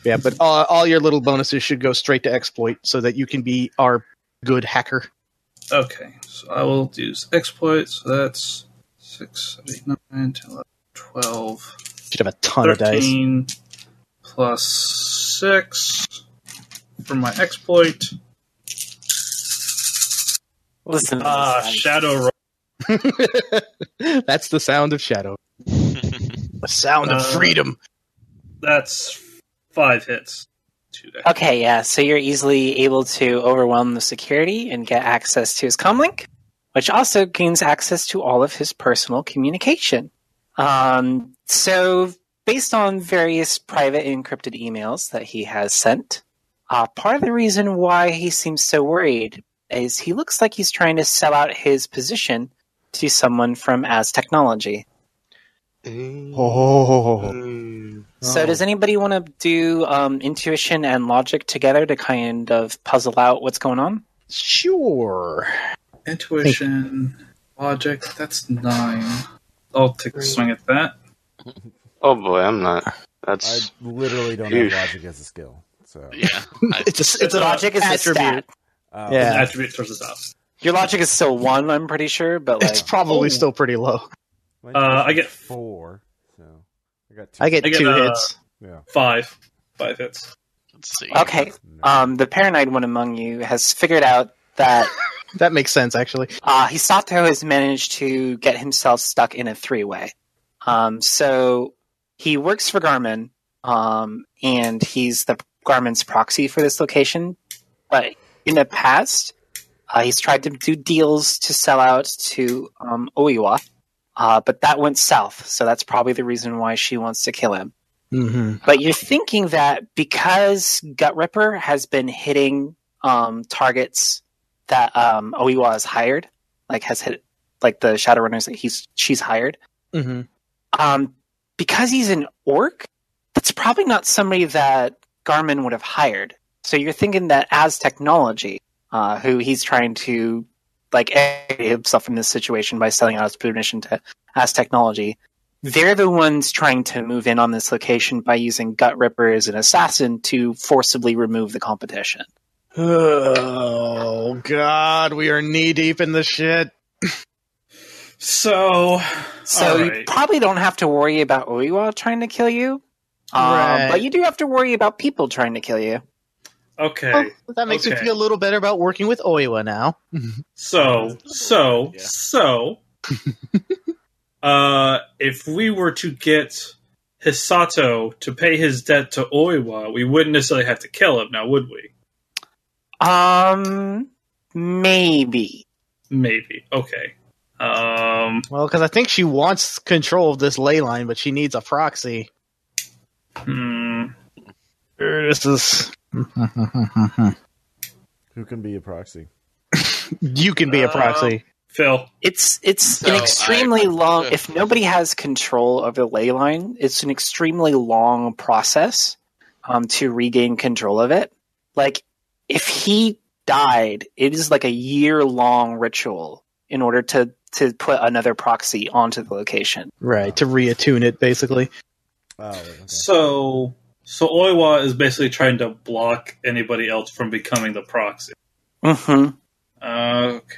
S4: Yeah, but all, all your little bonuses should go straight to exploit so that you can be our good hacker.
S7: Okay. So I will do exploits. So that's six, eight, nine, 10, 11, 12,
S4: Should have a ton of dice.
S7: 13 plus 6 for my exploit.
S1: Listen. to
S7: Ah,
S1: this guy.
S7: shadow roll.
S4: that's the sound of shadow. The sound of
S7: Uh,
S4: freedom.
S7: That's five hits. Two dice.
S1: Okay, yeah. So you're easily able to overwhelm the security and get access to his comlink, which also gains access to all of his personal communication. Um, so, based on various private encrypted emails that he has sent, uh, part of the reason why he seems so worried is he looks like he's trying to sell out his position to someone from As Technology.
S3: Oh,
S6: Mm.
S1: So, does anybody want to do um, intuition and logic together to kind of puzzle out what's going on?
S4: Sure.
S7: Intuition, logic, that's nine. I'll take a swing at that.
S6: Oh boy, I'm not.
S3: I
S6: That's
S3: literally don't
S6: Oof.
S3: have logic as a skill. So
S5: yeah. I-
S4: It's a, it's a
S1: Logic is a stat.
S3: uh,
S4: Yeah.
S7: Attribute sources up.
S1: Your logic is still one, I'm pretty sure, but like
S4: It's
S7: Oh.
S4: probably still pretty low.
S3: mine
S7: Uh, I get-
S3: four. So I got two.
S4: I get
S7: I get,
S4: two
S7: uh,
S4: hits.
S3: yeah.
S7: Five. Five hits.
S5: Let's see.
S3: Uh,
S1: okay.
S4: Uh,
S1: Um, the paranoid one among you has figured out that
S4: That makes sense, actually.
S1: uh, Hisato has managed to get himself stuck in a three-way. Um, so he works for Garmin, um, and he's the Garmin's proxy for this location. But in the past, uh, he's tried to do deals to sell out to um, Oiwa, uh, but that went south. So that's probably the reason why she wants to kill him.
S4: Mm-hmm.
S1: But you're thinking that because Gut Ripper has been hitting um, targets that um, Oiwa has hired, like has hit like the Shadowrunners that he's she's hired.
S4: Mm-hmm.
S1: Um, because he's an orc, that's probably not somebody that Garmin would have hired. So you're thinking that as technology, uh, who he's trying to like extricate himself from this situation by selling out his position to as technology, they're the ones trying to move in on this location by using Gut Ripper as an assassin to forcibly remove the competition.
S4: Oh God, we are knee deep in the shit.
S7: So.
S1: So you
S7: Alright.
S1: probably don't have to worry about Oiwa trying to kill you, um,
S4: Right.
S1: but you do have to worry about people trying to kill you.
S7: Okay.
S4: Oh, that makes me
S7: okay.
S4: feel a little better about working with Oiwa now.
S7: So, so,
S5: Yeah.
S7: so, uh, if we were to get Hisato to pay his debt to Oiwa, we wouldn't necessarily have to kill him now, would we?
S1: Um, maybe.
S7: Maybe. Okay. Um,
S4: Well, because I think she wants control of this ley line, but she needs a proxy.
S7: hmm,
S4: Er, This is.
S3: Who can be a proxy?
S4: you can
S7: Uh,
S4: be a proxy.
S7: Phil.
S1: It's it's
S5: So,
S1: an extremely
S5: I-
S1: long. If nobody has control over the ley line, it's an extremely long process um, to regain control of it. Like if he died, it is like a year long ritual in order to to put another proxy onto the location.
S4: right to reattune it, basically.
S3: Oh, wait, okay.
S7: So, so Oiwa is basically trying to block anybody else from becoming the proxy.
S1: Mm-hmm.
S7: Uh, okay.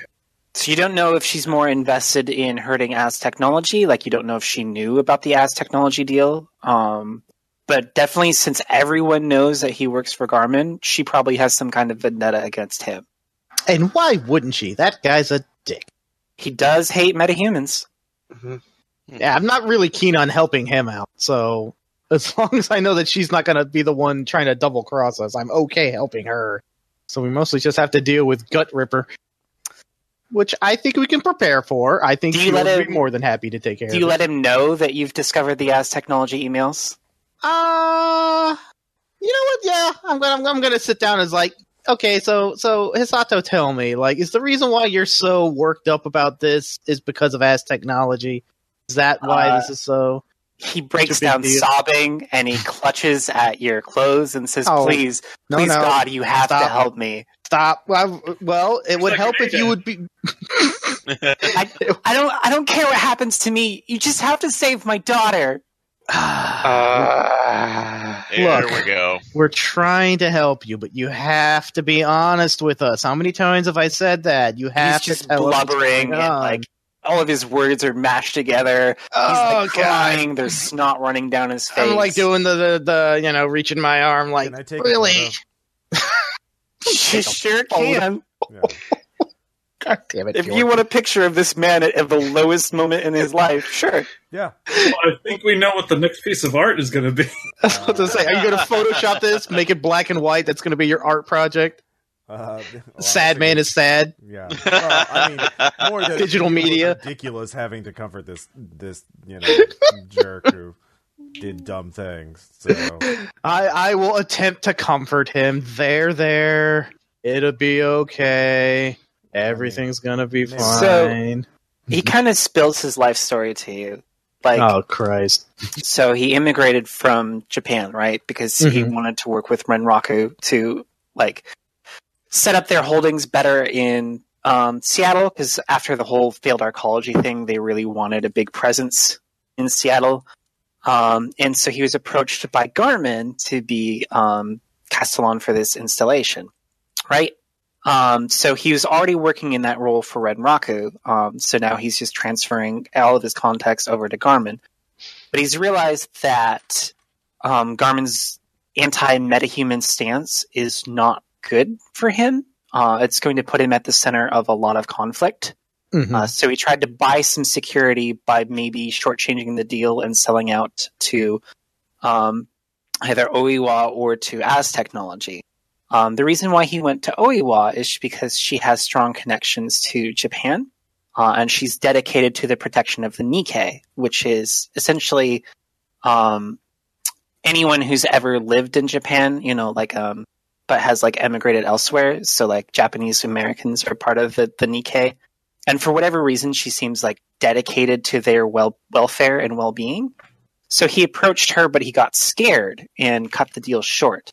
S1: So you don't know if she's more invested in hurting as technology, like you don't know if she knew about the as technology deal. Um, but definitely, since everyone knows that he works for Garmin, she probably has some kind of vendetta against him.
S4: And why wouldn't she? That guy's a dick.
S1: He does hate metahumans.
S4: Yeah, I'm not really keen on helping him out. So as long as I know that she's not going to be the one trying to double cross us, I'm okay helping her. So we mostly just have to deal with Gut Ripper. which I think we can prepare for. I think
S1: Do you
S4: she
S1: let
S4: will
S1: it-
S4: be more than happy to take care
S1: Do
S4: of
S1: you
S4: it.
S1: let him know that you've discovered the As Technology emails?
S4: Uh, you know what? Yeah, I'm gonna I'm, I'm gonna sit down and is like, okay, so so Hisato, tell me, like, is the reason why you're so worked up about this is because of ass technology? Is that why
S1: Uh,
S4: this is so?
S1: He breaks
S4: big
S1: down
S4: deal.
S1: sobbing and he clutches at your clothes and says,
S4: Oh,
S1: "Please,
S4: No,
S1: please,
S4: no,
S1: God, you have to
S4: Stop.
S1: help me."
S4: stop. Well, I- well it would
S7: like
S4: help if
S7: Grenada.
S4: you would be.
S1: I don't, I don't care what happens to me. You just have to save my daughter.
S6: Uh,
S5: There
S4: Look.
S5: we go.
S4: We're trying to help you, but you have to be honest with us. How many times have I said that? You
S1: He's
S4: have to
S1: just
S4: tell us what's
S1: blubbering
S4: going
S1: and
S4: on.
S1: like all of his words are mashed together. He's
S4: oh
S1: like
S4: god.
S1: crying. There's snot running down his face.
S4: I'm like doing the, the the you know reaching my arm like
S3: Can I take a
S4: really.
S3: photo?
S1: She sure
S4: photo.
S1: can.
S4: God damn it!
S1: If
S4: George.
S1: you want a picture of this man at, at the lowest moment in his life, sure.
S3: Yeah.
S7: I think we know what the next piece of art is going to be.
S4: I was about to say, are you going to Photoshop this, make it black and white? That's going to be your art project.
S3: yeah. Uh, well,
S4: sad
S3: I
S4: man
S3: figured-
S4: is sad.
S3: Yeah. Well, I mean, more that
S4: Digital
S3: it was
S4: media.
S3: ridiculous having to comfort this this you know jerk who did dumb things. So
S4: I, I will attempt to comfort him. There, there. It'll be okay. Everything's going to be
S3: So-
S4: fine.
S1: He kind of spills his life story to you. Like,
S4: oh, Christ.
S1: so he immigrated from Japan, right? Because he
S4: Mhm.
S1: wanted to work with Renraku to like set up their holdings better in um, Seattle. Because after the whole failed arcology thing, they really wanted a big presence in Seattle. Um, and so he was approached by Garmin to be um, Castellan for this installation, right? Um, so he was already working in that role for Renraku. Um, so now he's just transferring all of his contacts over to Garmin but he's realized that um, Garmin's anti-metahuman stance is not good for him. Uh, it's going to put him at the center of a lot of conflict.
S4: Mhm.
S1: Uh, so he tried to buy some security by maybe shortchanging the deal and selling out to um, either Oiwa or to As Technology. Um, the reason why he went to Oiwa is because she has strong connections to Japan, uh, and she's dedicated to the protection of the Nikkei, which is essentially um, anyone who's ever lived in Japan, you know, like um, but has like emigrated elsewhere. So like Japanese Americans are part of the, the Nikkei, and for whatever reason, she seems like dedicated to their well welfare and well being. So he approached her, but he got scared and cut the deal short.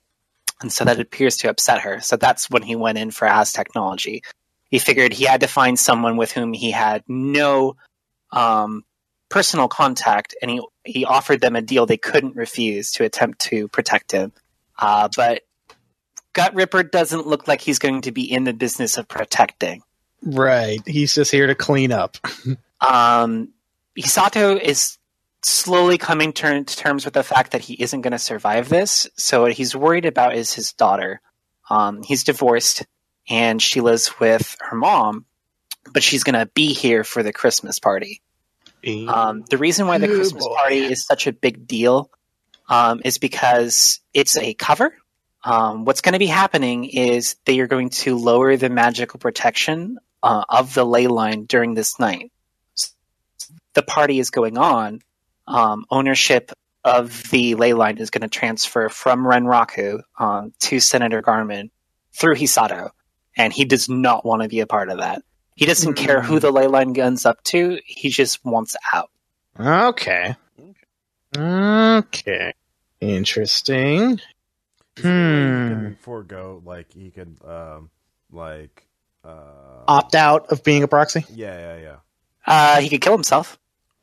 S1: And so that appears to upset her. So that's when he went in for As Technology. He figured he had to find someone with whom he had no um, personal contact, and he, he offered them a deal they couldn't refuse to attempt to protect him. Uh, but Gut Ripper doesn't look like he's going to be in the business of protecting.
S4: Right. He's just here to clean up.
S1: Um, Hisato is slowly coming ter- to terms with the fact that he isn't going to survive this. So what he's worried about is his daughter. Um, he's divorced, and she lives with her mom, but she's going to be here for the Christmas party. Um, the reason why the
S4: Good
S1: Christmas
S4: boy.
S1: party is such a big deal um, is because it's a cover. Um, what's going to be happening is they are going to lower the magical protection uh, of the ley line during this night. The party is going on. Um, ownership of the ley line is going to transfer from Renraku um, to Senator Garmin through Hisato, and he does not want to be a part of that. He doesn't care who the ley line guns up to. He just wants out.
S4: Okay. Okay. Interesting.
S3: is there a way he
S4: Hmm.
S3: can forego like he could um like uh
S4: Opt out of being a proxy?
S3: Yeah, yeah, yeah.
S1: Uh, he could kill himself.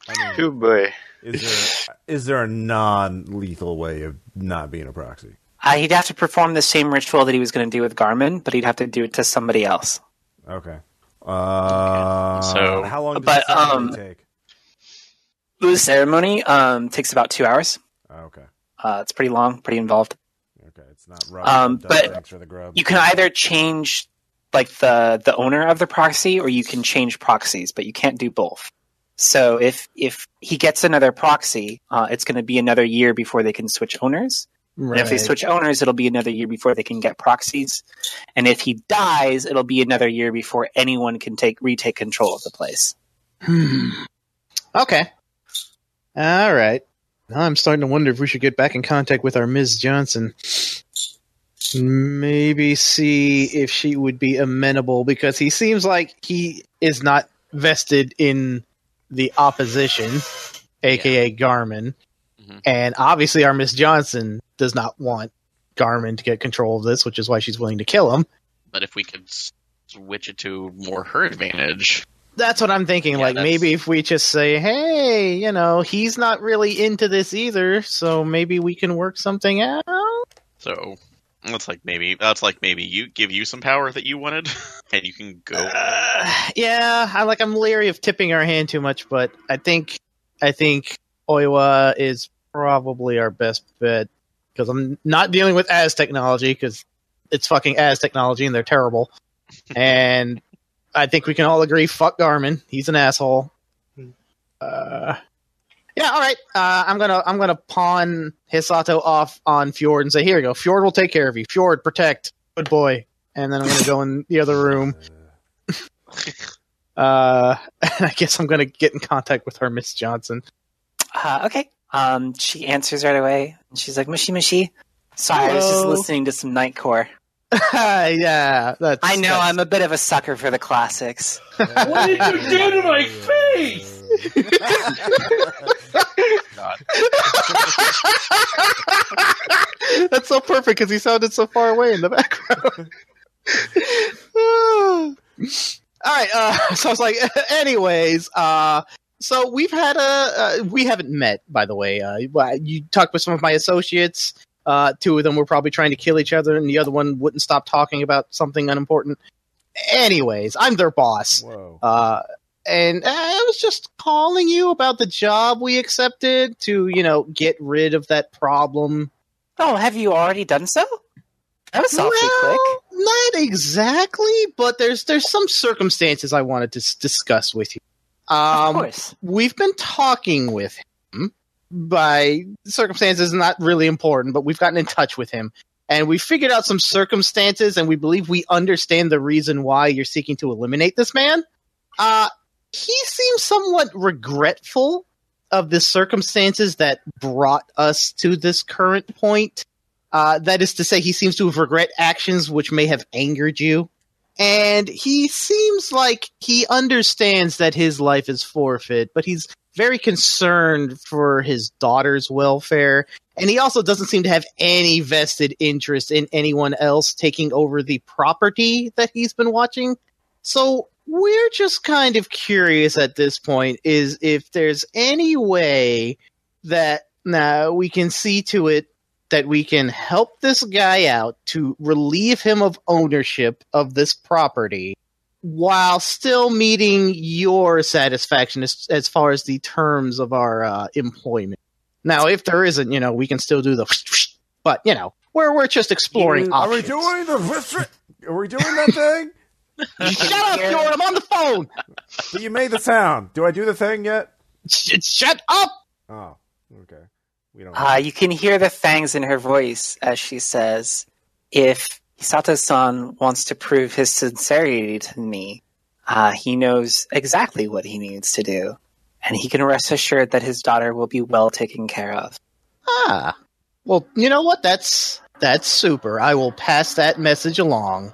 S3: I mean,
S6: Good boy.
S3: is there is there a non-lethal way of not being a proxy?
S1: Uh, he'd have to perform the same ritual that he was going to do with Garmin, but he'd have to do it to somebody else.
S3: Okay. Uh,
S5: So-
S3: how long does
S1: But,
S3: the ceremony
S1: um,
S3: take?
S1: The ceremony um, takes about two hours.
S3: Oh, okay.
S1: Uh, it's pretty long, pretty involved.
S3: Okay, it's not rubber.
S1: um,
S3: it does
S1: but
S3: things for the grub.
S1: You can either change like the the owner of the proxy, or you can change proxies, but you can't do both. So if if he gets another proxy, uh, it's going to be another year before they can switch owners. And if they switch owners, it'll be another year before they can get proxies. And if he dies, it'll be another year before anyone can take retake control of the place.
S4: Hmm. Okay. All right. Now I'm starting to wonder if we should get back in contact with our Ms. Johnson. Maybe see if she would be amenable because he seems like he is not vested in the opposition, aka Garmin.
S5: Mhm.
S4: And obviously, our Miss Johnson does not want Garmin to get control of this, which is why she's willing to kill him.
S5: But if we could s- switch it to more her advantage,
S4: That's what I'm thinking.
S5: Yeah,
S4: like
S5: that's-
S4: maybe if we just say, "Hey, you know, he's not really into this either, so maybe we can work something out."
S5: so that's like maybe that's like maybe you give you some power that you wanted, and you can go.
S4: Uh, yeah, I like. I'm leery of tipping our hand too much, but I think I think Oiwa is probably our best bet because I'm not dealing with as technology because it's fucking as technology and they're terrible. and I think we can all agree, fuck Garmin. He's an asshole. Uh, yeah, all right. Uh, I'm gonna I'm gonna pawn Hisato off on Fjord and say, here you go. Fjord will take care of you. Fjord, protect. Good boy. And then I'm gonna go in the other room. Uh, and I guess I'm gonna get in contact with her, Miss Johnson.
S1: Uh, okay. Um, she answers right away. And she's like, mushy, mushy. Sorry, I was just
S4: Hello.
S1: listening to some Nightcore.
S4: yeah, that's.
S1: I know
S4: that's-
S1: I'm a bit of a sucker for the classics.
S7: What did you do to my face?
S4: that's so perfect because he sounded so far away in the background. All right, uh, so I was like, anyways, uh, so we've had a uh, we haven't met by the way. Uh, well, you talked with some of my associates. Uh, two of them were probably trying to kill each other, and the other one wouldn't stop talking about something unimportant. Anyways, I'm their boss.
S3: Whoa.
S4: Uh, and I was just calling you about the job we accepted to, you know, get rid of that problem.
S1: Oh, have you already done so? That was awfully quick.
S4: Not exactly, but there's there's some circumstances I wanted to s- discuss with you.
S1: Of
S4: Um,
S1: course.
S4: we've been talking with him by circumstances not really important, but we've gotten in touch with him and we figured out some circumstances and we believe we understand the reason why you're seeking to eliminate this man. Uh, he seems somewhat regretful of the circumstances that brought us to this current point. Uh, that is to say, he seems to have regret actions which may have angered you. And he seems like he understands that his life is forfeit, but he's very concerned for his daughter's welfare. And he also doesn't seem to have any vested interest in anyone else taking over the property that he's been watching. So we're just kind of curious at this point is if there's any way that nah, we can see to it that we can help this guy out to relieve him of ownership of this property while still meeting your satisfaction as, as far as the terms of our uh, employment. Now, if there isn't, you know, we can still do the but, you know, we're, we're just exploring
S1: You-
S3: Are we
S4: options.
S3: doing the Are we doing that thing?
S4: Shut up, Jordan, I'm on the phone.
S3: But you made the sound. Do I do the thing yet?
S4: Sh- shut up.
S3: Oh, okay. We don't.
S1: Uh, you can hear the fangs in her voice as she says, If Hisato san wants to prove his sincerity to me, uh, he knows exactly what he needs to do. And he can rest assured that his daughter will be well taken care of.
S4: Ah. Well, you know what? That's that's super. I will pass that message along.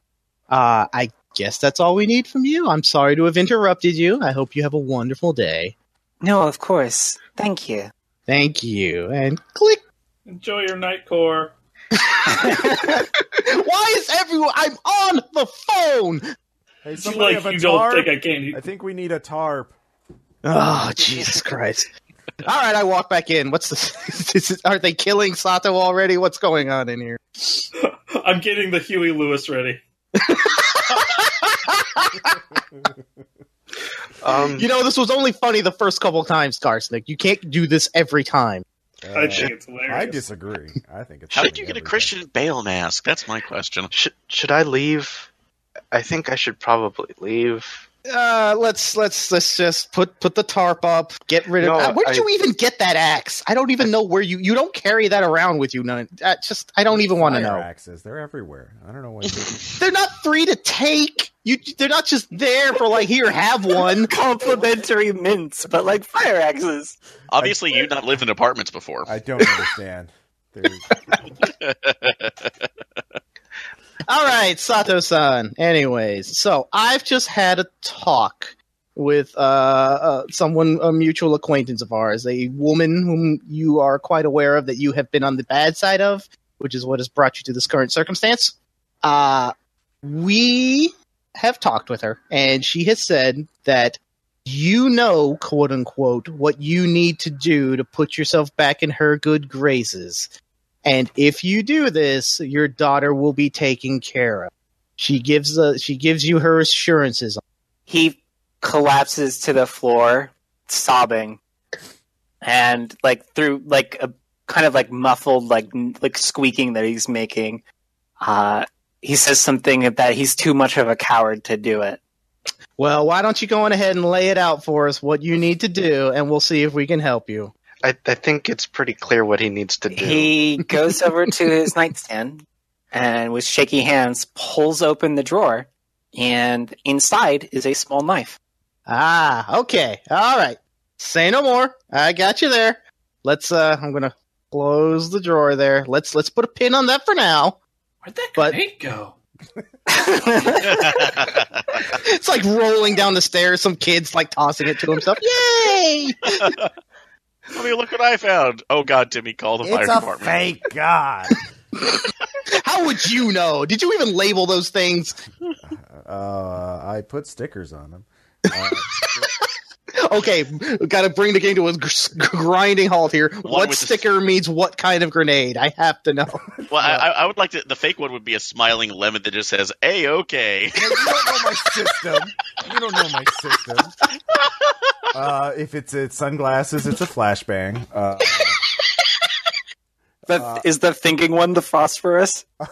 S4: Uh, I guess that's all we need from you. I'm sorry to have interrupted you. I hope you have a wonderful day.
S1: No, of course. Thank you.
S4: Thank you. And click.
S7: Enjoy your night core.
S4: Why is everyone? I'm on the phone.
S3: Hey,
S7: You
S3: somebody
S7: like
S3: have a
S7: you don't
S3: tarp?
S7: think I can?
S3: I think we need a tarp.
S4: Oh Jesus Christ! All right, I walk back in. What's this? this is, are they killing Sato already? What's going on in here?
S7: I'm getting the Huey Lewis ready.
S6: Um,
S4: You know this was only funny the first couple times, Karsnick. You can't do this every time.
S7: I
S3: Uh,
S7: think it's hilarious.
S3: I disagree. I think it's.
S5: How did
S3: funny
S5: you get a
S3: every day.
S5: Christian Bale mask? That's my question.
S6: should should I leave? I think I should probably leave.
S4: uh, let's let's let's just put put the tarp up. Get rid of.
S6: No,
S4: uh, where did
S6: I-
S4: you even get that axe? I don't even know where you. You don't carry that around with you. None. Uh, just I don't even want to
S3: Fire
S4: know.
S3: Axes. They're everywhere. I don't know why.
S4: They're not free to take. You. They're not just there for like here. Have one.
S1: Complimentary mints, but like fire axes.
S5: Obviously, you've not lived in apartments before.
S3: I don't understand. They're-
S4: All right, Sato-san. Anyways, so I've just had a talk with uh, uh, someone, a mutual acquaintance of ours, a woman whom you are quite aware of that you have been on the bad side of, which is what has brought you to this current circumstance. Uh, we have talked with her, and she has said that you know, quote unquote, what you need to do to put yourself back in her good graces. And if you do this, your daughter will be taken care of. She gives the she gives you her assurances.
S1: He collapses to the floor, sobbing, and like through like a kind of like muffled like n- like squeaking that he's making. Uh, he says something that he's too much of a coward to do it.
S4: Well, why don't you go on ahead and lay it out for us what you need to do, and we'll see if we can help you.
S6: I, I think it's pretty clear what he needs to do.
S1: He goes over to his nightstand and, with shaky hands, pulls open the drawer, and inside is a small knife.
S4: Ah, okay, all right. Say no more. I got you there. Let's. uh I'm gonna close the drawer there. Let's let's put a pin on that for now.
S7: Where'd that
S4: But-
S7: grenade go?
S4: It's like rolling down the stairs. Some kids like tossing it to himself. Yay!
S5: Let me look what I found. Oh God, Timmy, call the fire
S3: it's a
S5: department.
S3: fake god.
S4: How would you know? Did you even label those things?
S3: uh, I put stickers on them. Uh,
S4: Okay, got to bring the game to a gr- grinding halt here. what
S5: with the-
S4: sticker means what kind of grenade? I have to know.
S5: Well, I, I I would like to. The fake one would be a smiling lemon that just says "A okay."
S3: you don't know my system. You don't know my system. Uh, if it's, it's sunglasses, it's a flashbang. Uh,
S1: But
S3: Uh,
S1: is the thinking one the phosphorus?
S3: uh,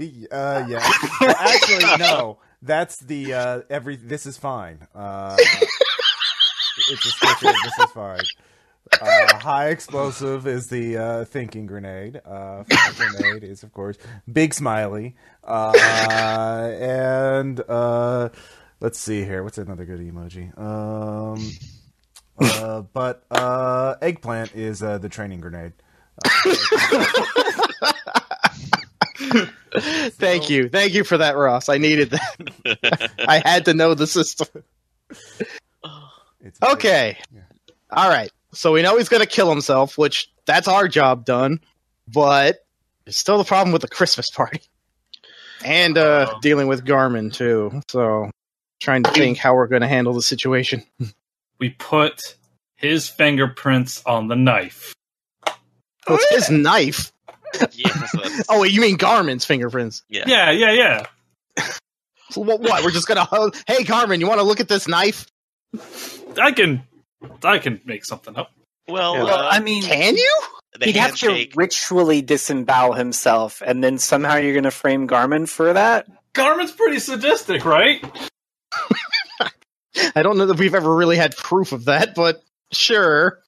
S3: yeah. Actually, no. That's the uh, every. This is fine. Uh, it's a sticker. This is fine. Uh, high explosive is the uh, thinking grenade. Uh, fire grenade is of course big smiley. Uh, and uh, let's see here. What's another good emoji? Um, uh, but uh, eggplant is uh, the training grenade.
S4: Thank you, thank you for that, Ross. I needed that. I had to know the system.
S3: It's
S4: Okay,
S3: Yeah.
S4: all right. So we know he's going to kill himself, which that's our job done. But there's still the problem with the Christmas party and uh,
S7: Um.
S4: dealing with Garmin too. So trying to think how we're going to handle the situation.
S7: We put his fingerprints on the knife.
S4: Well, Oh, it's his knife.
S5: yes, that's-
S4: Oh, wait, you mean Garmin's fingerprints?
S5: yeah.
S7: Yeah, yeah, yeah.
S4: So what, what? We're just gonna hold. Hey, Carmen, you want to look at this knife?
S7: I can, I can make something up.
S5: Well,
S6: Yeah.
S5: uh,
S1: Well, I mean,
S4: Can you?
S5: the
S1: he'd have to
S5: handshake.
S1: ritually disembowel himself, and then somehow you're going to frame Garmin for that?
S7: Garmin's pretty sadistic, right?
S4: I don't know that we've ever really had proof of that, but sure.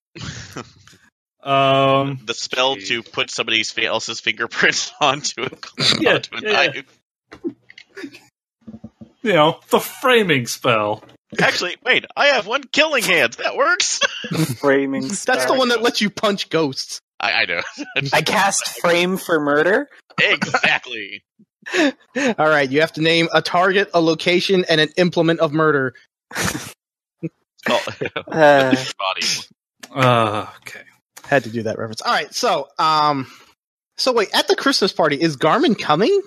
S7: Um,
S5: the spell to put somebody else's fingerprints onto a,
S7: Yeah,
S5: onto a
S7: yeah,
S5: knife.
S7: you know, the framing spell.
S5: Actually, wait, I have one killing hand. That works.
S1: Framing.
S4: That's the
S1: spell.
S4: one that lets you punch ghosts.
S5: I, I know
S1: I cast frame for murder.
S5: exactly.
S4: All right, you have to name a target, a location, and an implement of murder.
S5: Oh,
S1: Uh,
S5: body.
S7: Uh, okay.
S4: Had to do that reference. All right, so um, so wait, at the Christmas party, is Garmin coming,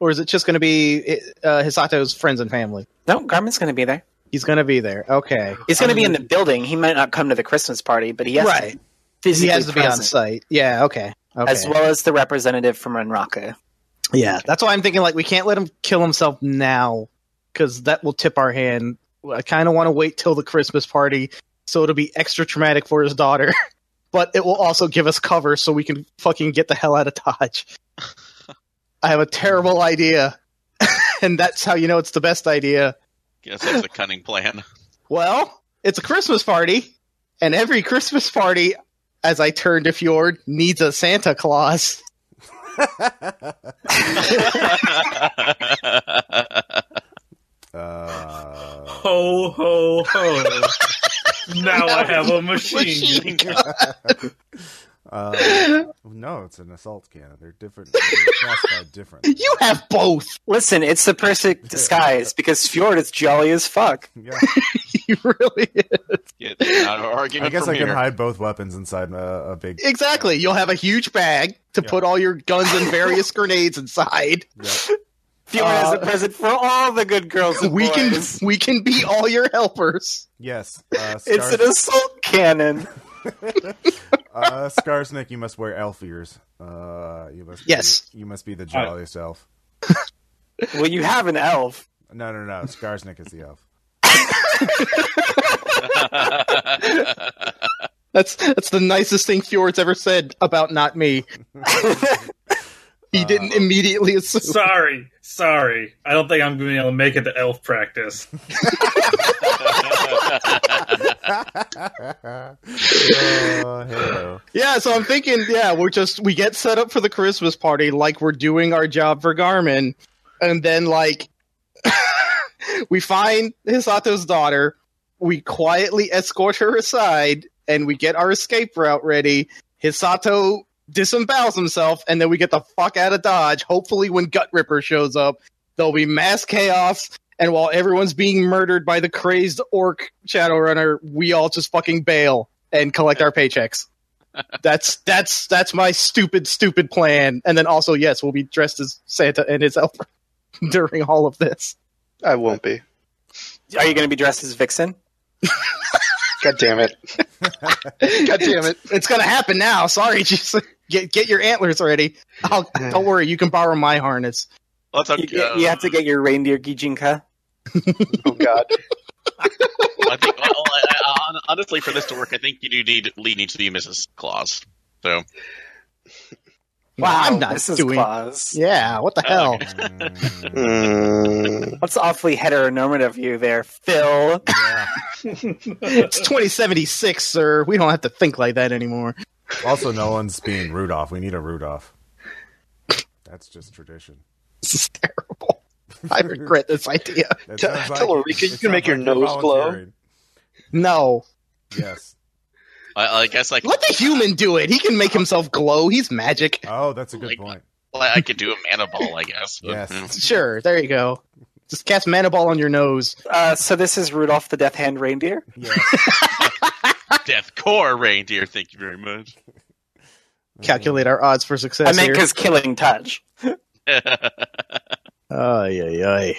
S4: or is it just going to be uh, Hisato's friends and family?
S1: no, Garmin's going to be there.
S4: He's going to be there. Okay,
S1: He's going to be in the building. He might not come to the Christmas party, but he has
S4: Um, right.
S1: to physically
S4: He has to be on
S1: present,
S4: site. Yeah. Okay. okay.
S1: as well as the representative from Renraka.
S4: Yeah, that's why I'm thinking like we can't let him kill himself now because that will tip our hand. I kind of want to wait till the Christmas party so it'll be extra traumatic for his daughter, but it will also give us cover so we can fucking get the hell out of Dodge. I have a terrible idea, and that's how you know it's the best idea.
S5: Guess that's a cunning plan.
S4: Well, it's a Christmas party, and every Christmas party, as I turn to Fjord, needs a Santa Claus.
S3: uh,
S7: Ho ho ho! now I have a machine.
S4: Machine
S3: uh,
S4: gun.
S3: no, it's an assault cannon. They're different. They're classified different.
S4: you have both.
S1: Listen, it's the perfect disguise because Fjord is jolly as fuck.
S3: Yeah.
S4: You really
S5: Get out of argument
S3: I guess
S5: from
S3: I can
S5: here.
S3: hide both weapons inside a, a big.
S4: exactly. You'll have a huge bag to
S3: Yeah.
S4: put all your guns and various grenades inside.
S3: Yeah.
S1: Fjord has a
S4: Uh,
S1: present for all the good girls. And
S4: We can
S1: boys.
S4: we can be all your helpers.
S3: Yes. Uh,
S1: It's
S3: Scars-
S1: an assault cannon.
S3: uh, Scarsnick, you must wear elf ears. Uh, you must.
S4: Yes.
S3: Be, you must be the jolliest elf.
S1: Well, you have an elf.
S3: No, no, no. Scarsnick is the elf.
S4: That's that's the nicest thing Fjord's ever said about not me. He
S3: Uh,
S4: didn't immediately assume.
S7: Sorry, sorry. I don't think I'm going to be able to make it to elf practice.
S3: uh, Oh, hello.
S4: Yeah, so I'm thinking, yeah, we're just we get set up for the Christmas party like we're doing our job for Garmin, and then like we find Hisato's daughter, we quietly escort her aside, and we get our escape route ready. Hisato disembowels himself, and then we get the fuck out of Dodge. Hopefully, when Gut Ripper shows up, there'll be mass chaos. And while everyone's being murdered by the crazed orc Shadowrunner, we all just fucking bail and collect our paychecks. That's that's that's my stupid stupid plan. And then also, yes, we'll be dressed as Santa and his helper during all of this.
S6: I won't be.
S1: Are you going to be dressed as Vixen?
S6: God damn it.
S4: God damn it! It's gonna happen now. Sorry, just get get your antlers ready. I'll, don't worry, you can borrow my harness.
S5: Let's
S1: You, get- you have to get your reindeer Gijinka.
S6: Oh God.
S5: I think, well, I- I- honestly, for this to work, I think you do need leading to be Mrs. Claus. So
S1: Wow,
S4: I'm not
S1: this is
S4: doing.
S1: Claus.
S4: Yeah, what the hell?
S3: Mm,
S6: Mm,
S1: That's awfully heteronormative of you there, Phil.
S3: yeah.
S4: it's 2076, sir. We don't have to think like that anymore.
S3: Also, no one's being Rudolph. We need a Rudolph. That's just tradition.
S4: This is terrible. I regret this idea.
S3: That
S6: Tell-
S3: sounds
S6: tell Ulrika you
S3: it
S6: can
S3: sounds
S6: make your
S3: you're
S6: nose glow.
S3: volunteering.
S4: No,
S3: Yes.
S5: I, I guess like
S4: let the human do it. He can make himself glow. He's magic.
S3: Oh, that's a good point.
S5: Like- I could do a mana ball. I guess.
S3: Yes.
S4: Sure, there you go. Just cast mana ball on your nose.
S1: Uh, so this is Rudolph the Death Hand Reindeer.
S3: Yeah.
S5: Death core reindeer. Thank you very much.
S4: Mm-hmm. Calculate our odds for
S1: I
S4: success.
S1: meant
S4: here.
S1: because killing touch.
S4: Ay, ay, ay.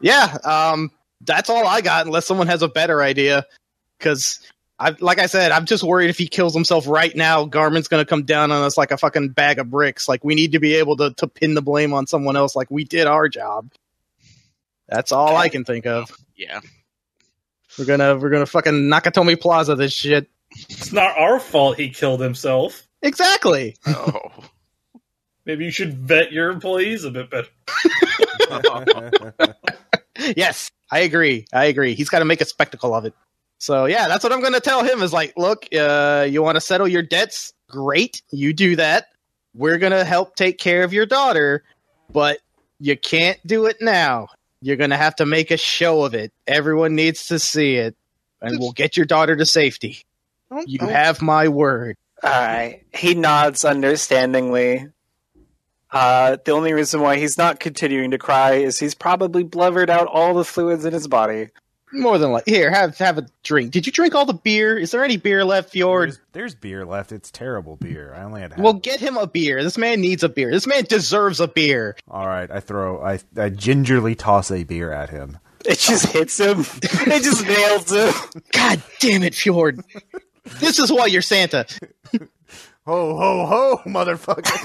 S4: Yeah, um, that's all I got, unless someone has a better idea. Because, I, like I said, I'm just worried if he kills himself right now, Garmin's going to come down on us like a fucking bag of bricks. Like, we need to be able to, to pin the blame on someone else, like we did our job. That's all I can think of.
S5: yeah.
S4: We're gonna we're gonna fucking Nakatomi Plaza this shit.
S7: It's not our fault he killed himself.
S4: Exactly.
S5: Oh.
S7: Maybe you should vet your employees a bit better.
S4: yes, I agree. I agree. He's got to make a spectacle of it. So yeah, that's what I'm going to tell him is like, look, uh, you want to settle your debts? Great, you do that. We're going to help take care of your daughter, but you can't do it now. You're going to have to make a show of it. Everyone needs to see it, and we'll get your daughter to safety.
S6: don't-
S4: You
S6: don't-
S4: have my word.
S1: All right. He nods understandingly. Uh, the only reason why he's not continuing to cry is he's probably blubbered out all the fluids in his body.
S4: More than like, here, have have a drink. Did you drink all the beer? Is there any beer left, Fjord?
S3: there's, there's beer left. It's terrible beer. I only had half.
S4: Well, get him a beer. This man needs a beer. This man deserves a beer.
S3: All right, I throw. I, I gingerly toss a beer at him.
S1: It just hits him. it just nails him.
S4: God damn it, Fjord. This is why you're Santa.
S3: Ho ho ho, motherfucker!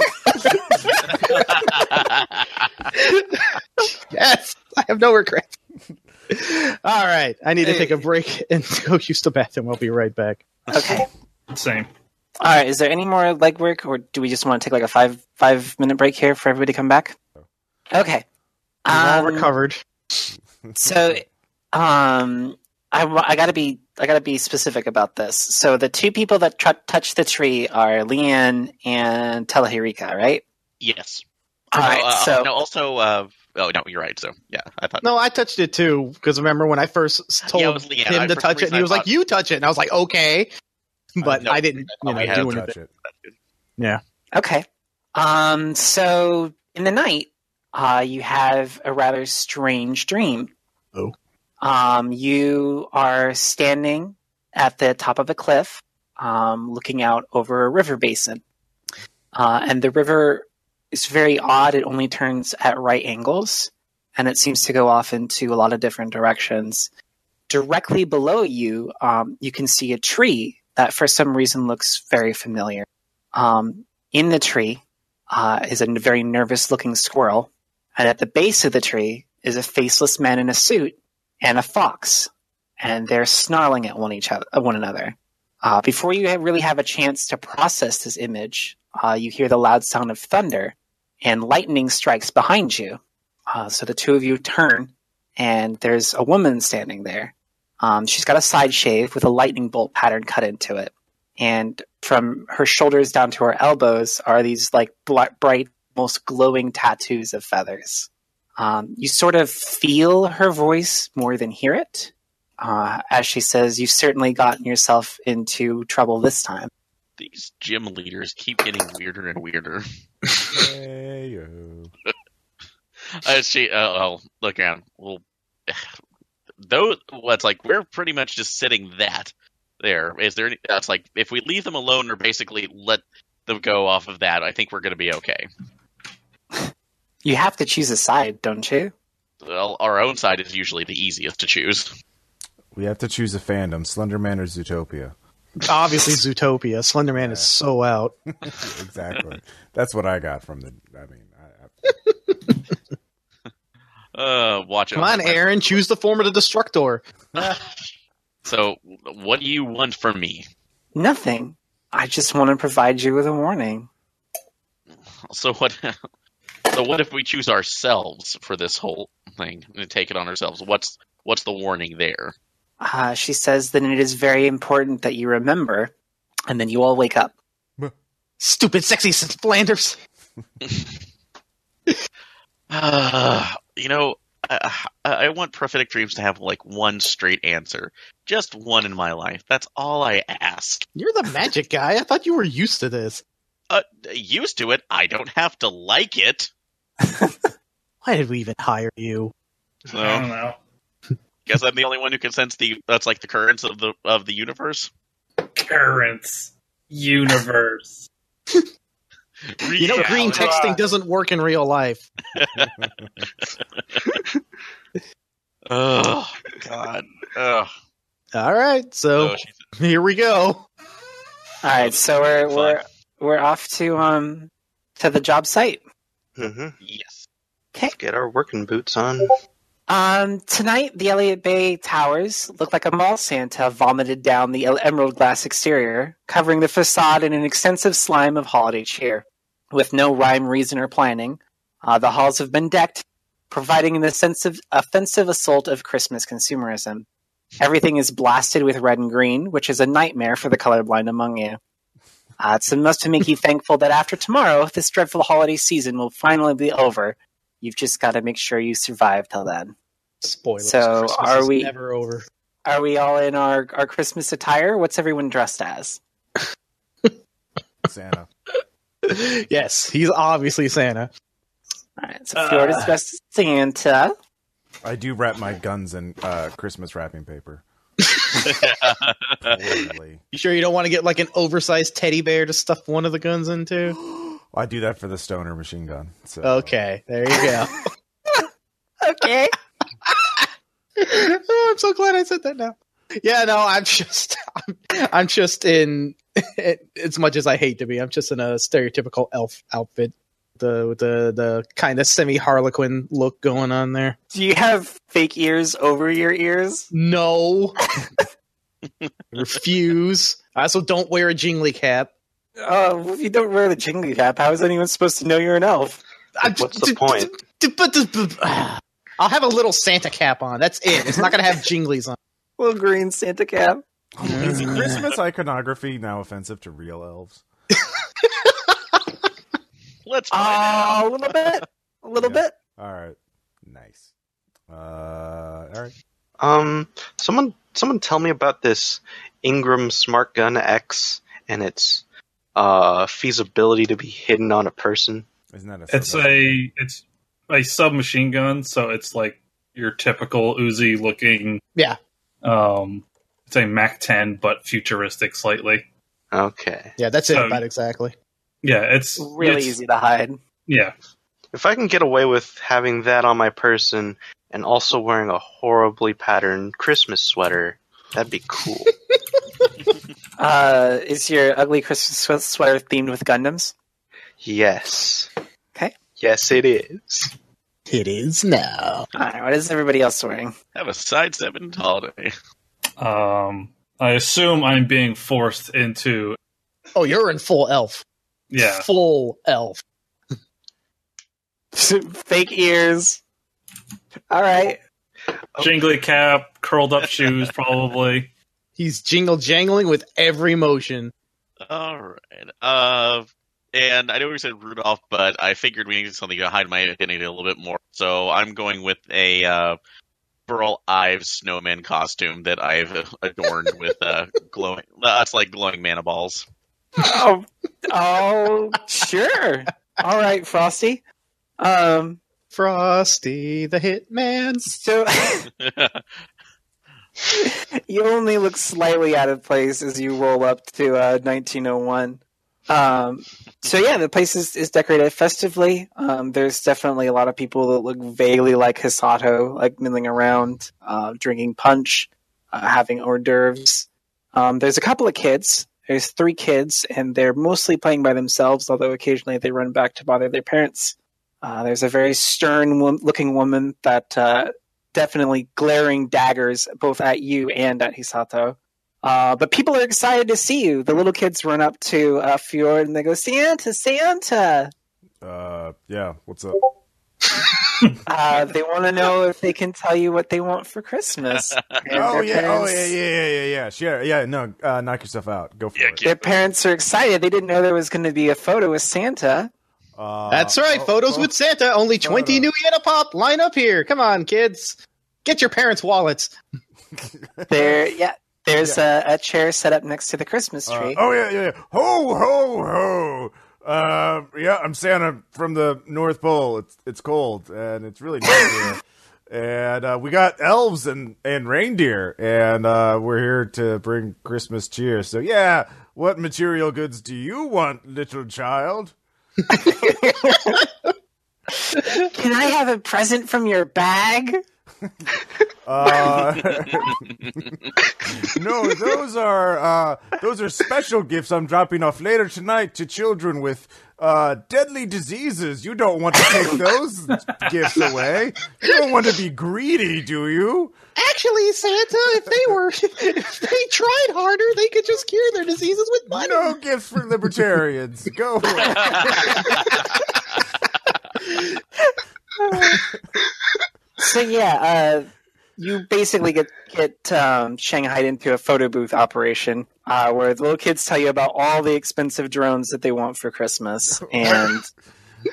S4: Yes, I have no regrets. All right, I need to take a break and go use the bathroom. I'll be right back.
S1: Okay.
S7: Same.
S1: All right. Is there any more legwork, or do we just want to take like a five five minute break here for everybody to come back? Okay.
S4: We're all
S1: Um,
S4: recovered.
S1: So Um, I, wa- I gotta be I gotta be specific about this. So the two people that tr- touch the tree are Leanne and Telahirika, right?
S5: Yes.
S1: All right.
S5: No, uh,
S1: so
S5: no, also, uh, oh no, you're right. So yeah, I thought
S4: No, I touched it too because remember when I first s- told
S5: Yeah, it was Leanne.
S4: him
S5: I-
S4: to
S5: for some
S4: touch it,
S5: reason
S4: and he
S5: I
S4: was like,
S5: thought-
S4: "You touch it," and I was like, "Okay," but
S5: no,
S4: I didn't,
S5: I
S4: you
S5: thought we
S4: know,
S5: had
S4: do
S5: to
S4: anything.
S3: touch it.
S1: okay. Um, so in the night, uh, you have a rather strange dream.
S4: Oh.
S1: Um, you are standing at the top of a cliff, um, looking out over a river basin, uh, and the river is very odd. It only turns at right angles, and it seems to go off into a lot of different directions. Directly below you, um, you can see a tree that, for some reason, looks very familiar. Um, in the tree uh, is a n- very nervous looking squirrel. And at the base of the tree is a faceless man in a suit and a fox. And they're snarling at one, each other, at one another. Uh, before you ha- really have a chance to process this image, uh, you hear the loud sound of thunder and lightning strikes behind you. Uh, so the two of you turn, and there's a woman standing there. Um, she's got a side shave with a lightning bolt pattern cut into it and from her shoulders down to her elbows are these like bl- bright, most glowing tattoos of feathers. Um, you sort of feel her voice more than hear it uh, as she says, "You've certainly gotten yourself into trouble this time."
S5: these gym leaders keep getting weirder and weirder.
S3: Hey-o.
S5: Uh, she, uh, oh, look around. Well, though, what's like we're pretty much just sitting that there. Is there? Any, that's like if we leave them alone or basically let them go off of that, I think we're gonna be okay.
S1: You have to choose a side, don't you?
S5: Well, our own side is usually the easiest to choose.
S3: We have to choose a fandom: Slenderman or Zootopia.
S4: Obviously, Zootopia. Slenderman is so out.
S3: Exactly. That's what I got from the. I mean, I, I,
S5: Uh, watch it.
S4: Come on, Aaron, choose the form of the Destructor.
S5: So, what do you want from me?
S1: Nothing. I just want to provide you with a warning.
S5: So what? So what if we choose ourselves for this whole thing and take it on ourselves? What's what's the warning there?
S1: Uh, she says that it is very important that you remember, and then you all wake up.
S4: Stupid, sexy S- Flanders.
S5: Uh, you know, I, I I want prophetic dreams to have like one straight answer, just one in my life. That's all I ask.
S4: You're the magic guy. I thought you were used to this.
S5: Uh, used to it, I don't have to like it.
S4: Why did we even hire you?
S7: I
S5: So,
S7: don't know.
S5: guess I'm the only one who can sense the that's like the currents of the of the universe.
S7: Currents. Universe.
S4: You know,
S7: Yeah,
S4: green
S7: that's
S4: texting
S7: right.
S4: doesn't work in real life.
S5: Oh God. Oh, Ugh.
S4: All right, so
S5: So she-
S4: here we go.
S1: All right, so we're
S5: Fine.
S1: we're we're off to um to the job site.
S6: hmm
S5: yes.
S1: Okay.
S6: Get our working boots on.
S1: Um, tonight, the Elliott Bay Towers look like a mall Santa vomited down the el- emerald glass exterior, covering the facade in an extensive slime of holiday cheer. With no rhyme, reason, or planning, uh, the halls have been decked, providing an offensive, offensive assault of Christmas consumerism. Everything is blasted with red and green, which is a nightmare for the colorblind among you. Uh, it's enough to make you thankful that after tomorrow, this dreadful holiday season will finally be over. You've just got to make sure you survive till then.
S4: Spoilers.
S1: So,
S4: Christmas
S1: are
S4: is
S1: we-
S4: never over?
S1: Are we all in our, our Christmas attire? What's everyone dressed as?
S3: Santa.
S4: yes, he's obviously Santa.
S1: All right, so Fiora's
S7: Uh.
S1: dressed as Santa.
S3: I do wrap my guns in uh, Christmas wrapping paper. Poorly.
S4: You sure you don't want to get like an oversized teddy bear to stuff one of the guns into?
S3: I do that for the stoner machine gun. So.
S4: Okay, there you go.
S1: Okay.
S4: oh, I'm so glad I said that now. Yeah, no, I'm just, I'm, I'm just in, as much as I hate to be, I'm just in a stereotypical elf outfit, the with the the kind of semi harlequin look going on there.
S1: Do you have fake ears over your ears?
S4: No, refuse. I also don't wear a jingly cap.
S1: Oh, well, if you don't wear the jingly cap, how is anyone supposed to know you're an elf?
S4: I-
S6: What's the point?
S4: But I'll have a little Santa cap on. That's it. It's not gonna have jinglies on.
S1: Little green Santa cap.
S3: Is Christmas iconography now offensive to real elves?
S5: Let's find
S1: Uh, a little bit. A little
S3: Yeah.
S1: bit.
S3: All right, nice. Uh, all right.
S6: Um, someone, someone tell me about this Ingram Smart Gun X and its uh, feasibility to be hidden on a person.
S3: Isn't that a?
S2: It's a it's a submachine gun, so it's like your typical Uzi looking.
S4: Yeah.
S2: Um, it's a Mac 10, but futuristic slightly.
S6: Okay.
S4: Yeah, that's it.
S2: So-
S4: about exactly.
S2: Yeah, it's
S1: Really
S2: it's-
S1: easy to hide.
S2: Yeah,
S6: If I can get away with having that on my person and also wearing a horribly patterned Christmas sweater, that'd be cool.
S1: Uh, is your ugly Christmas swe- sweater themed with Gundams?
S6: yes.
S1: Okay.
S6: Yes, it is.
S4: It is now.
S1: All right, what is everybody else wearing?
S5: out. Have a side seven holiday.
S2: Um, I assume I'm being forced into.
S4: Oh, you're in full elf.
S2: Yeah,
S4: Full elf.
S1: Fake ears. All right.
S2: jingly cap, curled up shoes, probably.
S4: He's jingle jangling with every motion.
S5: All right. Uh, and I know we said Rudolph, but I figured we needed something to hide my identity a little bit more. So I'm going with a uh, Burl Ives snowman costume that I've adorned with uh, glowing. Uh, it's like glowing mana balls.
S1: Oh, oh, sure. All right, Frosty. Um,
S4: Frosty the Hitman.
S1: so you only look slightly out of place as you roll up to uh, 1901. Um, so yeah, the place is, is decorated festively. Um, there's definitely a lot of people that look vaguely like Hisato, like milling around, uh, drinking punch, uh, having hors d'oeuvres. Um, there's a couple of kids. There's three kids, and they're mostly playing by themselves, although occasionally they run back to bother their parents. Uh, there's a very stern wo- looking woman that uh, definitely glaring daggers both at you and at Hisato. Uh, but people are excited to see you. The little kids run up to uh, Fjord and they go, Santa, Santa!
S3: Uh, yeah. What's up?
S1: Uh, they want to know if they can tell you what they want for Christmas. And
S3: Oh
S1: their
S3: yeah. Oh
S1: parents-
S3: yeah. Yeah. Yeah. Yeah. Sure. Yeah. No. Uh, knock yourself out. Go for
S5: Yeah,
S3: it.
S5: kid.
S1: Their parents are excited. They didn't know there was going to be a photo with Santa.
S3: Uh,
S4: That's right.
S3: oh,
S4: photos
S3: oh,
S4: with Santa. Only
S3: no,
S4: 20
S3: no.
S4: new Yetta Pop. Line up here. Come on, kids. Get your parents' wallets.
S1: There, yeah, there's a, a chair set up next to the Christmas
S3: Uh,
S1: tree.
S3: oh yeah, yeah, yeah. Ho ho ho. Uh, yeah, I'm Santa from the North Pole. It's it's cold and it's really nice here. And uh, we got elves and and reindeer, and uh, we're here to bring Christmas cheer. So yeah, what material goods do you want, little child?
S1: Can I have a present from your bag?
S3: Uh, no, those are uh, those are special gifts I'm dropping off later tonight to children with uh, deadly diseases. You don't want to take those gifts away. You don't want to be greedy, do you?
S4: Actually, Santa, if they were, if they tried harder, they could just cure their diseases with money.
S3: No gifts for libertarians. Go. For it.
S1: So yeah, uh, you basically get get um, shanghaied into a photo booth operation uh, where the little kids tell you about all the expensive drones that they want for Christmas, and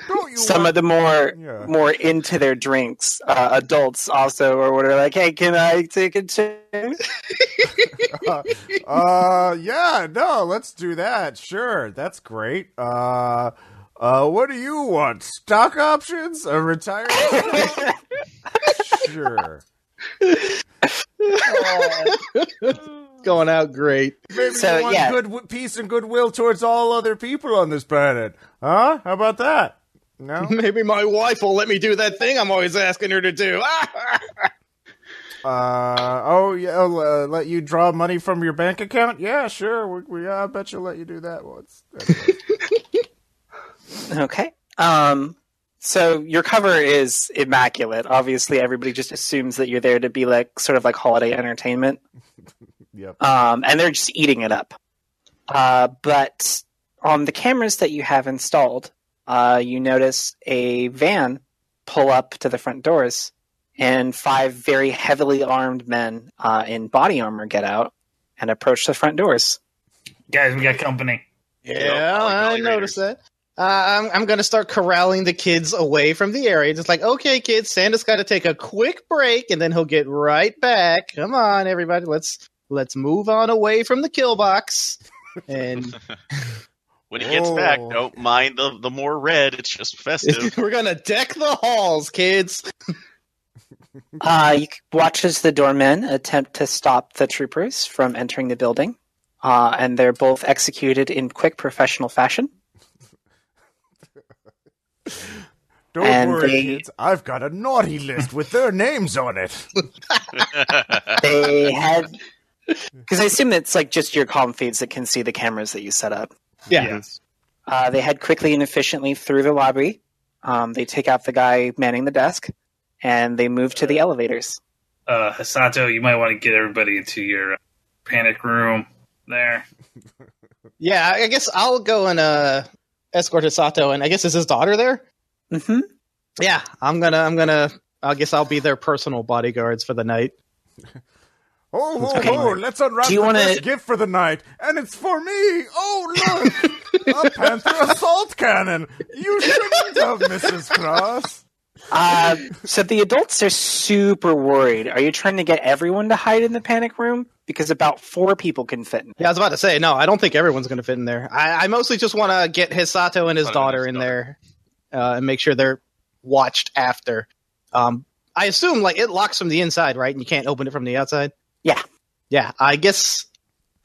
S3: Don't you
S1: some of
S3: want-
S1: the more
S3: Yeah.
S1: more into their drinks uh, adults also or what are like, hey, can I take a too?
S3: uh, yeah, no, let's do that. Sure, that's great. Uh, uh, what do you want? Stock options? A retirement? sure.
S4: Going out great.
S3: Maybe
S1: So,
S3: you want
S1: yeah.
S3: good w- peace and goodwill towards all other people on this planet. Huh? How about that? No.
S4: Maybe my wife will let me do that thing I'm always asking her to do.
S3: uh, oh, yeah. I'll, uh, let you draw money from your bank account? Yeah, sure. We, we, I bet you'll let you do that once.
S1: Okay. Um, so your cover is immaculate. Obviously, everybody just assumes that you're there to be like sort of like holiday entertainment.
S3: Yep.
S1: Um, and they're just eating it up. Uh, but on the cameras that you have installed, uh, you notice a van pull up to the front doors, and five very heavily armed men uh, in body armor get out and approach the front doors.
S7: Guys, we got company.
S4: Yeah, I noticed that. Uh, I'm, I'm going to start corralling the kids away from the area. Just like, okay, kids, Santa's got to take a quick break, and then he'll get right back. Come on, everybody, let's let's move on away from the kill box. And
S5: when he gets back,
S4: Oh.
S3: Whoa.
S5: don't mind the the more red. It's just festive.
S4: we're gonna deck the halls, kids.
S1: Uh, you watch as the doormen attempt to stop the troopers from entering the building, uh, and they're both executed in quick professional fashion.
S3: Don't
S1: And
S3: worry,
S1: they-
S3: kids. I've got a naughty list with their names on it.
S1: They had. Because I assume it's like just your comm feeds that can see the cameras that you set up.
S4: Yeah.
S1: Uh, they head quickly and efficiently through the lobby. Um, they take out the guy manning the desk, and they move to the elevators.
S7: Uh, Hasato, you might want to get everybody into your uh, panic room there.
S4: Yeah, I I guess I'll go and uh, escort Hisato, and I guess is his daughter there?
S1: hmm
S4: Yeah, I'm gonna, I'm gonna, I guess I'll be their personal bodyguards for the night.
S3: Oh, ho,
S1: Okay.
S3: ho, let's unwrap
S1: Do you
S3: the
S1: wanna-
S3: best gift for the night, and it's for me. Oh, look, a panther assault cannon. You shouldn't have, Mrs. Cross.
S1: Uh, so the adults are super worried. Are you trying to get everyone to hide in the panic room? Because about four people can fit in.
S4: Yeah, I was about to say, no, I don't think everyone's gonna fit in there. I, I mostly just want to get Hisato and his
S5: Hisato
S4: daughter
S5: and
S4: in
S5: his
S4: there, uh, and make sure they're watched after. Um, I assume like it locks from the inside, right? And you can't open it from the outside.
S1: Yeah.
S4: yeah. I guess,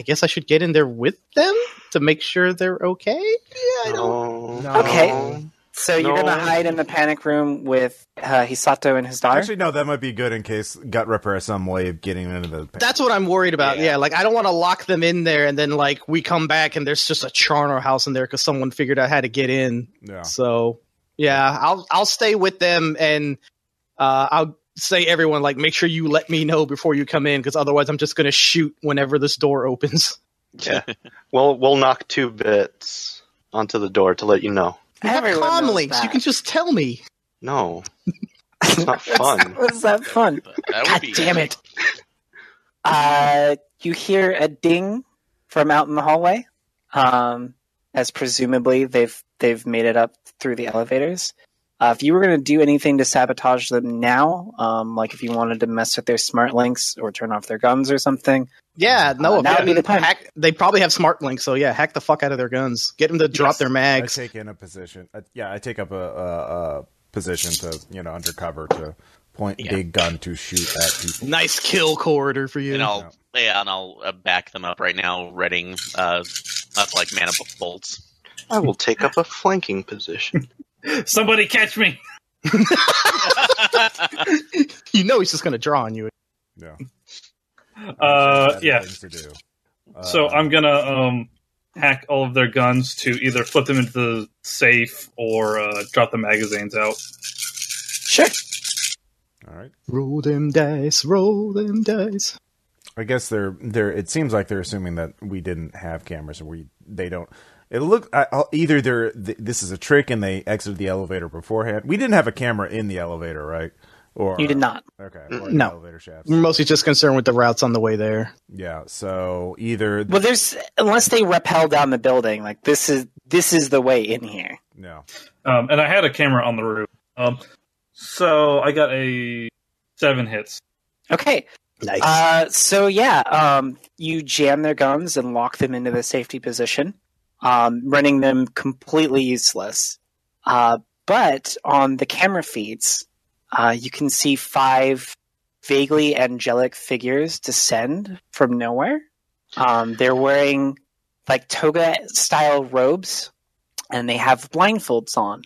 S4: I guess I should get in there with them to make sure they're okay. Yeah, I don't
S6: No.
S1: Okay. So you're
S6: Oh, No.
S1: going to hide in the panic room with uh, Hisato and his daughter?
S3: Actually, no, that might be good in case gut ripper has some way of getting into the. pan-
S4: That's what I'm worried about. Yeah,
S5: Yeah.
S4: like I don't want to lock them in there, and then like we come back and there's just a charnel house in there because someone figured out how to get in.
S3: yeah.
S4: So yeah, I'll I'll stay with them, and uh, I'll say everyone like make sure you let me know before you come in because otherwise I'm just gonna shoot whenever this door opens.
S6: Yeah. Well, we'll knock two bits onto the door to let you know.
S4: You have
S1: Everyone
S4: comm
S1: knows
S4: links. You
S1: that.
S4: can just tell me.
S6: No, it's not fun.
S1: Was that fun?
S5: that
S1: God
S5: would be
S1: damn it. Uh, you hear a ding from out in the hallway, um, as presumably they've they've made it up through the elevators. Uh, if you were going to do anything to sabotage them now, um, like if you wanted to mess with their smart links or turn off their guns or something,
S4: Yeah, no,
S1: Uh, that would be the plan.
S4: hack, they probably have smart links, so yeah, hack the fuck out of their guns. Get them to drop
S7: Yes.
S4: their
S3: I
S4: mags.
S3: take in a position. I, yeah, I take up a, a, a position to you know undercover to point
S5: Yeah.
S3: big gun to shoot at people.
S4: Nice kill corridor for you.
S5: And I'll yeah, and I'll uh, back them up right now, reading uh, up like mana b- bolts.
S6: I will take up a flanking position.
S7: Somebody catch me.
S4: you know he's just going to draw on you.
S3: Yeah.
S7: Uh,
S3: Better
S7: yeah.
S3: things to do.
S7: So
S3: Uh,
S7: I'm gonna um hack all of their guns to either flip them into the safe or uh, drop the magazines out.
S1: sure.
S3: All right.
S4: Roll them dice, roll them dice.
S3: I guess they're they're. It seems like they're assuming that we didn't have cameras, or we they don't. It look I, I'll- either they're th- this is a trick, and they exited the elevator beforehand. We didn't have a camera in the elevator, right? Or
S1: You did not.
S3: Okay. Or
S4: No.
S3: The elevator shaft.
S4: We're mostly just concerned with the routes on the way there.
S3: Yeah. So either
S1: Well, there's unless they rappel down the building, like this is this is the way in here.
S3: no.
S7: Um, and I had a camera on the roof. Um, so I got a seven hits.
S1: Okay,
S4: Nice.
S1: Uh, so yeah, um, you jam their guns and lock them into the safety position, um, running them completely useless. Uh, but on the camera feeds, uh, you can see five vaguely angelic figures descend from nowhere. Um, they're wearing like toga style robes, and they have blindfolds on.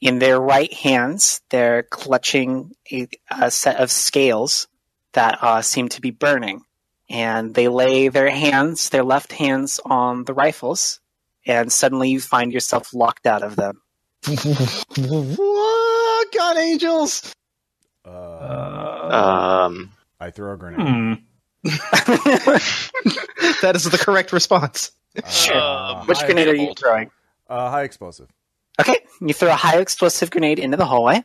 S1: In their right hands, they're clutching a, a set of scales that uh, seem to be burning. And they lay their hands, their left hands, on the rifles, and suddenly you find yourself locked out of them.
S4: what? God, angels!
S3: Uh,
S7: Uh,
S6: Um,
S3: I throw a grenade.
S7: hmm.
S4: That is the correct response.
S1: Sure.
S5: Um,
S3: Uh,
S1: Which
S3: high-
S1: grenade are you
S5: bolt.
S1: throwing?
S3: Uh, high explosive.
S1: Okay, you throw a high explosive grenade into the hallway.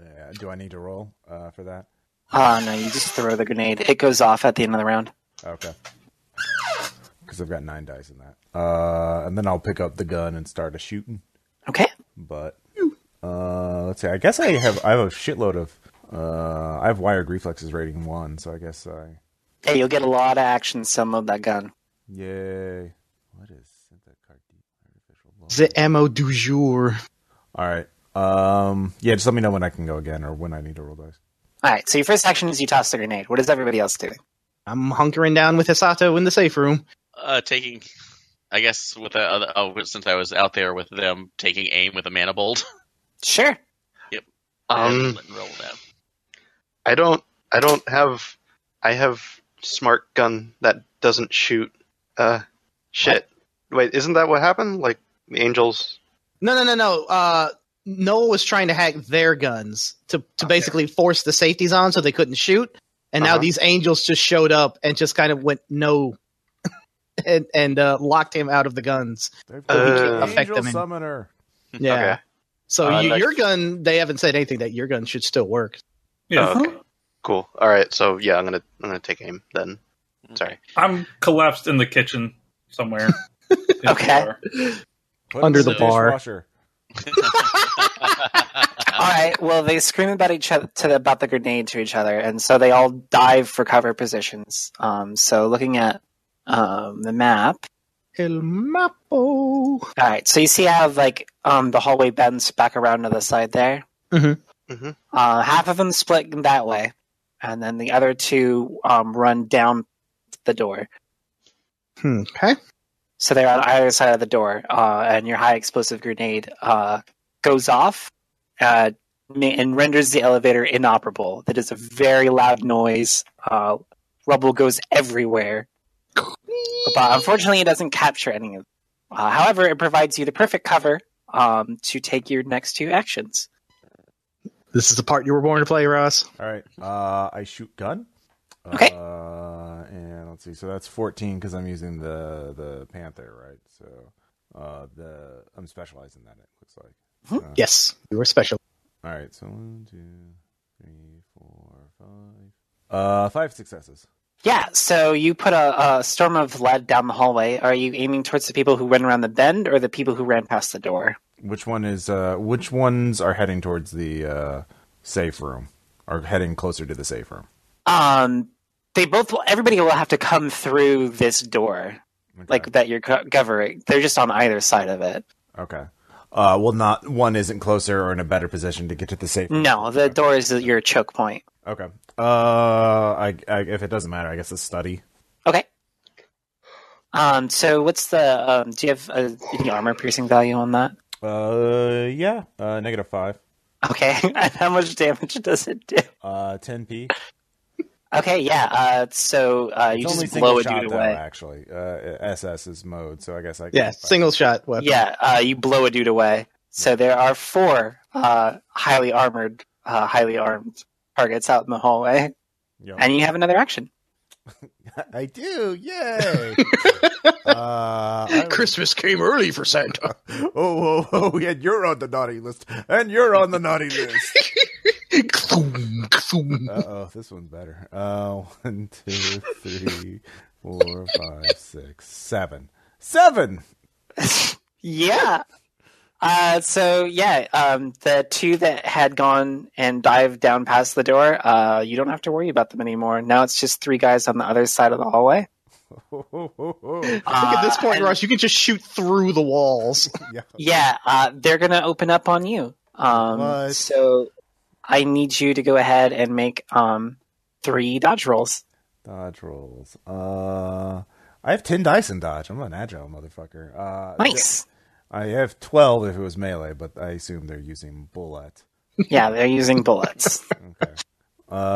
S3: Yeah, do I need to roll uh, for that?
S1: Oh no, you just throw the grenade. It goes off at the end of the round.
S3: Okay. Because I've got nine dice in that. Uh, and then I'll pick up the gun and start a shooting.
S1: Okay.
S3: But uh, let's see. I guess I have I have a shitload of uh, I have wired reflexes rating one, so I guess I
S1: Hey, you'll get a lot of action some of that gun.
S3: yay. What is synthecardi artificial? lung?
S4: The ammo du jour.
S3: All right. Um. Yeah. Just let me know when I can go again or when I need to roll dice.
S1: All right. So your first action is you toss the grenade. What is everybody else doing?
S4: I'm hunkering down with Hisato in the safe room.
S5: Uh, taking, I guess, with the other, oh, since I was out there with them, taking aim with a manibold.
S1: Sure.
S5: and
S6: Um,
S5: letting roll down.
S6: I don't. I don't have. I have smart gun that doesn't shoot. Uh, shit. Wait, isn't that what happened? Like the angels?
S4: No, no, no, no. Uh, Noah was trying to hack their guns to, to
S6: Okay.
S4: basically force the safeties on so they couldn't shoot. And now
S6: Uh-huh.
S4: these angels just showed up and just kind of went no and, and uh, locked him out of the guns.
S3: They've
S6: Uh,
S3: got
S4: affect
S3: angel
S4: them in-
S3: summoner.
S4: Yeah.
S6: Okay.
S4: So
S6: Uh,
S4: you,
S6: next-
S4: your gun, they haven't said anything that your gun should still work.
S7: Yeah.
S6: Oh, okay. Cool. All right. So yeah, I'm gonna I'm gonna take aim then. Sorry.
S7: I'm collapsed in the kitchen somewhere. In
S1: Okay.
S7: the
S3: Put
S4: Under
S3: him in
S5: the
S4: bar.
S3: dishwasher.
S1: All right. Well, they scream about each other to, about the grenade to each other, and so they all dive for cover positions. Um, so looking at um, the map.
S4: El Mapo.
S1: All right. So you see how like um, the hallway bends back around to the side there.
S4: Mhm.
S6: Mhm.
S1: Uh, half of them split that way, and then the other two um, run down the door.
S4: Hmm, okay.
S1: So they're on either side of the door, uh, and your high explosive grenade uh, goes off uh, ma- and renders the elevator inoperable. That is a very loud noise. Uh, rubble goes everywhere. But unfortunately, it doesn't capture any of uh, However, it provides you the perfect cover um, to take your next two actions.
S4: This is the part you were born to play, Ross.
S3: All right. Uh, I shoot gun.
S1: Okay.
S3: Uh, and let's see. So that's 14 because I'm using the the Panther, right? So uh, the I'm specializing that. It looks
S4: Hmm.
S3: like. Uh,
S4: Yes, you were special.
S3: All right. So one, two, three, four, five. Uh, five successes.
S1: Yeah, so you put a, a storm of lead down the hallway. Are you aiming towards the people who ran around the bend or the people who ran past the door?
S3: Which one is? Uh, which ones are heading towards the uh, safe room? Are heading closer to the safe room?
S1: um they both will everybody will have to come through this door
S3: Okay.
S1: like that you're co- covering they're just on either side of it
S3: okay. Uh, well, not one isn't closer or in a better position to get to the safe. room.
S1: no the door is your choke point
S3: Okay. Uh, I, I if it doesn't matter, I guess it's study.
S1: okay um so what's the um do you have uh any armor piercing value on that
S3: Uh, yeah. Uh, negative five.
S1: okay and how much damage does it do
S3: Uh, ten p.
S1: okay yeah uh so uh you just blow a dude away
S3: actually. Uh, SS is mode, so I guess I.
S4: Yeah, single shot weapon.
S1: yeah uh you blow a dude away so there are four uh highly armored uh highly armed targets out in the hallway
S3: Yep.
S1: and you have another action
S3: I do. Yay. uh, I would-
S4: Christmas came early for Santa.
S3: Oh, oh, oh! And you're on the naughty list, and you're on the naughty list.
S4: Kthoom, kthoom.
S3: uh oh, this one's better. Uh, one, two, three, four, five, six, seven, seven.
S1: Yeah. Uh, so yeah, um, the two that had gone and dived down past the door, uh, you don't have to worry about them anymore. Now it's just three guys on the other side of the hallway.
S4: I think at this
S1: Uh,
S4: point,
S1: and-
S4: Ross, you can just shoot through the walls.
S3: Yeah.
S1: Yeah, uh, they're gonna open up on you. Um,
S3: What?
S1: so I need you to go ahead and make um three dodge rolls.
S3: Dodge rolls. Uh, I have ten dice in dodge. I'm an agile motherfucker. Uh,
S1: Nice.
S3: I have twelve if it was melee, but I assume they're using bullet.
S1: yeah, they're using bullets.
S3: Okay.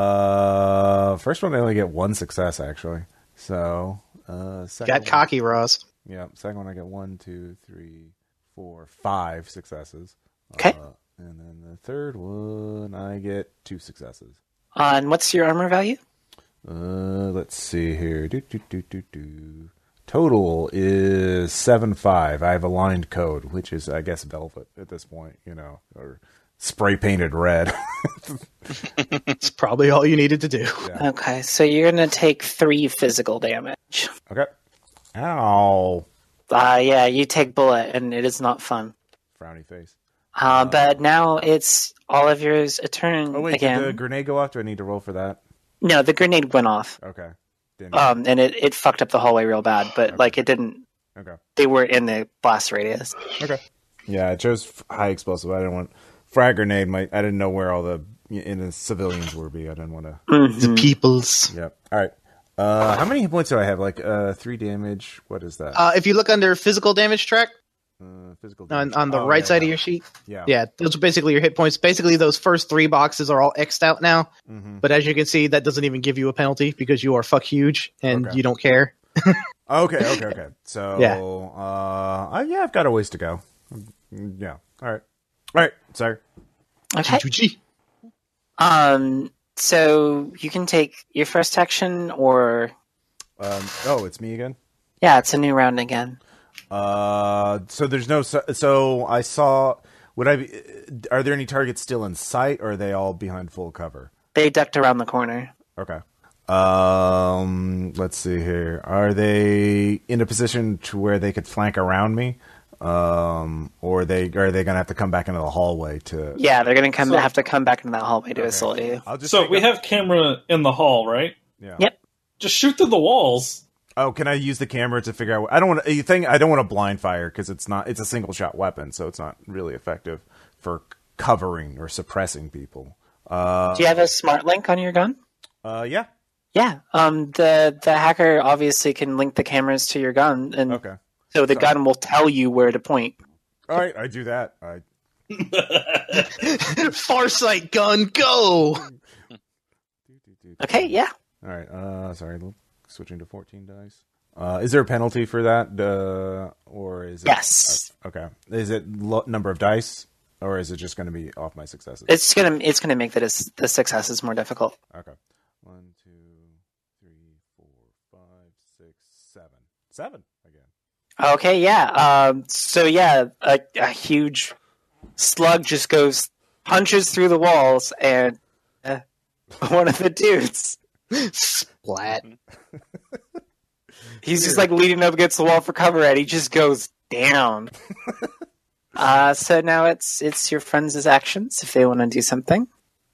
S3: uh, first one I only get one success actually. So uh, second
S4: Got
S3: one,
S4: cocky, Ross.
S3: Yeah, second one I get one, two, three, four, five successes.
S1: Okay.
S3: Uh, and then the third one I get two successes.
S1: Uh, and what's your armor value?
S3: Uh, let's see here. Do, do, do, do, do. Total is seven five. I have aligned code, which is I guess velvet at this point, you know, or spray painted red.
S4: It's probably all you needed to do.
S1: Okay, so you're gonna take three physical damage.
S3: okay. Ow.
S1: Uh, yeah, you take bullet, and it is not fun.
S3: Frowny face.
S1: Uh, but now it's all of yours a turn
S3: Oh wait,
S1: again.
S3: did the grenade go off? Do I need to roll for that?
S1: no, the grenade went off,
S3: Okay. Didn't
S1: um, and it, it fucked up the hallway real bad. But like, it didn't.
S3: okay.
S1: They were in the blast radius.
S3: Okay. Yeah, I chose f- high explosive. I didn't want frag grenade. My I didn't know where all the in the civilians were be. I didn't want to.
S1: Mm-hmm.
S4: The peoples.
S3: Yep. All right. Uh, how many hit points do I have? Like uh, three damage. What is that?
S4: Uh, if you look under physical damage track
S3: Uh, physical
S4: on,
S3: damage.
S4: on the
S3: Oh,
S4: right
S3: yeah,
S4: side of
S3: yeah.
S4: your sheet,
S3: Yeah.
S4: yeah, those are basically your hit points. Basically, those first three boxes are all X'd out now.
S3: Mhm.
S4: But as you can see, that doesn't even give you a penalty because you are fuck huge and
S3: Okay.
S4: you don't care.
S3: Okay. Okay. Okay. So
S4: Yeah.
S3: Uh, I, yeah, I've got a ways to go. Mm, Yeah. All right. All right. Sorry.
S1: Okay.
S4: G2G.
S1: Um. So you can take your first action, or
S3: Um, oh, it's me again.
S1: yeah, it's a new round again.
S3: Uh, so there's no. So, so I saw. Would I? Be, are there any targets still in sight, or are they all behind full cover?
S1: They ducked around the corner.
S3: Okay. Um, let's see here. Are they in a position to where they could flank around me? Um, or they are they gonna have to come back into the hallway to?
S1: Yeah, they're gonna come
S7: So-
S1: have to come back into that hallway to assault you.
S3: I'll just
S7: so
S3: take
S7: we
S3: a-
S7: have camera in the hall, right?
S3: Yeah.
S1: Yep.
S7: Just shoot through the walls.
S3: Oh, can I use the camera to figure out? What, I don't want to. You think I don't want to blind fire because it's not. It's a single shot weapon, so it's not really effective for c- covering or suppressing people. Uh,
S1: Do you have a smart link on your gun?
S3: uh, yeah.
S1: Yeah. Um. The the hacker obviously can link the cameras to your gun, and
S3: Okay.
S1: so the gun will tell you where to point.
S3: All right. I do that. I
S7: Uh,
S4: Farsight gun, go!
S1: Okay. Yeah.
S3: All right. Uh, sorry, l- switching to fourteen dice. Uh, is there a penalty for that, uh, or is it?
S1: Yes.
S3: Okay. Is it lo- number of dice, or is it just going to be off my successes?
S1: It's gonna it's gonna make the dis- the successes more difficult.
S3: okay. One, two, three, four, five, six, seven. Seven again.
S1: Okay. Yeah. Um. So yeah, a, a huge slug just goes punches through the walls, and uh, one of the dudes
S4: Splat.
S1: he's just like leaning up against the wall for cover, and he just goes down. Uh, so now it's it's your friends' actions if they want to do something.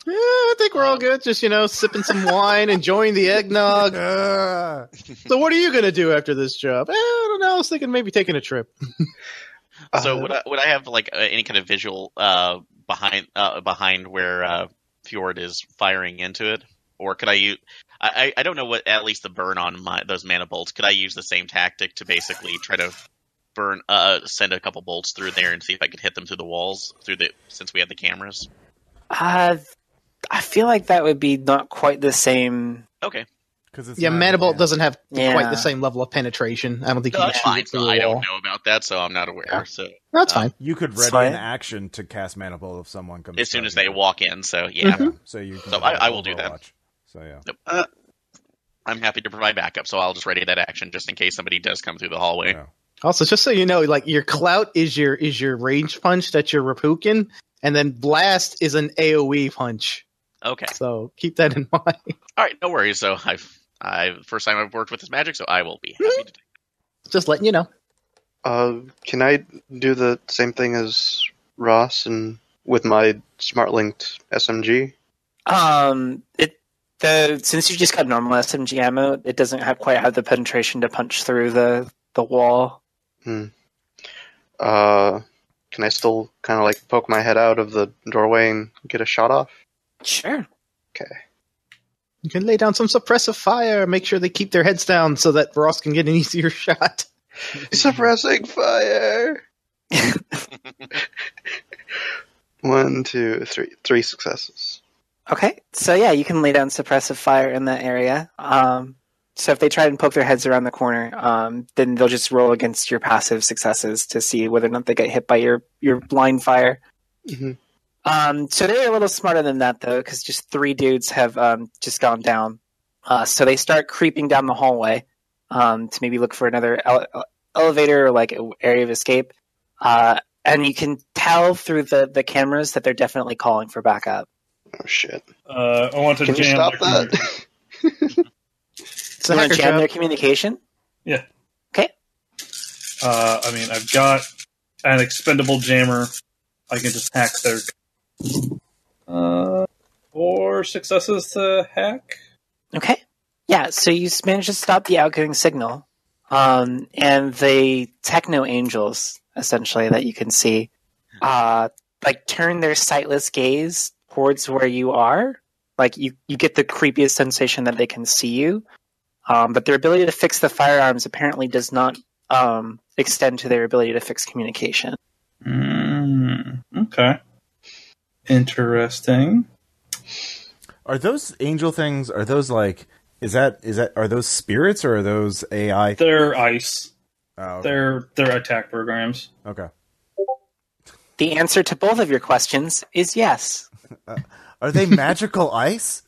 S4: Yeah, I think we're all good. Just, you know, sipping some wine, enjoying the eggnog. so, what are you going to do after this job? Eh, I don't know. I was thinking maybe taking a trip.
S5: So would I, would I have like uh, any kind of visual uh, behind uh, behind where uh, Fjord is firing into it, or could I use? I, I I don't know what at least the burn on my those mana bolts. Could I use the same tactic to basically try to burn uh send a couple bolts through there and see if I could hit them through the walls through the since we had the cameras?
S1: Uh, I feel like that would be not quite the same.
S5: Okay,
S3: Because it's
S4: Yeah,
S3: not-
S4: Manibolt doesn't have
S1: Yeah.
S4: quite the same level of penetration. I don't think
S5: No,
S4: you can
S5: that's
S4: shoot
S5: fine.
S4: it through
S5: So
S4: the
S5: I don't
S4: wall.
S5: know about that, so I'm not aware.
S4: Yeah.
S5: So
S4: That's
S5: Um,
S4: fine.
S3: You could ready
S1: Sorry?
S3: an action to cast Manibolt if someone comes.
S5: as soon as they
S3: charging.
S5: walk in, so yeah,
S4: Mm-hmm.
S3: Yeah, so you. Can
S5: So I- I will do that.
S3: Overwatch. So yeah.
S5: I'm happy to provide backup. So I'll just ready that action just in case somebody does come through the hallway.
S3: Yeah.
S4: Also, just so you know, like your clout is your is your range punch that you're repuking, and then blast is an AOE punch.
S5: Okay.
S4: So keep that in mind.
S5: All right, no worries. So I've I first time I've worked with this magic, so I will be
S4: Mm-hmm.
S5: happy to.
S4: Just letting you know.
S6: Uh, can I do the same thing as Ross and with my smart linked SMG?
S1: Um, it the since you just got normal SMG ammo, it doesn't have quite have the penetration to punch through the the wall.
S6: Uh, can I still kind of like poke my head out of the doorway and get a shot off?
S1: Sure.
S4: You can lay down some suppressive fire. Make sure they keep their heads down so that Ross can get an easier shot.
S6: Suppressing fire. One, two, three, three successes.
S1: Okay. So yeah, you can lay down suppressive fire in that area. Um, so if they try and poke their heads around the corner, um, then they'll just roll against your passive successes to see whether or not they get hit by your your blind fire.
S6: hmm
S1: Um, so they're a little smarter than that, though, because just three dudes have um, just gone down. Uh, so they start creeping down the hallway um, to maybe look for another ele- elevator or like a- area of escape. Uh, and you can tell through the the cameras that they're definitely calling for backup.
S6: Oh shit!
S7: Uh, I want to
S6: Can you
S7: jam
S6: stop
S7: their computer.
S6: that?
S1: So you want
S4: hacker
S1: to jam
S4: trap.
S1: their communication?
S7: Uh, I mean, I've got an expendable jammer. I can just hack their. Uh, four successes to hack.
S1: Okay. Yeah, so you s- managed to stop the outgoing signal. Um, and the techno angels, essentially, that you can see, uh, like turn their sightless gaze towards where you are. Like you, you get the creepiest sensation that they can see you. Um, but their ability to fix the firearms apparently does not um, extend to their ability to fix communication.
S7: Mm, okay. Interesting.
S3: Are those angel things? Are those like? Is that is that? Are those spirits or are those AI?
S7: They're ice.
S3: Oh,
S7: They're they're attack programs.
S3: okay.
S1: The answer to both of your questions is yes.
S3: Are they magical ice?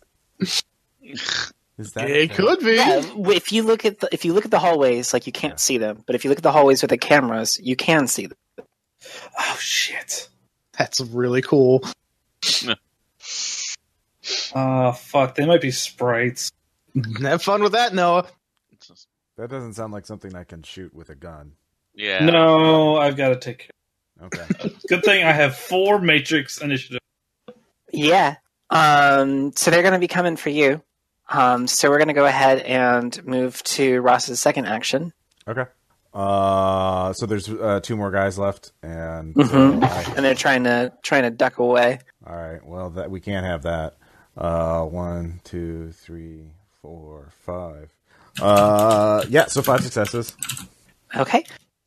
S3: Is that
S4: It could be.
S1: Yeah, Um, if you look at the, if you look at the hallways, like you can't see them, but if you look at the hallways with the cameras, you can see them.
S7: Oh shit.
S4: That's really cool.
S7: Oh fuck. They might be sprites.
S4: Have fun with that, Noah.
S3: That doesn't sound like something I can shoot with a gun.
S5: Yeah.
S7: No, I've got to take. care.
S3: Okay.
S7: Good thing I have four matrix initiative.
S1: Yeah. Um, so they're going to be coming for you. Um, so we're going to go ahead and move to Ross's second action.
S3: okay. Uh, so there's uh, two more guys left, and
S1: Mhm.
S3: uh, I-
S1: And they're trying to trying to duck away.
S3: all right. Well, that we can't have that. Uh, one, two, three, four, five. Uh, yeah. So five successes.
S1: Okay.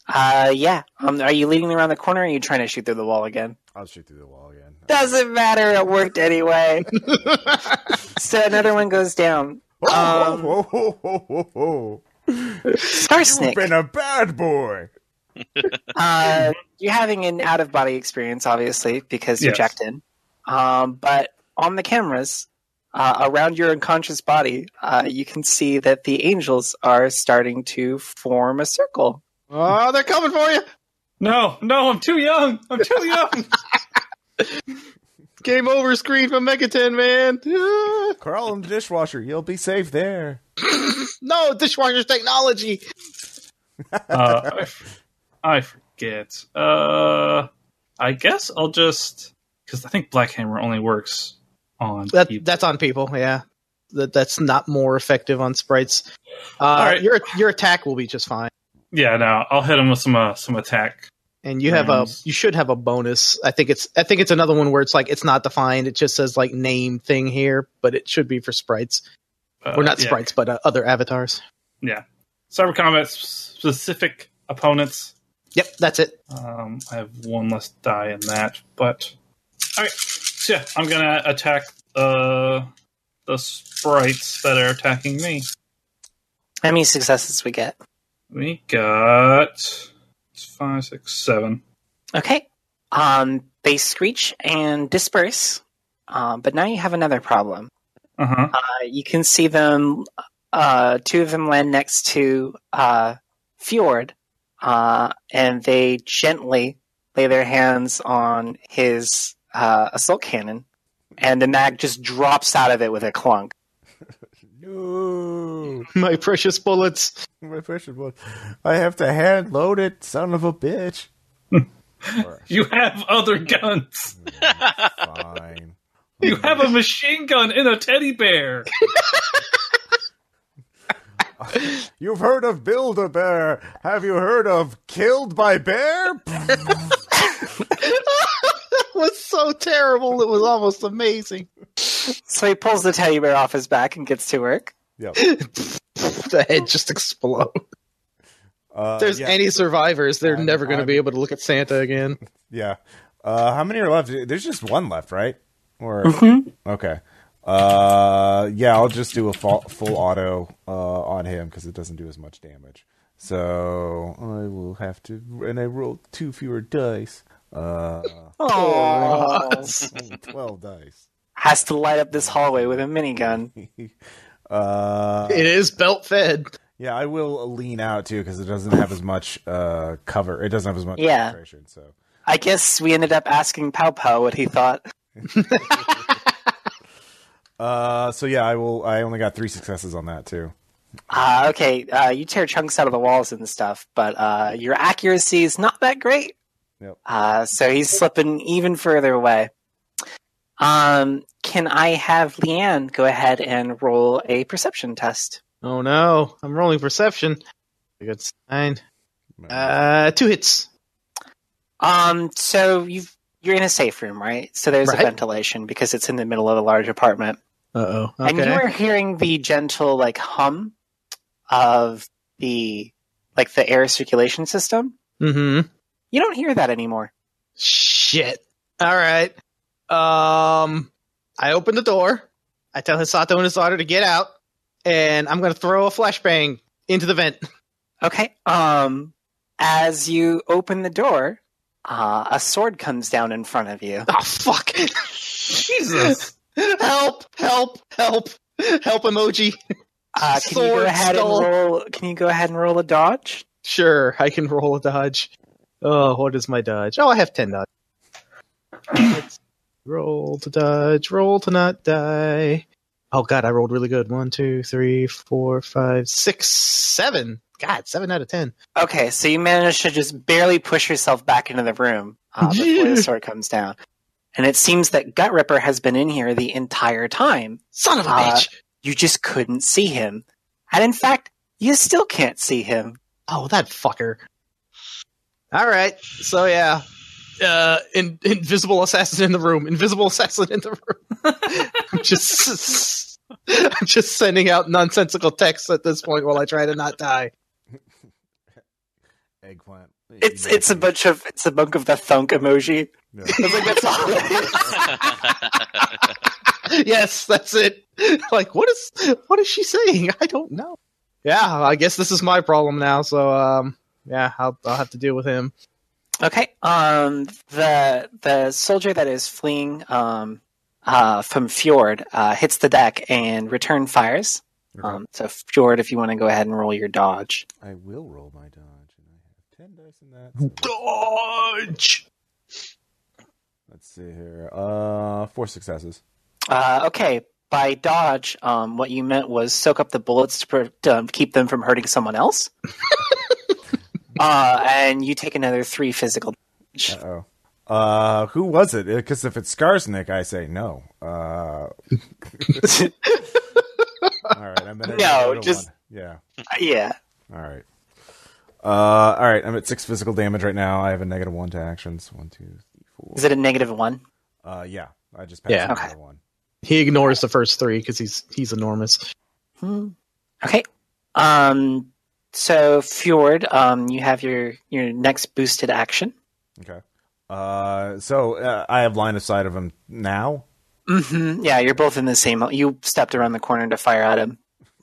S1: Uh, yeah. Um, are you leading them around the corner? Or are you trying to shoot through the wall again?
S3: I'll shoot through the wall again.
S1: Doesn't matter. It worked anyway. so another one goes down.
S3: Oh,
S1: Um,
S3: ho, ho, ho, ho, ho. You've
S1: Starsnick.
S3: been a bad boy.
S1: Uh, you're having an out of body experience, obviously, because you're
S7: Yes.
S1: checked in. Um, but on the cameras, uh, around your unconscious body, uh, you can see that the angels are starting to form a circle.
S4: Oh, they're coming for you.
S7: No, no, I'm too young. I'm too young.
S4: Game over screen from Megaton, man. Ah.
S3: Carl in the dishwasher. You'll be safe there.
S4: no, dishwasher's technology.
S7: uh, I, f- I forget. Uh, I guess I'll just because I think Blackhammer only works on.
S4: That
S7: people.
S4: that's on people. Yeah, that that's not more effective on sprites. Uh,
S7: right.
S4: Your your attack will be just fine,
S7: yeah, no, I'll hit him with some uh, some attack.
S4: and you have a
S7: Nice.
S4: you should have a bonus. I think it's I think it's another one where it's like it's not defined. It just says like name thing here, but it should be for sprites.
S7: Uh,
S4: Or not
S7: yeah.
S4: sprites, but uh, other avatars.
S7: Cyber combat s- specific opponents.
S4: Yep, that's it.
S7: Um, I have one less die in that, but all right. So yeah, I'm gonna attack uh, the sprites that are attacking me.
S1: How many successes we get?
S7: We got five, six, seven.
S1: Okay. Um, they screech and disperse, um, but now you have another problem.
S7: Uh huh.
S1: Uh, you can see them. Uh, two of them land next to uh, Fjord, uh, and they gently lay their hands on his uh, assault cannon, and the mag just drops out of it with a clunk.
S3: No,
S4: My precious bullets.
S3: my question was, I have to hand load it, son of a bitch. Or,
S7: You have other guns.
S3: Fine.
S7: You have a machine gun in a teddy bear.
S3: You've heard of Build a Bear. Have you heard of Killed by Bear?
S4: That was so terrible. It was almost amazing.
S1: So he pulls the teddy bear off his back and gets to work.
S3: yep.
S4: the head just explodes.
S3: Uh,
S4: If there's
S3: yeah,
S4: any survivors, they're
S3: I'm-
S4: never going to
S3: I'm-
S4: be able to look at Santa again.
S3: yeah. Uh, how many are left? There's just one left, right? Or
S1: Mm-hmm.
S3: okay. Uh, yeah, I'll just do a full, full auto uh, on him because it doesn't do as much damage. So I will have to, and I rolled two fewer dice. Uh, twelve dice.
S1: Has to light up this hallway with a minigun.
S3: uh,
S4: it is belt fed.
S3: Yeah, I will lean out too because it doesn't have as much uh, cover. It doesn't have as much
S1: Yeah.
S3: penetration. So
S1: I guess we ended up asking Pow Pow what he thought.
S3: Uh, so yeah, I will. I only got three successes on that too.
S1: Uh, okay, uh, you tear chunks out of the walls and stuff, but uh, your accuracy is not that great.
S3: Yep.
S1: Uh, so he's slipping even further away. Um, can I have Leanne go ahead and roll a perception test?
S4: Oh no, I'm rolling perception. I got nine. Uh, two hits.
S1: Um, so you've, you're in a safe room, right? So there's
S4: Right.
S1: a ventilation because it's in the middle of a large apartment.
S4: Uh oh.
S1: And you are hearing the gentle like hum of the like the air circulation system.
S4: Mm-hmm.
S1: You don't hear that anymore.
S4: Shit. All right. Um, I open the door. I tell Hisato and his daughter to get out, and I'm gonna throw a flashbang into the vent.
S1: Okay. Um as you open the door, uh, a sword comes down in front of you.
S4: Oh fuck! Jesus! help! Help! Help! Help! Emoji.
S1: Uh, can you go
S4: Sword
S1: ahead
S4: skull.
S1: and roll can you go ahead and roll a dodge?
S4: Sure, I can roll a dodge. Oh, what is my dodge? Oh, I have ten dodge. Let's roll to dodge. Roll to not die. Oh god, I rolled really good. One, two, three, four, five, six, seven. God, seven out of ten.
S1: Okay, so you manage to just barely push yourself back into the room uh, before the sword comes down. And it seems that Gut Ripper has been in here the entire time.
S4: Son of a
S1: Uh,
S4: bitch.
S1: you just couldn't see him. And in fact, you still can't see him.
S4: Oh, that fucker. All right. So yeah, uh, in, invisible assassin in the room. Invisible assassin in the room. I'm just, I'm just sending out nonsensical texts at this point while I try to not die.
S3: Eggplant.
S1: It's it's a bunch of it's a bunk of the thunk emoji.
S3: Yeah.
S1: I was like, that's all it is.
S4: yes, that's it. Like, what is what is she saying? I don't know. Yeah, I guess this is my problem now. So, um, yeah, I'll, I'll have to deal with him.
S1: Okay. Um the the soldier that is fleeing um uh from Fjord uh hits the deck and return fires. Um so Fjord if you want to go ahead and roll your dodge.
S3: I will roll my dodge, and I have ten dice in that. so let's-
S4: Dodge.
S3: let's see here. Uh, four successes.
S1: Uh okay. By dodge, um, what you meant was soak up the bullets to, pro- to um, keep them from hurting someone else. uh, and you take another three physical damage.
S3: Uh oh. Uh, who was it? Because if it's Skarsnik, I say no. Uh, all right, I'm at
S1: No, just-
S3: one. yeah.
S1: Yeah.
S3: All right. Uh, all right. I'm at six physical damage right now. I have a negative one to actions. One, two, three, four.
S1: Is it a negative one?
S3: Uh, yeah. I just passed
S4: Yeah.
S3: the negative one.
S4: He ignores the first three because he's he's enormous.
S1: Hmm. Okay. Um. So Fjord, um, you have your your next boosted action.
S3: Okay. Uh, so uh, I have line of sight of him now.
S1: Mm-hmm. Yeah, you're both in the same. You stepped around the corner to fire at him,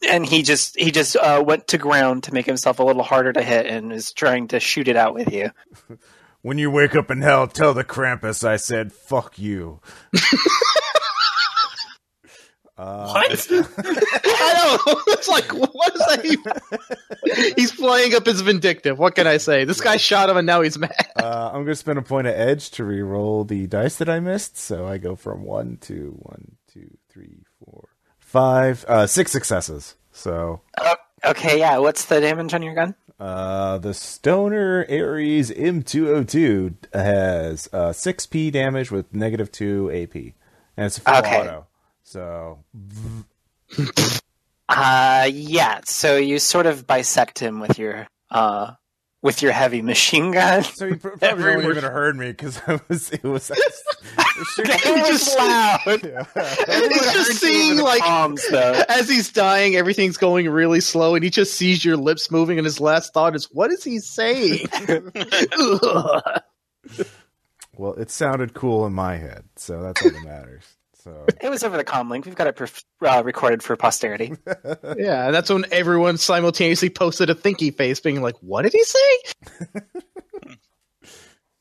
S1: and he just he just uh, went to ground to make himself a little harder to hit, and is trying to shoot it out with you.
S3: When you wake up in hell, tell the Krampus I said fuck you. uh,
S7: What?
S4: I know. It's like, what is that? even- he's playing up his vindictive. What can I say? This guy shot him, and now he's mad.
S3: Uh, I'm gonna spend a point of edge to re-roll the dice that I missed, so I go from one to one, two, three, four, five, uh, six successes. So
S1: Okay. Yeah. What's the damage on your gun?
S3: uh, the Stoner Ares M202 has uh, six P damage with negative two AP, and it's a full
S1: Okay.
S3: auto. So
S1: Uh yeah. So you sort of bisect him with your uh with your heavy machine gun.
S3: so you pr- probably
S4: Every
S3: wouldn't
S4: wish-
S3: even have heard me because I was it was.
S1: It was loud.
S4: He's just seeing like
S1: palms though.
S4: as he's dying, everything's going really slow, and he just sees your lips moving, and his last thought is, "What is he saying?" Ugh.
S3: well, it sounded cool in my head, so that's all that matters. So.
S1: It was over the comm link. We've got it perf- uh, recorded for posterity.
S4: yeah, and that's when everyone simultaneously posted a thinky face, being like, "What did he say?"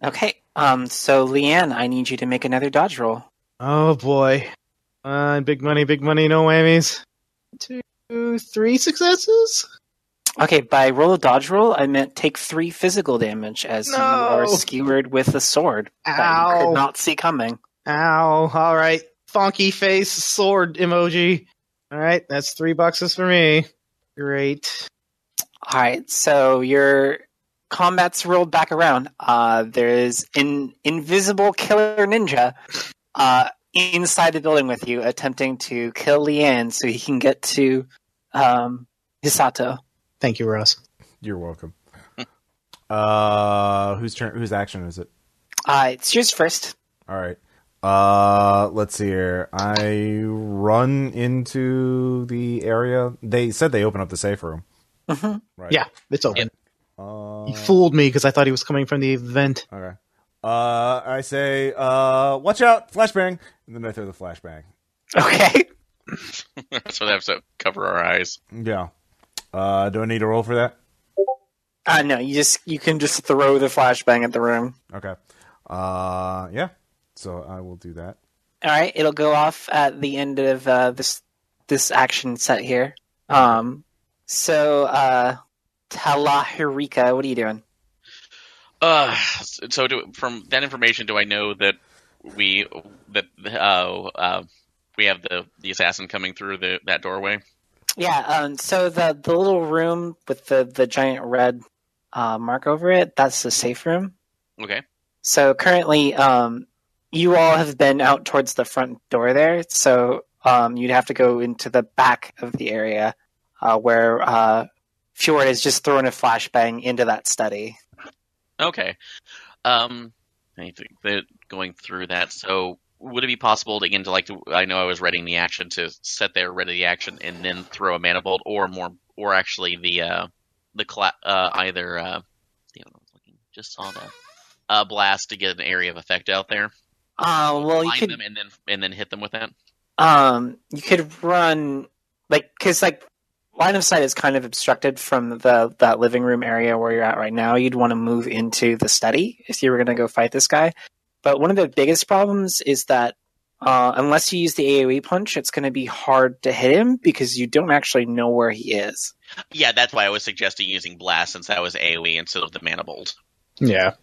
S1: Okay. Um. So Leanne, I need you to make another dodge roll.
S4: Oh boy, uh, big money, big money, no whammies. Two, three successes.
S1: Okay, by roll a dodge roll, I meant take three physical damage as you
S4: No.
S1: are skewered with a sword that you
S4: Ow.
S1: could not see coming.
S4: Ow. All right. Funky face sword emoji. All right. That's three boxes for me. Great.
S1: All right, so your combat's rolled back around. Uh, there is an invisible killer ninja uh, inside the building with you, attempting to kill Leanne so he can get to um, Hisato.
S4: Thank you, Ross.
S3: You're welcome. uh, whose turn? Whose action is it?
S1: Uh, it's yours first.
S3: All right. Uh, let's see here. I run into the area. They said they open up the safe room.
S1: Mhm.
S3: Right.
S4: Yeah, it's open.
S3: Uh,
S4: He fooled me because I thought he was coming from the event.
S3: Okay. Uh, I say, uh, watch out, flashbang, and then I throw the flashbang.
S1: Okay.
S5: That's what I have to cover our eyes.
S3: Yeah. Uh, do I need a roll for that?
S1: Uh, no, you just you can just throw the flashbang at the room.
S3: Okay. Uh, yeah. So I will do that.
S1: All right, it'll go off at the end of uh, this this action set here. Um, so uh, Talahirika, what are you doing?
S5: Uh, so do, from that information, do I know that we that uh, uh, we have the the assassin coming through the that doorway?
S1: Yeah. Um, so the the little room with the the giant red uh, mark over it that's the safe room.
S5: Okay.
S1: So currently, um, you all have been out towards the front door there. So um, you'd have to go into the back of the area uh, where uh, Fjord has just thrown a flashbang into that study.
S5: Okay. Um, I think that going through that. So would it be possible to again to like to, I know I was reading the action to set there, ready the action, and then throw a manifold, or more, or actually the uh the cla- uh either uh damn, I was looking, just saw that uh blast to get an area of effect out there.
S1: Uh, well, you
S5: Line
S1: could
S5: them and then and then hit them with that.
S1: um, you could run like because like line of sight is kind of obstructed from the that living room area where you're at right now. You'd want to move into the study if you were going to go fight this guy. But one of the biggest problems is that uh, unless you use the AOE punch, it's going to be hard to hit him because you don't actually know where he is.
S5: Yeah, that's why I was suggesting using blast since that was AOE instead of the manifold.
S4: Yeah.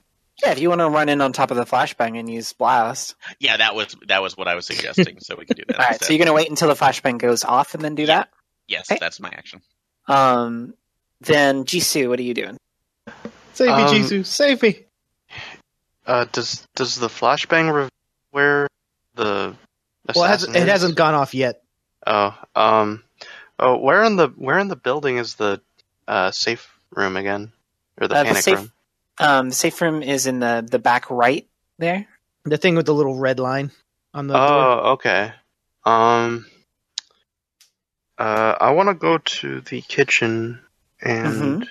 S1: Yeah, if you want to run in on top of the flashbang and use blast.
S5: Yeah, that was that was what I was suggesting, so we could do that.
S1: All right,
S5: instead.
S1: so you're going to wait until the flashbang goes off and then do
S5: Yeah.
S1: that.
S5: yes,
S1: okay.
S5: that's my action.
S1: Um, then Jisoo, what are you doing?
S4: Save
S6: Um,
S4: me, Jesus. Save me.
S6: Uh, does does the flashbang re- where the
S4: Well, it, has,
S6: assassin
S4: it
S6: is?
S4: hasn't gone off yet.
S6: Oh, um, oh, where in the where in the building is the uh, safe room again, or the
S1: Uh, the
S6: panic
S1: safe-
S6: room?
S1: Um, the safe room is in the the back right there.
S4: The thing with the little red line on the door.
S6: Oh, okay. Um, uh, I want to go to the kitchen
S1: Mm-hmm.
S6: and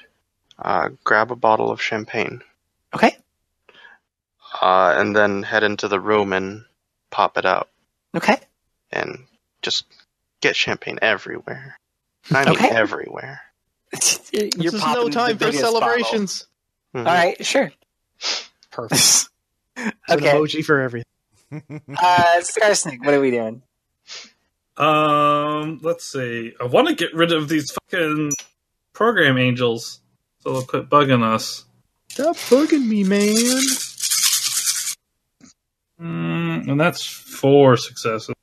S6: uh, grab a bottle of champagne.
S1: Okay.
S6: Uh, and then head into the room and pop it out
S1: Okay.
S6: and just get champagne everywhere. I mean,
S1: Okay.
S6: everywhere.
S1: You're
S4: This is
S1: popping
S4: no
S1: the
S4: time for
S1: biggest bottle.
S4: celebrations.
S6: Mhm.
S1: All right, sure.
S4: Perfect.
S1: okay.
S4: It's an emoji for everything.
S1: Uh, Scarsnick, what are we doing?
S7: Um, let's see. I want to get rid of these fucking program angels, so they'll quit bugging us.
S4: Stop bugging me, man.
S7: Mm, and that's four successes.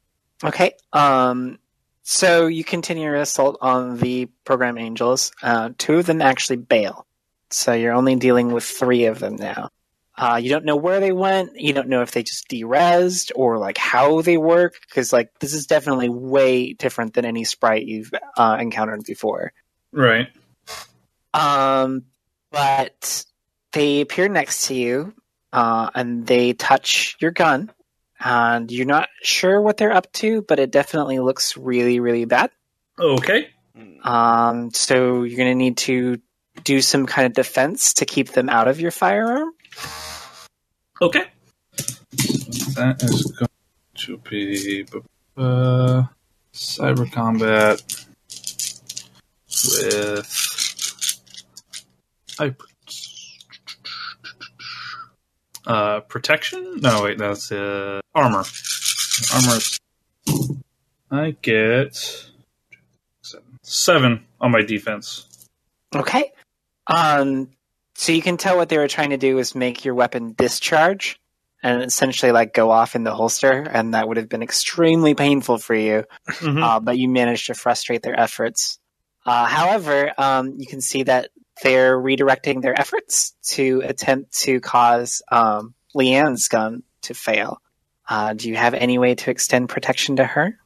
S1: Okay. Um, so you continue your assault on the program angels. Uh, two of them actually bail, so you're only dealing with three of them now. Uh, you don't know where they went. You don't know if they just derezzed or like how they work because like this is definitely way different than any sprite you've uh, encountered before.
S7: Right.
S1: Um, but they appear next to you, uh, and they touch your gun, and you're not sure what they're up to, but it definitely looks really, really bad.
S7: Okay.
S1: Um, so you're gonna need to do some kind of defense to keep them out of your firearm.
S7: Okay. That is going to be uh, cyber combat with hyper. Uh, protection? No, wait, that's uh, armor. Armor. I get seven. seven on my defense.
S1: Okay. Um, so you can tell what they were trying to do is make your weapon discharge and essentially like go off in the holster, and that would have been extremely painful for you.
S7: Mhm.
S1: Uh, but you managed to frustrate their efforts. Uh, however, um, you can see that they're redirecting their efforts to attempt to cause um, Leanne's gun to fail. Uh, do you have any way to extend protection to her?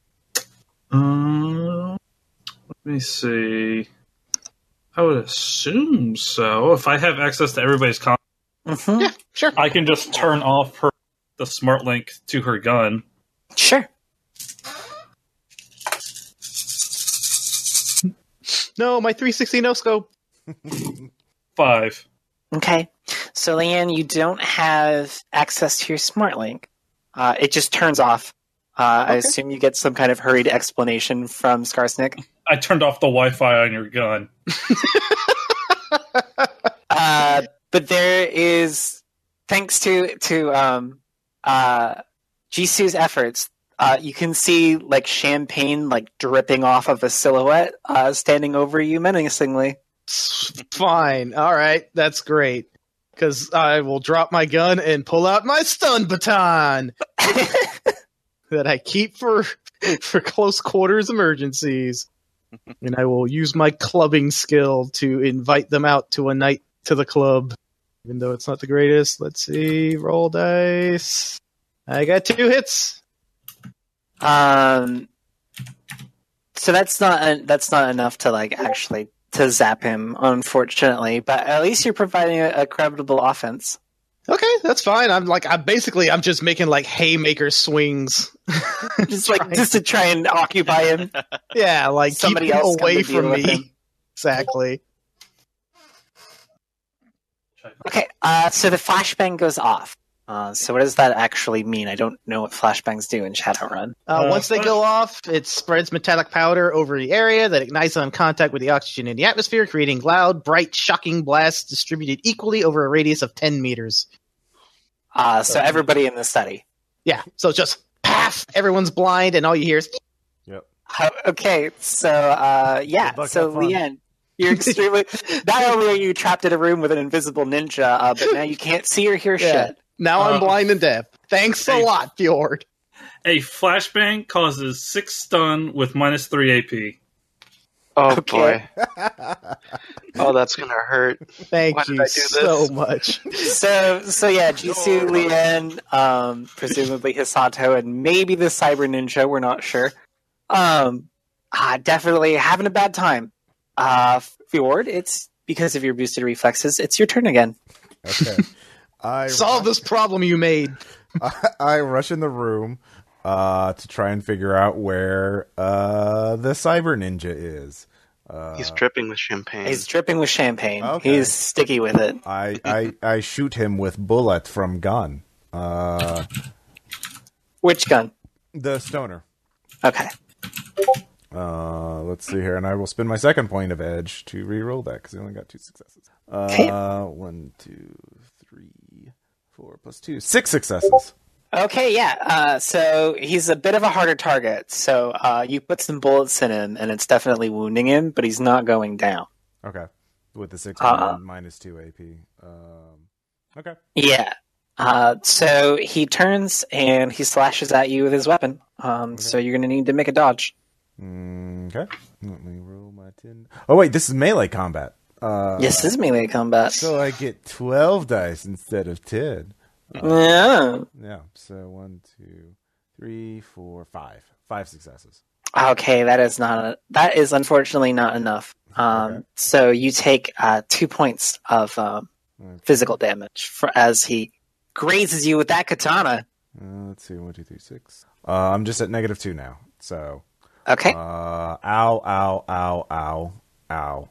S7: Um, let me see. I would assume so. Oh, If I have access to everybody's con,
S1: Mm-hmm.
S4: Sure.
S7: I can just turn off her the smart link to her gun.
S1: Sure.
S4: No, my 360 no scope.
S7: Five.
S1: Okay. So, Leanne, you don't have access to your smart link. Uh, it just turns off. Uh, I assume you get some kind of hurried explanation from Skarsnik.
S7: I turned off the Wi-Fi on your gun.
S1: Uh, but there is, thanks to to um, uh, Jisoo's efforts, uh, you can see like champagne like dripping off of a silhouette uh, standing over you menacingly.
S4: Fine. All right. That's great. Because I will drop my gun and pull out my stun baton that I keep for for close quarters emergencies. And I will use my clubbing skill to invite them out to a night to the club. Even though it's not the greatest. Let's see. Roll dice. I got two hits.
S1: Um, so that's not that's not enough to like actually to zap him, unfortunately. But at least you're providing a, a creditable offense.
S4: Okay, that's fine. I'm like I'm basically I'm just making like haymaker swings.
S1: Just like just to try and occupy him.
S4: Yeah, like keep
S1: Somebody
S4: him
S1: else come
S4: away
S1: to deal
S4: from
S1: with
S4: me.
S1: him.
S4: Exactly.
S1: Okay, uh, so the flashbang goes off. Uh, so what does that actually mean? I don't know what flashbangs do in Shadowrun.
S4: Uh,
S7: Uh,
S4: once they go off, it spreads metallic powder over the area that ignites on contact with the oxygen in the atmosphere, creating loud, bright, shocking blasts distributed equally over a radius of 10 meters.
S1: Uh, so everybody in the study.
S4: Yeah, so just paff, everyone's blind, and all you hear is
S1: Uh, okay, so uh, yeah,
S3: Good luck,
S1: so
S3: have fun.
S1: Leanne, you're extremely. not only are you trapped in a room with an invisible ninja, uh, but now you can't see or hear
S4: Yeah.
S1: shit.
S4: now
S7: Uh,
S4: I'm blind and deaf. Thanks a
S7: thanks.
S4: lot, Fjord.
S7: A flashbang causes six stun with minus three AP.
S6: Oh
S1: Okay.
S6: boy. Oh, that's gonna hurt.
S4: Thank
S6: Why did I
S4: you
S6: do this?
S4: so much.
S1: So, so yeah, Jisoo, Leanne, um, presumably Hisato, and maybe the cyber ninja. We're not sure. Um, ah, definitely having a bad time. Uh, Fjord, it's because of your boosted reflexes. It's your turn again.
S3: Okay. I
S4: Solve this problem you made.
S3: I, I rush in the room uh, to try and figure out where uh, the cyber ninja is. Uh,
S6: He's dripping with champagne.
S1: He's dripping with champagne.
S3: Okay.
S1: He's sticky with it.
S3: I, I I shoot him with bullet from gun. Uh,
S1: Which gun?
S3: the stoner.
S1: Okay.
S3: Uh, let's see here, and I will spend my second point of edge to re-roll that because I only got two successes. Uh,
S1: Okay.
S3: one, two, three, four plus two, six successes.
S1: Okay, yeah. Uh, so he's a bit of a harder target. So uh, you put some bullets in him, and it's definitely wounding him, but he's not going down.
S3: Okay, with the six
S1: Uh-uh.
S3: one minus two AP. Um, okay.
S1: Yeah. Uh, so he turns and he slashes at you with his weapon. Um, So you're going to need to make a dodge.
S3: Mm, Okay. Let me roll my ten. Oh wait, this is melee combat. Uh,
S1: yes, this is melee combat.
S3: So I get twelve dice instead of ten.
S1: Yeah.
S3: Yeah. So one, two, three, four, five. Five successes.
S1: Okay, that is not. That is unfortunately not enough. Um,
S3: Okay.
S1: So you take uh, two points of um,
S3: Okay.
S1: physical damage for, as he grazes you with that katana.
S3: Uh, let's see. One, two, three, six. Uh, I'm just at negative two now. So.
S1: Okay.
S3: Uh, ow! Ow! Ow! Ow! Ow! Ow!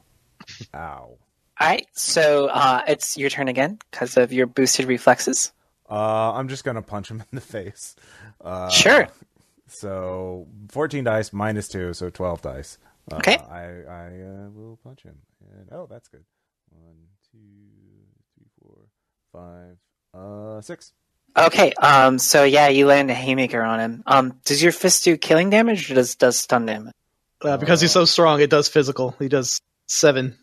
S1: All right, so uh, it's your turn again because of your boosted reflexes.
S3: Uh, I'm just gonna punch him in the face. Uh,
S1: Sure.
S3: So 14 dice minus two, so 12 dice. Uh,
S1: Okay.
S3: I I uh, will punch him. And, oh, that's good. One, two, three, four, five, uh, six.
S1: Okay, um, so yeah, you land a haymaker on him. Um, does your fist do killing damage or does does stun damage?
S4: Uh, because he's so strong, it does physical. He does seven.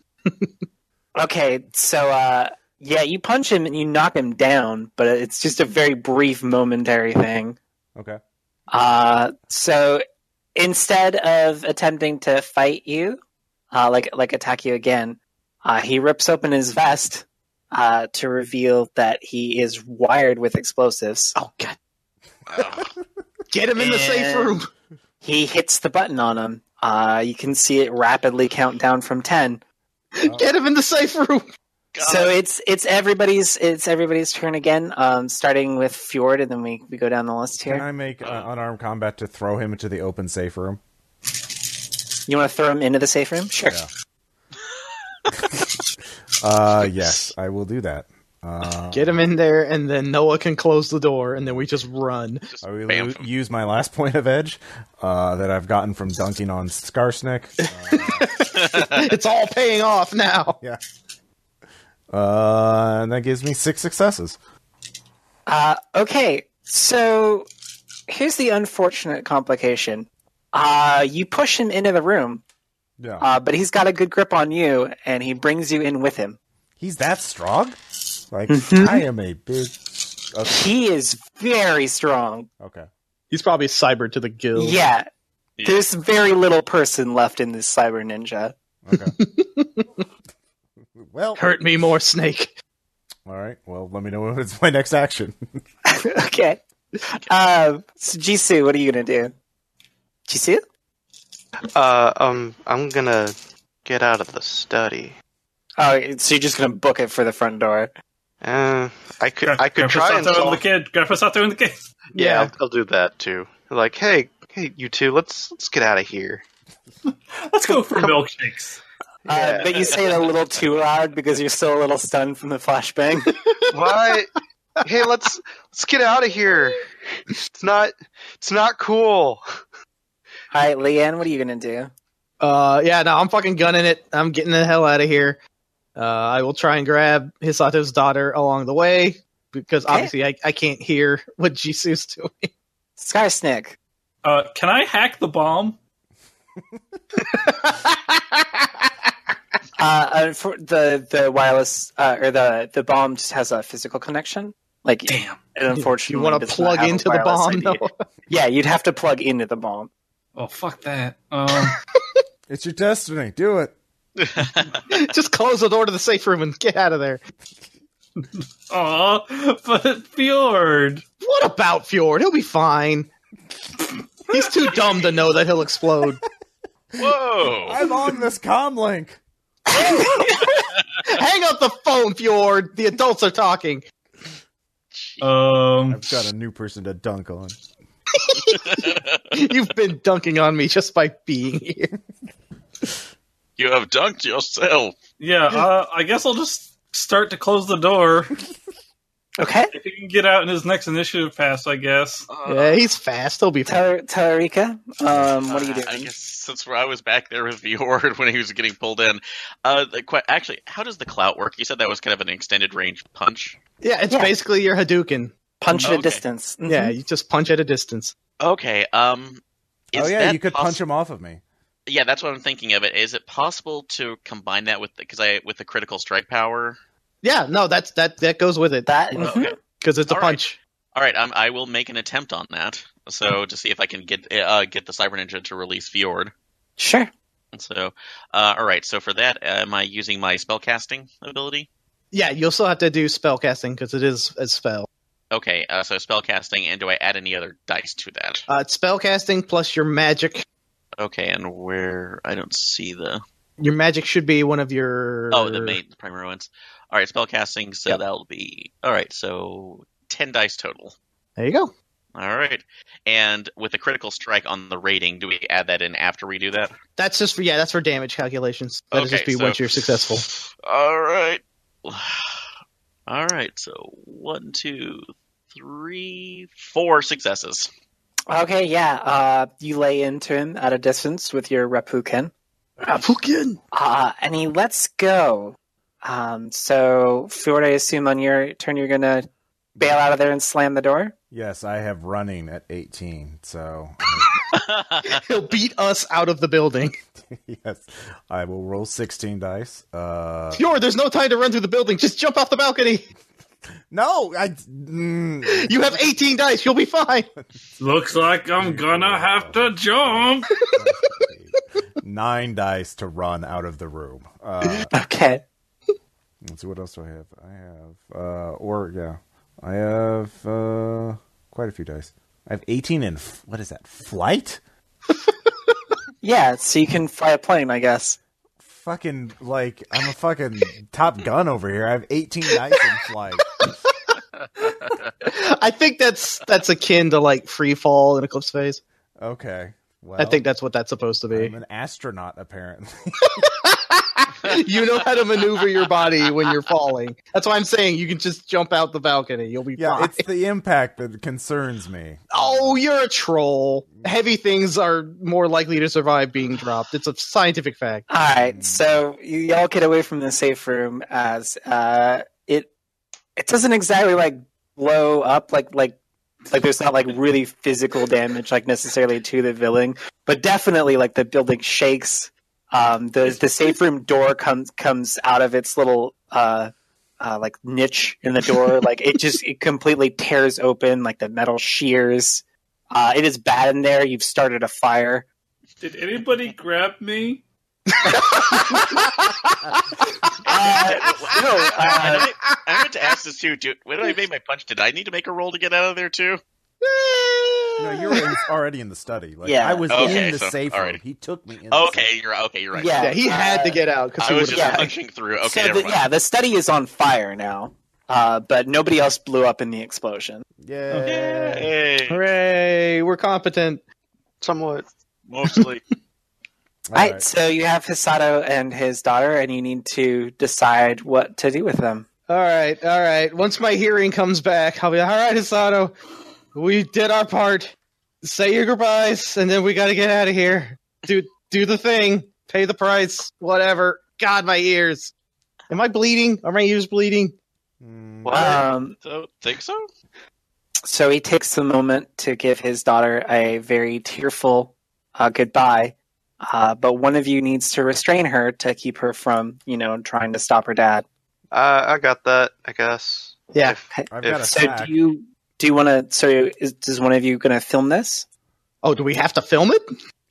S1: Okay, so uh, yeah, you punch him and you knock him down, but it's just a very brief, momentary thing.
S3: Okay.
S1: Uh, so instead of attempting to fight you, uh, like like attack you again, uh, he rips open his vest uh, to reveal that he is wired with explosives.
S4: Oh god,
S5: Wow.
S4: get him in the safe
S1: And-
S4: room.
S1: He hits the button on him. Uh, you can see it rapidly count down from ten.
S3: Oh.
S4: Get him in the safe room.
S5: God.
S1: So it's it's everybody's it's everybody's turn again. Um, starting with Fjord, and then we, we go down the list
S3: Can
S1: here.
S3: I make uh, unarmed combat to throw him into the open safe room?
S1: You want to throw him into the safe room? Sure.
S3: Uh, yes, I will do that. Uh,
S4: Get him in there, and then Noah can close the door, and then we just run.
S5: Just
S3: I will
S5: bam.
S3: u- use my last point of edge uh, that I've gotten from dunking on Skarsnik.
S4: it's all paying off now.
S3: Uh, and that gives me six successes.
S1: Uh, okay, so here's the unfortunate complication. Uh, you push him into the room,
S3: Yeah,
S1: uh, but he's got a good grip on you, and he brings you in with him.
S3: he's that strong. Like
S5: Mm-hmm.
S1: Mhm.
S3: I am a big. Okay.
S1: He is very strong.
S3: okay.
S4: He's probably cyber to the gills.
S1: Yeah,
S5: Yeah.
S1: there's very little person left in this cyber ninja.
S3: Okay. well,
S4: Hurt me more, Snake.
S3: all right. Well, let me know when it's my next action.
S1: okay. Um, so Jisoo, what are you gonna do? Jisoo?
S6: Uh, um, I'm gonna get out of the study.
S1: Oh, so you're just gonna book it for the front door?
S6: Uh, I could I
S7: Grab
S6: could try and
S7: Fusato
S6: solve.
S7: the kid. Grab Fusato and the kid.
S6: yeah, I'll, I'll do that too. Like, hey, hey, you two, let's let's get out of here.
S7: Let's go for milkshakes.
S1: Uh, but you say it a little too loud because you're still a little stunned from the flashbang.
S6: Why? hey, let's let's get out of here. It's not it's not cool.
S1: All right, Leanne, what are you gonna do?
S4: Uh, yeah, no, I'm fucking gunning it. I'm getting the hell out of here. Uh, I will try and grab Hisato's daughter along the way because
S1: Okay.
S4: obviously I, I can't hear what Jisu's doing.
S1: Scarsnick.
S7: Uh, can I hack the bomb?
S1: Uh, uh, for the the wireless uh, or the the bomb just has a physical connection. Like
S7: Damn.
S1: it unfortunately,
S4: you want to
S1: does not
S4: plug
S1: have a
S4: into the
S1: wireless
S4: bomb?
S1: ID.
S4: No.
S1: Yeah, you'd have to plug into the bomb.
S7: Oh fuck that. Um,
S3: It's your destiny. Do it.
S4: Just close the door to the safe room and get out of there.
S7: aw, but Fjord.
S4: What about Fjord? He'll be fine. He's too dumb to know that he'll explode.
S5: Whoa.
S3: I'm on this com link.
S4: Hang up the phone, Fjord. The adults are talking.
S7: Um,
S3: I've got a new person to dunk on.
S4: You've been dunking on me just by being here.
S5: you have dunked yourself.
S7: yeah. Uh, I guess I'll just start to close the door.
S1: Okay,
S7: If he can get out in his next initiative pass, I guess.
S5: Uh.
S4: Yeah, he's fast. He'll be fine.
S1: Tar- Tarika, um, what are you
S5: Uh,
S1: doing?
S5: I guess since I was back there with Viord when he was getting pulled in, uh, the, que- actually, how does the clout work? You said that was kind of an extended range punch.
S4: Yeah, it's
S1: Yeah.
S4: basically your Hadouken.
S1: Punch at a
S5: Okay.
S1: distance. Mhm.
S4: Yeah, you just punch at a distance.
S5: Okay. Um.
S3: oh
S5: is
S3: yeah,
S5: that
S3: you could
S5: poss-
S3: punch him off of me.
S5: Yeah, that's what I'm thinking of. It is it possible to combine that with because I with the critical strike power?
S4: Yeah, no, that's that that goes with it
S1: That
S5: Oh,
S1: mhm.
S5: okay.
S4: because it's a
S5: All right.
S4: punch.
S5: All right, um, I will make an attempt on that. So to see if I can get uh, get the Cyber Ninja to release Fjord.
S1: sure.
S5: So, uh, all right. So for that, am I using my spellcasting ability?
S4: Yeah, you'll still have to do spell casting because it is a spell.
S5: Okay. Uh, so spellcasting, and do I add any other dice to that?
S4: Uh, it's spell casting plus your magic.
S5: Okay, and where I don't see the
S4: Your magic should be one of your.
S5: oh the main the primary ones. All right, spellcasting. So
S4: Yep.
S5: that'll be all right. So ten dice total.
S4: There you go.
S5: All right, and with the critical strike on the rating, do we add that in after we do that?
S4: That's just for yeah. That's for damage calculations. That'll
S5: Okay,
S4: just be
S5: so-
S4: once you're successful.
S5: All right. All right. So one, two, three, four successes.
S1: Okay, yeah. Uh, you lay into him at a distance with your Rapukin,
S4: Hadouken.
S1: uh, and he lets go. Um, so, Fjord, I assume on your turn you're gonna bail out of there and slam the door.
S3: Yes, I have running at 18, so
S4: He'll beat us out of the building.
S3: yes, I will roll sixteen dice. Uh,
S4: Fjord, there's no time to run through the building. Just jump off the balcony.
S3: no, I. Mm,
S4: You have 18 dice. You'll be fine.
S7: Looks like I'm gonna have to jump.
S3: nine dice to run out of the room. Uh,
S1: Okay.
S3: let's see what else do I have. I have, uh, or yeah, I have uh, quite a few dice. I have eighteen in f- what is that? Flight?
S1: Yeah, so you can fly a plane, I guess.
S3: Fucking like I'm a fucking Top Gun over here. I have eighteen dice in flight.
S4: I think that's that's akin to like free fall in eclipse phase.
S3: Okay. Well,
S4: I think that's what that's supposed to be.
S5: eh?
S3: I'm an astronaut apparently.
S4: you know how to maneuver your body when you're falling. That's why I'm saying you can just jump out the balcony. You'll be
S3: Yeah,
S4: fine.
S3: it's the impact that concerns me.
S4: Oh, you're a troll. Heavy things are more likely to survive being dropped. It's a scientific fact.
S1: All right, so you, y'all get away from the safe room as uh, it it doesn't exactly like blow up like like like there's not like really physical damage like necessarily to the building, but definitely like the building shakes. Um, the the safe room door comes comes out of its little uh, uh, like niche in the door. like it just it completely tears open. Like the metal shears. Uh, it is bad in there. You've started a fire.
S7: Did anybody grab me?
S1: Uh, no,
S5: I,
S1: uh,
S5: meant, I meant to ask this too, dude. When I made my punch, did I need to make a roll to get out of there too?
S3: No, you were in- already in the study. Like
S1: Yeah.
S3: I was
S5: Okay,
S3: in the
S5: so-
S3: safe
S5: all
S3: room.
S5: right.
S3: He took me in. the
S5: Okay, you're okay. You're right.
S1: Yeah.
S4: Yeah, he had to get out because
S5: I
S4: he
S5: was
S4: would
S5: just
S4: have.
S1: yeah.
S5: punching through. Okay,
S1: so
S5: never
S1: the,
S5: mind.
S1: yeah, the study is on fire now, uh, but nobody else blew up in the explosion.
S3: safe. Yeah.
S5: Yay.
S4: Hooray! We're competent.
S6: Somewhat.
S5: Mostly.
S1: All right. so you have Hisato and his daughter, and you need to decide what to do with them.
S4: All right, all right. Once my hearing comes back, I'll be all right, Hisato. We did our part. Say your goodbyes, and then we got to get out of here. Do do the thing. Pay the price. Whatever. God, my ears. Am I bleeding? Are my ears bleeding?
S3: Mm,
S6: What?
S1: Um,
S5: So think so?
S1: so he takes the moment to give his daughter a very tearful uh, goodbye, uh, but one of you needs to restrain her to keep her from, you know, trying to stop her dad.
S6: Uh, I got that, I guess.
S4: Yeah.
S6: If-
S3: I've got a
S1: So
S3: sack.
S1: do you do you want to? So is, is one of you going to film this?
S4: Oh, do we have to film it?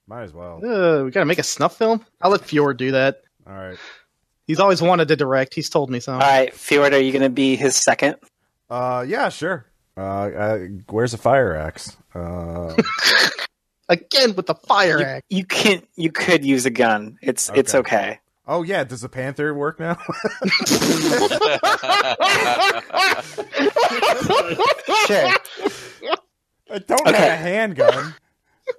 S3: Might as well.
S4: Uh, we got to make a snuff film. I'll let Fjord do that.
S1: Mm-hmm.
S3: All right.
S4: He's always wanted to direct. He's told me so.
S1: All right, Fjord, are you going to be his second?
S3: Uh, yeah, sure. Uh, uh where's a fire axe? Uh,
S4: Again with the fire
S1: You,
S4: act.
S1: you can you could use a gun. It's it's okay.
S3: oh yeah, does the panther work now?
S1: Sure.
S3: I don't
S1: Okay.
S3: have a handgun.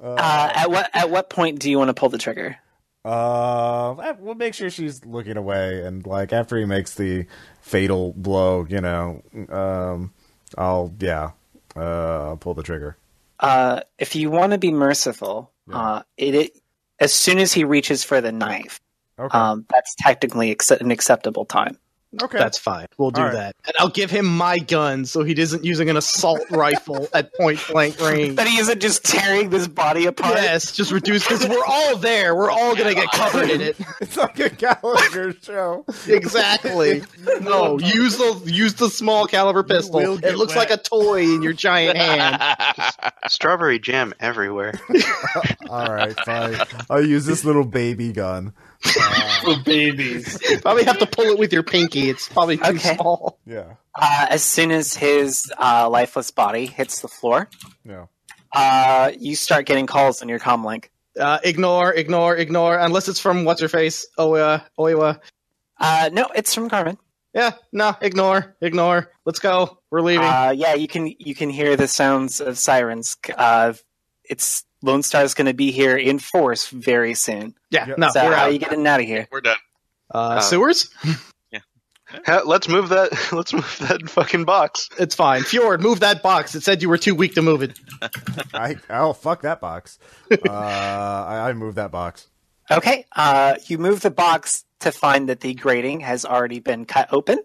S1: Uh,
S3: Uh,
S1: at what at what point do you want to pull the trigger?
S3: uh, we'll make sure she's looking away, and like after he makes the fatal blow, you know, um, I'll yeah, uh, I'll pull the trigger.
S1: Uh, if you want to be merciful, uh, it, it as soon as he reaches for the knife,
S3: Okay,
S1: um, that's technically acce- an acceptable time.
S3: okay,
S4: That's fine. We'll do
S3: All right.
S4: that. And I'll give him my gun so he isn't using an assault rifle at point blank range.
S1: But he isn't just tearing this body apart.
S4: Yes, just reduce because we're all there. We're all gonna get covered in it.
S3: it's like a Gallagher show.
S4: Exactly. No, use the use the small caliber pistol.
S3: will
S4: It
S3: get
S4: looks
S3: wet.
S4: like a toy in your giant hand.
S6: Strawberry jam everywhere.
S3: All right, fine. I'll use this little baby gun. Uh,
S7: Oh, babies.
S4: Probably have to pull it with your pinky. It's probably too
S1: Okay.
S4: small.
S3: yeah,
S1: Uh, as soon as his uh, lifeless body hits the floor,
S3: yeah.
S1: uh, you start getting calls on your comm link.
S4: Uh, ignore, ignore, ignore. Unless it's from Oh, what's her face, Oya, Oya.
S1: Uh, no, it's from Carmen.
S4: Yeah, no, ignore, ignore. Let's go. We're leaving.
S1: Uh, yeah, you can you can hear the sounds of sirens. Uh, it's Lone Star's going to be here in force very soon.
S4: yeah,
S3: yeah.
S4: no,
S1: so
S4: we're
S1: how
S4: out.
S1: are you getting out of here?
S5: We're done.
S4: Uh, sewers?
S6: Ha- let's move that. Let's move that fucking box.
S4: It's fine. Fjord, move that box. It said you were too weak to move it.
S3: I oh fuck that box. Uh, I, I moved that box.
S1: Okay, uh, you move the box to find that the grating has already been cut open.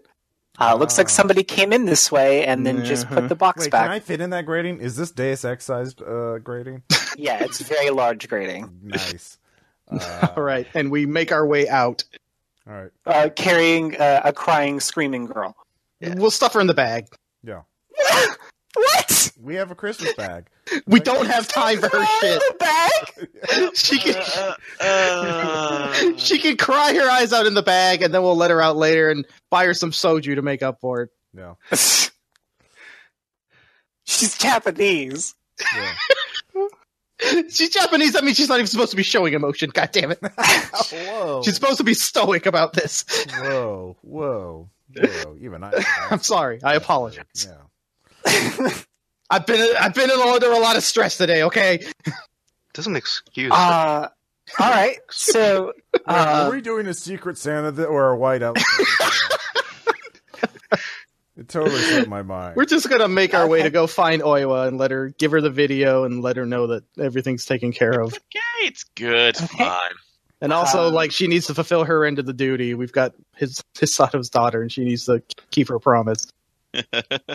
S1: Uh, looks like
S3: Ah.
S1: somebody came in this way and then just
S4: Uh-huh.
S1: put the box
S3: Wait,
S1: back.
S3: can I fit in that grading? Is this Deus Ex sized uh, grading?
S1: yeah, it's very large grading.
S3: Nice. Uh,
S4: All right, and we make our way out.
S3: All right.
S1: Uh, carrying uh, a crying, screaming girl.
S6: Yeah.
S4: We'll stuff her in the bag.
S3: Yeah.
S1: what?
S3: We have a Christmas bag.
S4: We don't have time for her Oh, shit.
S1: The bag?
S4: She can
S5: Uh, uh,
S4: she can cry her eyes out in the bag, and then we'll let her out later and buy her some soju to make up for it.
S3: No.
S1: She's Japanese.
S3: Yeah.
S4: She's Japanese. I mean, she's not even supposed to be showing emotion. God damn it!
S3: Whoa.
S4: She's supposed to be stoic about this.
S3: Whoa. Whoa. Whoa. Even I.
S4: I'm sorry. I apologize.
S3: Yeah.
S4: I've been I've been in- under a lot of stress today. Okay.
S6: Doesn't excuse.
S1: Uh, all right. So,
S3: Are
S1: uh,
S3: we doing a Secret Santa th- or a White Outfit? it totally set my mind.
S4: We're just gonna make our way to go find Oiwa and let her give her the video and let her know that everything's taken care of.
S5: yeah, it's good. It's Fine.
S4: And also,
S1: Um,
S4: like, she needs to fulfill her end of the duty. We've got his his side of his daughter, and she needs to keep her promise.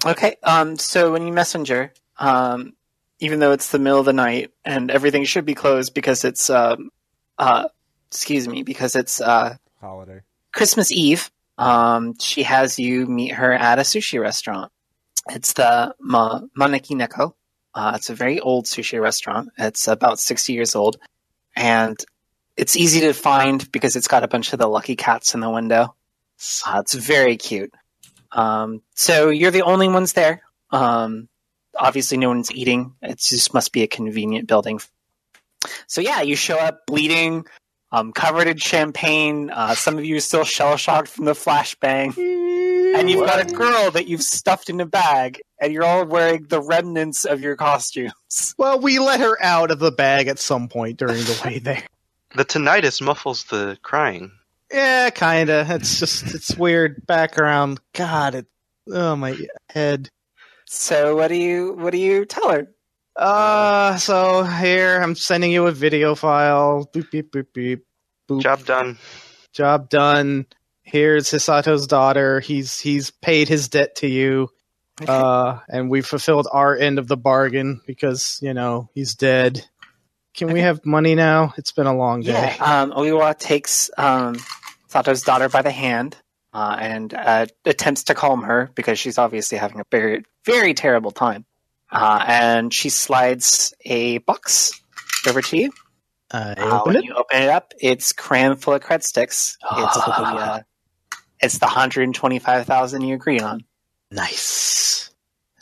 S1: okay. Um, so when you messenger, um, even though it's the middle of the night and everything should be closed because it's, um, uh, excuse me, because it's uh,
S3: Holiday.
S1: Christmas Eve, um, she has you meet her at a sushi restaurant. It's the Ma- Maneki Neko. Uh, it's a very old sushi restaurant. It's about 60 years old. And it's easy to find because it's got a bunch of the lucky cats in the window. Uh, it's very cute. Um, so you're the only ones there. Um, obviously, no one's eating. It just must be a convenient building. So, yeah, you show up bleeding, um, covered in champagne. Uh, some of you are still shell shocked from the flashbang. And you've got a girl that you've stuffed in a bag, and you're all wearing the remnants of your costumes.
S4: Well, we let her out of the bag at some point during the way there.
S6: the tinnitus muffles the crying.
S4: Yeah, kinda. It's just it's weird background. God, it. Oh my head.
S1: So what do you what do you tell her?
S4: Uh, so here I'm sending you a video file. Boop beep boop beep. Boop.
S6: Job done.
S4: Job done. Here's Hisato's daughter. He's he's paid his debt to you. Uh, and we fulfilled our end of the bargain because you know he's dead. Can we have money now? It's been a long day.
S1: Yeah, um, Oiwa takes um, Sato's daughter by the hand uh, and uh, attempts to calm her because she's obviously having a very, very terrible time. Uh, and she slides a box over to you.
S4: I
S1: Uh, when
S4: opened it.
S1: you open it up, it's crammed full of cred sticks. It's the, uh, it's the 125,000 you agreed on.
S4: Nice.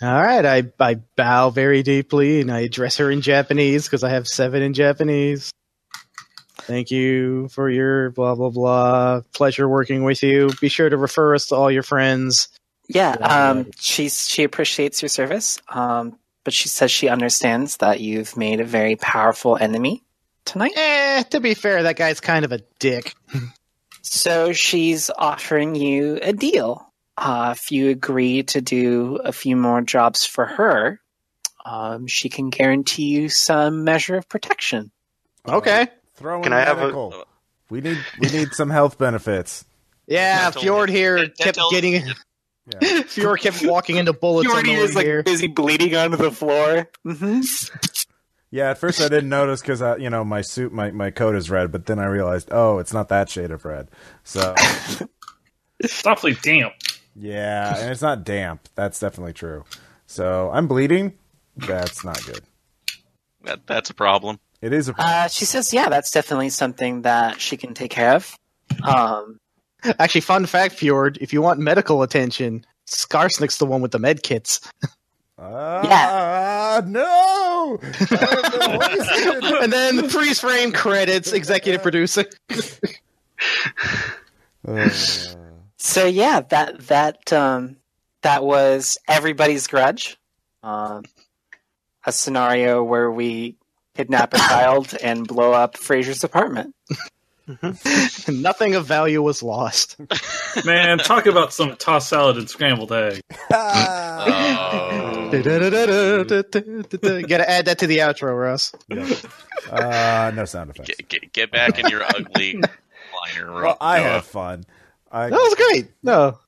S4: All right, I, I bow very deeply and I address her in Japanese because I have seven in Japanese. Thank you for your blah blah blah. Pleasure working with you. Be sure to refer us to all your friends.
S1: Yeah,
S4: Yeah,
S1: um, she's she appreciates your service, um, but she says she understands that you've made a very powerful enemy tonight.
S4: Eh, to be fair, that guy's kind of a dick.
S1: So she's offering you a deal. Uh, if you agree to do a few more jobs for her, um, she can guarantee you some measure of protection.
S4: Okay.
S3: Throw in
S6: Can I have a-
S3: medical. We need we need some health benefits.
S4: Yeah,
S5: Dental-
S4: Fjord here
S5: Dental-
S4: kept getting
S3: Yeah.
S4: Fjord kept walking into bullets on the way here.
S1: busy bleeding onto the floor. hmm
S3: Yeah, at first I didn't notice because I, you know, my suit, my, my coat is red, but then I realized, oh, it's not that shade of red. So
S7: It's awfully damp.
S3: yeah, and it's not damp. That's definitely true. So I'm bleeding. That's not good.
S5: That, that's a problem.
S3: It is a
S1: Uh, she says, "Yeah, that's definitely something that she can take care of." Um,
S4: Actually, fun fact, Fjord, if you want medical attention, Skarsnik's the one with the med kits.
S3: Ah, no. I am wasted.
S4: and then the freeze frame credits, executive producer.
S3: Uh,
S1: so yeah, that that um, that was everybody's grudge. Um, a scenario where we kidnap a child and blow up Fraser's apartment.
S4: Nothing of value was lost.
S7: Man, talk about some tossed salad and scrambled egg.
S3: Ah,
S5: Oh.
S4: Gotta add that to the outro, Russ.
S3: yeah. Uh, no sound effects.
S5: Get, get, get back in your ugly liner. Uh,
S3: Well, I
S5: Noah.
S3: had fun. I
S4: That was great. No.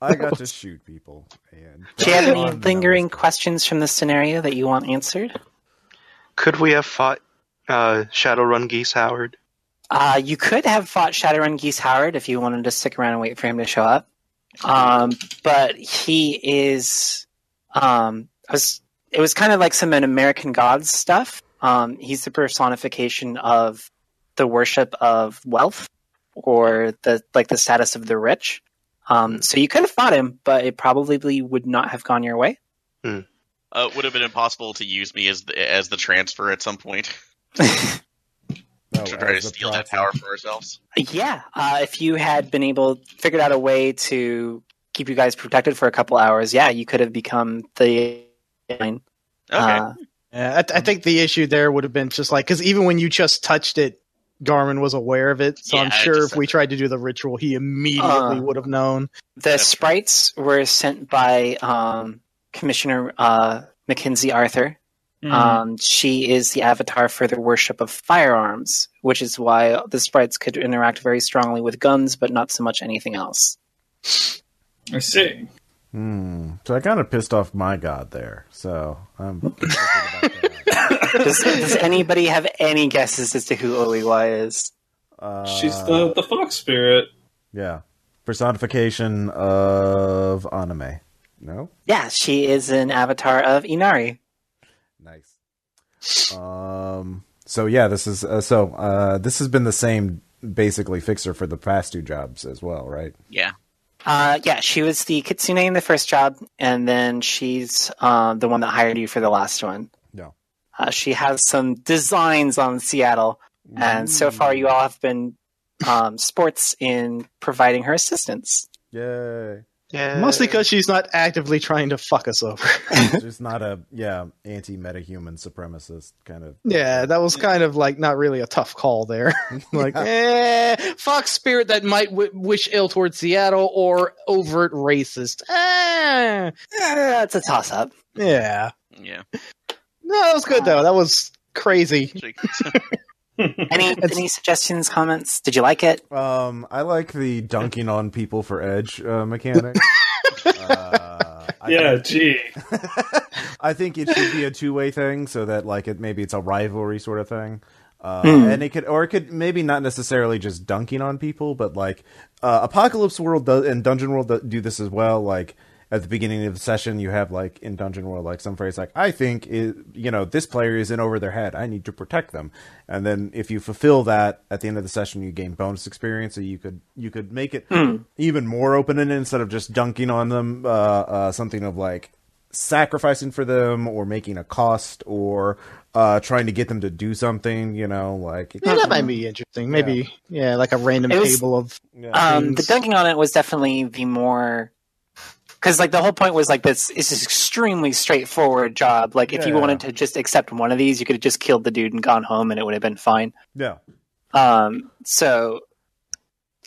S3: I got to shoot people. And
S1: Do you have
S3: That
S1: any
S3: was
S1: lingering
S3: fun.
S1: questions from the scenario that you want answered?
S6: Could we have fought uh, Shadowrun Geese Howard?
S1: Uh, you could have fought Shadowrun Geese Howard if you wanted to stick around and wait for him to show up. Um, but he is. Um, I was, it was kind of like some an American Gods stuff. Um, he's the personification of the worship of wealth or the like the status of the rich. Um, so you could have fought him, but it probably would not have gone your way.
S5: Uh, it would have been impossible to use me as the, as the transfer at some point
S3: Oh,
S5: to try to
S3: as a
S5: steal that
S3: proxy.
S5: power for ourselves.
S1: Yeah, uh, if you had been able figured out a way to keep you guys protected for a couple hours, yeah, you could have become the. Okay.
S5: Okay.
S1: Uh,
S4: Yeah, I, th- I think the issue there would have been just like because even when you just touched it, Garmin was aware of it. So
S5: Yeah,
S4: I'm
S5: I
S4: sure
S5: just
S4: if we
S5: said
S4: tried to do the ritual, he immediately
S1: Uh.
S4: would have known.
S1: the
S5: That's-
S1: sprites were sent by um, Commissioner uh, Mackenzie Arthur.
S7: Hmm.
S5: Mm-hmm.
S1: Um, she is the avatar for the worship of firearms, which is why the sprites could interact very strongly with guns, but not so much anything else.
S7: I see.
S3: Hmm. So I kind of pissed off my god there. So I'm. thinking about that.
S1: Does, does anybody have any guesses as to who Oliwa is?
S3: Uh,
S7: She's the the fox spirit.
S3: yeah personification of anime. No,
S1: Yeah, she is an avatar of Inari.
S3: nice. Um. So yeah, this is uh, so. Uh, this has been the same basically fixer for the past two jobs as well, right?
S5: Yeah.
S1: Uh, yeah, she was the kitsune in the first job, and then she's uh, the one that hired you for the last one.
S3: No.
S1: Uh, she has some designs on Seattle, and so far you all have been um, sports in providing her assistance.
S3: Yay!
S6: Yeah.
S4: Mostly because she's not actively trying to fuck us over.
S3: Just not a yeah anti metahuman supremacist kind of.
S4: yeah, that was kind of like not really a tough call there. like, eh, fox spirit that might w- wish ill towards Seattle or overt racist. Eh,
S1: Eh, it's a toss up.
S4: yeah,
S5: Yeah.
S4: no, that was good though. That was crazy.
S1: Any any suggestions, comments? Did you like it?
S3: Um, I like the dunking on people for edge uh, mechanic. uh, I
S7: yeah, gee.
S3: I think it should be a two way thing, so that like it maybe it's a rivalry sort of thing, uh,
S1: Hmm.
S3: and it could or it could maybe not necessarily just dunking on people, but like uh, Apocalypse World does, and Dungeon World do- do this as well. Like at the beginning of the session, you have like in Dungeon World like some phrase like I think it, you know this player is in over their head. I need to protect them, and then if you fulfill that at the end of the session, you gain bonus experience, so you could you could make it even more open and instead of just dunking on them, uh, uh, something of like sacrificing for them or making a cost or uh, trying to get them to do something, you know, like it
S4: Yeah,
S3: could-
S4: that might be interesting. Maybe, Hmm. yeah, like a random
S1: It was-
S4: table of.
S3: yeah.
S1: Um, the
S4: Things.
S1: dunking on it was definitely the more because like the whole point was like this is an extremely straightforward job. Like if you
S3: Yeah.
S1: wanted to just accept one of these, you could have just killed the dude and gone home, and it would have been fine.
S3: yeah.
S1: Um, so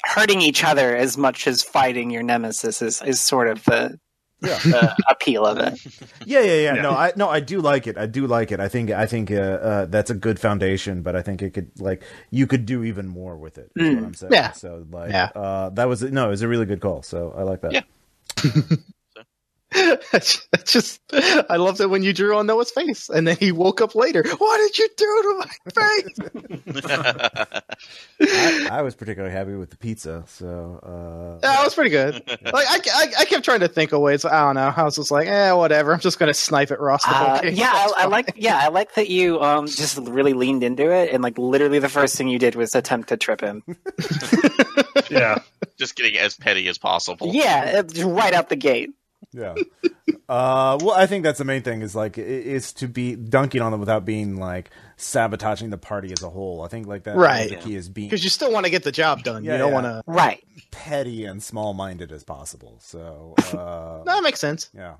S1: hurting each other as much as fighting your nemesis is, is sort of the,
S3: Yeah.
S1: the appeal of it.
S3: Yeah, yeah, yeah.
S7: Yeah.
S3: No, I no, I do like it. I do like it. I think I think uh, uh, that's a good foundation, but I think it could like you could do even more with it. is what
S1: Mm.
S3: I'm saying.
S4: Yeah.
S3: So like
S4: Yeah.
S3: uh, that was no, it was a really good call. So I like that.
S5: Yeah.
S4: just, I loved it when you drew on Noah's face, and then he woke up later. What did you do to my face?
S3: I, I was particularly happy with the pizza. So uh,
S4: that was pretty good. Like I, I, I kept trying to think of ways. I don't know. I was just like, eh, whatever. I'm just gonna snipe at Ross. The whole
S1: Uh,
S4: game.
S1: yeah,
S4: That's
S1: I, I
S4: fine.
S1: like. Yeah, I like that you um just really leaned into it, and like literally the first thing you did was attempt to trip him.
S7: Yeah.
S5: Just getting as petty as possible.
S1: yeah, it- right out the gate.
S3: Yeah. uh, well, I think that's the main thing is like i- is to be dunking on them without being like sabotaging the party as a whole. I think like that.
S4: Right.
S3: The key is being
S4: because you still want to get the job done.
S3: Yeah,
S4: you don't
S3: yeah.
S4: want to.
S1: Right.
S3: petty and small minded as possible. So. Uh,
S4: That makes sense.
S3: Yeah.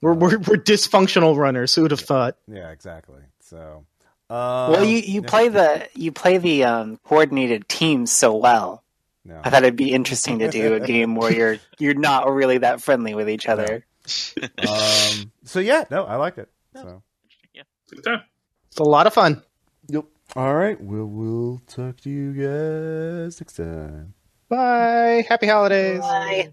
S4: We're, we're we're dysfunctional runners. Who would have thought?
S3: Yeah. Exactly. So. Um,
S1: well, you, you
S3: yeah,
S1: play the you play the um, coordinated teams so well.
S3: no.
S1: I thought it'd be interesting to do a game where you're you're not really that friendly with each other.
S3: um, so yeah, no, I liked it. So.
S7: Good time.
S4: It's a lot of fun.
S3: Yep. All right. We'll we'll talk to you guys next time.
S4: Bye. Happy holidays.